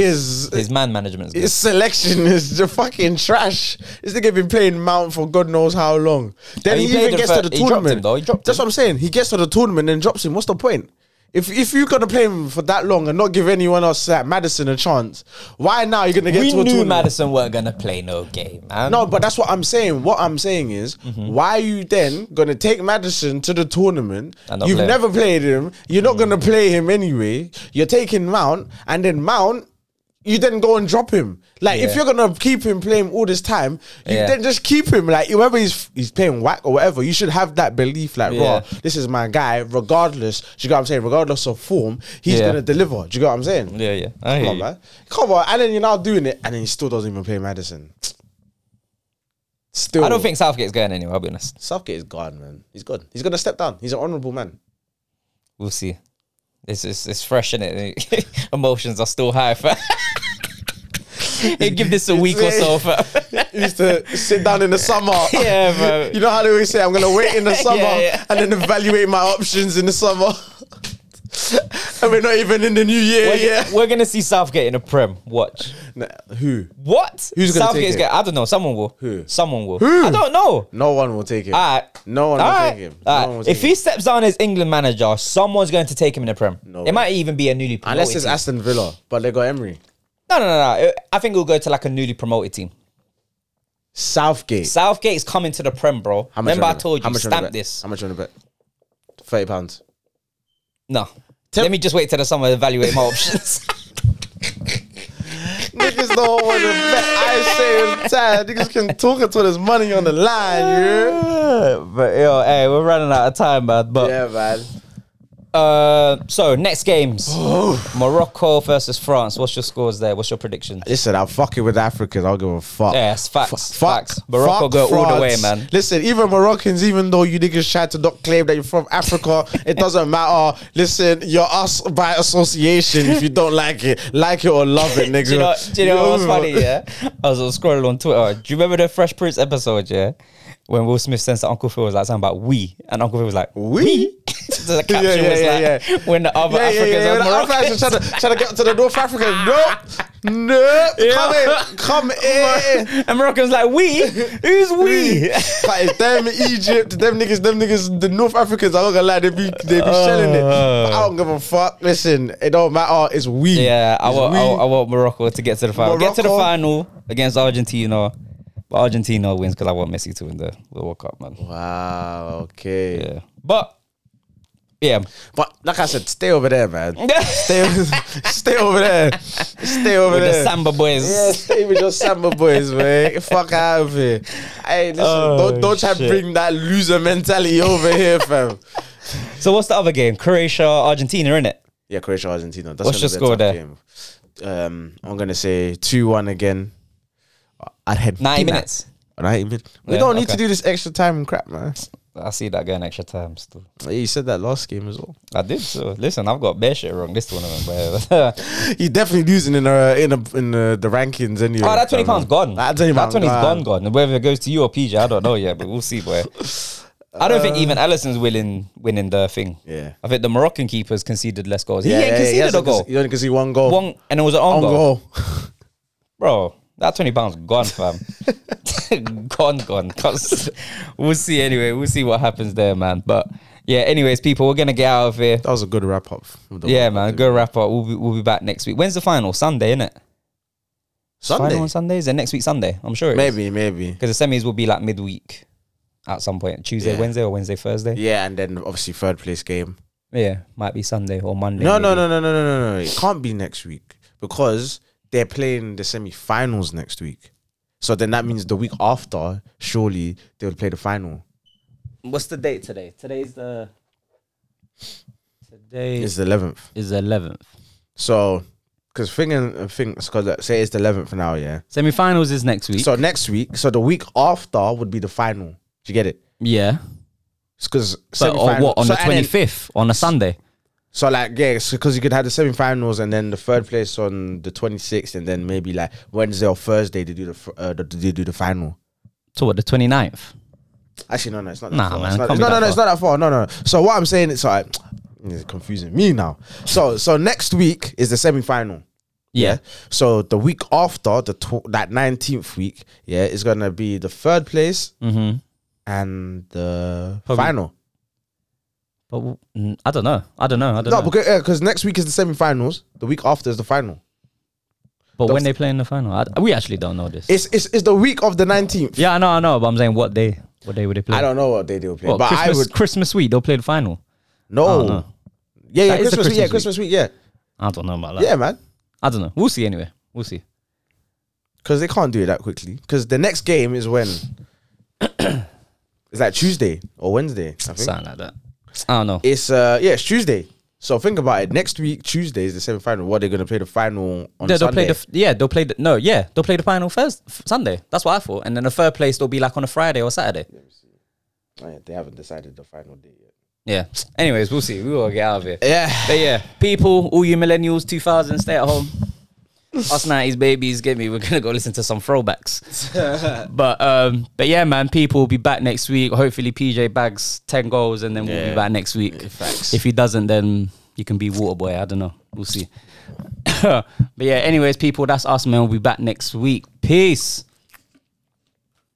his
his man management's good.
his selection is just fucking trash. This nigga been playing Mount for God knows how long. Then
And
he,
he played
even
the
gets
fir-
to the
he dropped him,
tournament.
though. He dropped
That's
him.
what I'm saying. He gets to the tournament and drops him. What's the point? If if you're gonna play him for that long and not give anyone else like Madison a chance, why now you're gonna get
We
to a
knew
tournament?
Madison weren't gonna play no game, man.
No, but that's what I'm saying. What I'm saying is,
Mm-hmm.
why are you then gonna take Madison to the tournament?
And not
You've
play Mm-hmm. him.
never played him. You're not gonna play him anyway. You're taking Mount, and then Mount, you then go and drop him. Like if
Yeah.
you're gonna keep him playing all this time, you
Yeah.
then just keep him. Like whether he's he's playing whack or whatever, you should have that belief. Like,
Yeah.
raw, this is my guy. Regardless, do you get what I'm saying? Regardless of form, he's
Yeah.
gonna deliver. Do you get what I'm saying?
Yeah, yeah. I hear
Come on,
you.
man. Come on. And then you're now doing it, and then he still doesn't even play Madison. Still.
I don't think Southgate's going anywhere. I'll be honest.
Southgate is gone, man. He's gone. He's going to step down. He's an honourable man.
We'll see. It's it's, it's fresh in it. Emotions are still high. fam. give this a week or so. fam.
He used to sit down in the summer.
yeah, bro.
You know how they always say, I'm going to wait in the summer
yeah.
and then evaluate my options in the summer. and we're not even in the new year
We're,
yet.
we're gonna see Southgate in a prem. Watch
Nah, who?
what?
Who's gonna take
Southgate's
it?
gonna- I don't know. Someone will.
Who?
Someone will. I don't know.
No one will take him.
All right.
No one will
Alright,
take him. No
alright.
one will take
Ah. If he steps down as England manager, someone's going to take him in the Prem.
No
it
way.
might even be a newly promoted
Unless it's
team.
Aston Villa, but they got Emery.
no, no, no, no. I think it'll go to like a newly promoted team.
Southgate.
Southgate's coming to the Prem, bro.
How much
Remember,
you
I
wanna bet?
told
How
you,
much wanna
stamp
bet?
this.
How much you want to bet? Thirty pounds.
No. Let me just wait till the summer to evaluate my options.
Niggas don't want to bet. I say it's time. Niggas can talk until there's money on the line.
but yo, hey, we're running out of time, man. But
Yeah, man.
Uh, so next games, Morocco versus France. What's your scores there? What's your predictions?
Listen, I'm fucking with Africans. I'll give a fuck.
Yeah, it's facts,
Fuck-
facts. Morocco go all the way, man.
Listen, even Moroccans, even though you niggas tried to not claim that you're from Africa, it doesn't matter. Listen, you're us by association. If you don't like it, like it or love it, nigga.
Do you know, do you know what's
Yeah.
funny? Yeah, I was scrolling on Twitter. Do you remember the Fresh Prince episode? Yeah, when Will Smith sends to Uncle Phil was like something about we, and Uncle Phil was like
We?
So the caption
yeah,
was
yeah,
like when the other
Yeah, yeah,
Africans
yeah, yeah.
are
The
Moroccans.
Africans trying to trying to get to the North Africans. Nope, nope. Come in, come in.
and Moroccans like we, who's we?
but it's them Egypt, them niggas, them niggas, the North Africans. I'm not gonna lie, they be they be selling it. But I don't give a fuck. Listen, it don't matter. It's we.
yeah, I
It's
want, I
we.
want, I want Morocco to get to the final. Get to the
Morocco.
final against Argentina. But Argentina wins because I want Messi to win the, the World Cup, man.
Wow. Okay.
Yeah, but yeah,
But like I said, stay over there, man. stay, stay over there. Stay over
with the
there.
Samba boys.
yeah, stay with your samba boys, man. Get Fuck out of here. Hey, listen, don't don't try to bring that loser mentality over here, fam.
So what's the other game? Croatia, Argentina, in it.
Yeah, Croatia Argentina. That's
What's
gonna
your
be
score
a tough
there?
Game. Um, I'm gonna say two one again. Argentina.
90 minutes.
90 minutes. We
Yeah,
don't need
okay.
to do this extra time and crap, man.
I see that going extra time still.
Yeah, you said that last game as well.
I did. So listen, I've got bare shit wrong this tournament. But
You're definitely losing in uh, in a, in uh, the rankings anyway.
oh, that twenty pounds gone.
That twenty
That
pounds
twenty's gone, gone. And Whether it goes to you or PJ, I don't know yet, but we'll see, boy. I don't think even Allison's willing winning the thing.
Uh, Yeah.
I think the Moroccan keepers conceded less goals.
Yeah,
he ain't
yeah,
conceded
yes,
a goal.
You only can see one goal.
One, and it was an own,
One
goal.
goal.
bro. That twenty pounds gone, fam. gone, gone. 'Cause We'll see anyway. We'll see what happens there, man. But yeah, anyways, people, we're gonna get out of here.
That was a good wrap up. of the
Yeah,
World
man.
Cup.
Good wrap up. We'll be, we'll be back next week. When's the final? Sunday, innit?
Sunday.
Final on Sunday? Is it next week Sunday? I'm sure it
Maybe, maybe.
Because the semis will be like midweek at some point. Tuesday,
Yeah.
Wednesday, or Wednesday, Thursday. Yeah.
Yeah, and then obviously third place game.
Might be Sunday or Monday.
No,
maybe.
no, no, no, no, no, no, no. It can't be next week because they're playing the semi-finals next week. So then that means the week after, surely they will play the final.
What's the date today? Today's the. Today
It's the eleventh.
is the 11th.
So, because thing and thing, because say it's the eleventh now, yeah.
Semi finals is next week.
So next week, so the week after would be the final. Do you get it?
yeah.
Because
But, or what? On the 25th? On a Sunday?
So like yeah, because you could have the semi-finals and then the third place on the twenty sixth, and then maybe like Wednesday or Thursday they do the fir- uh, they do the final.
To what? The 29th?
Actually, no, no, it's not. That
Nah,
far.
man,
It's not,
can't be that
no, no, no,
far.
it's not that far. No, no. So what I'm saying is, so I, it's confusing me now. So, so next week is the semi-final.
Yeah.
So the week after the tw- that nineteenth week, yeah, is gonna be the third place
Mm-hmm.
and the
Probably-
final.
But w- mm, I don't know. I don't know. I don't know.
No, because because next week is the semi-finals. The week after is the final.
But when
That's-
they play in the final, I, we actually don't know this.
It's it's, it's the week of the nineteenth.
yeah, I know, I know. But I'm saying what day? What day would they play?
I don't know what day they will play,
What,
but
Christmas,
I would
Christmas week, they'll play the final.
no.
Oh, no.
Yeah, yeah,
That is the
Christmas, week, yeah,
Christmas
Christmas week, yeah,
I don't know about that.
yeah, man.
I don't know. We'll see anyway. We'll see.
Because they can't do it that quickly. Because the next game is when. it's like Tuesday or Wednesday, I think.
Something like that. I don't know.
It's uh yeah, it's Tuesday. So think about it. Next week, Tuesday is the semi final. What they're gonna play the final
They-
on
they'll
Sunday.
play the f- yeah. They'll play the no yeah. They'll play the final first f- Sunday. That's what I thought. And then the third place they'll be like on a Friday or Saturday.
Oh, yeah, they haven't decided the final date yet.
Yeah. Anyways, we'll see. We will get out of here.
Yeah.
But yeah, people, all you millennials, 2000, stay at home. Us 90s babies, get me. We're gonna go listen to some throwbacks. but um, but yeah, man, people will be back next week. Hopefully, PJ bags ten goals, and then we'll be
Yeah.
back next week.
facts.
If he doesn't, then you can be water boy. I don't know. We'll see. but yeah, anyways, people, that's us, man. We'll be back next week. Peace.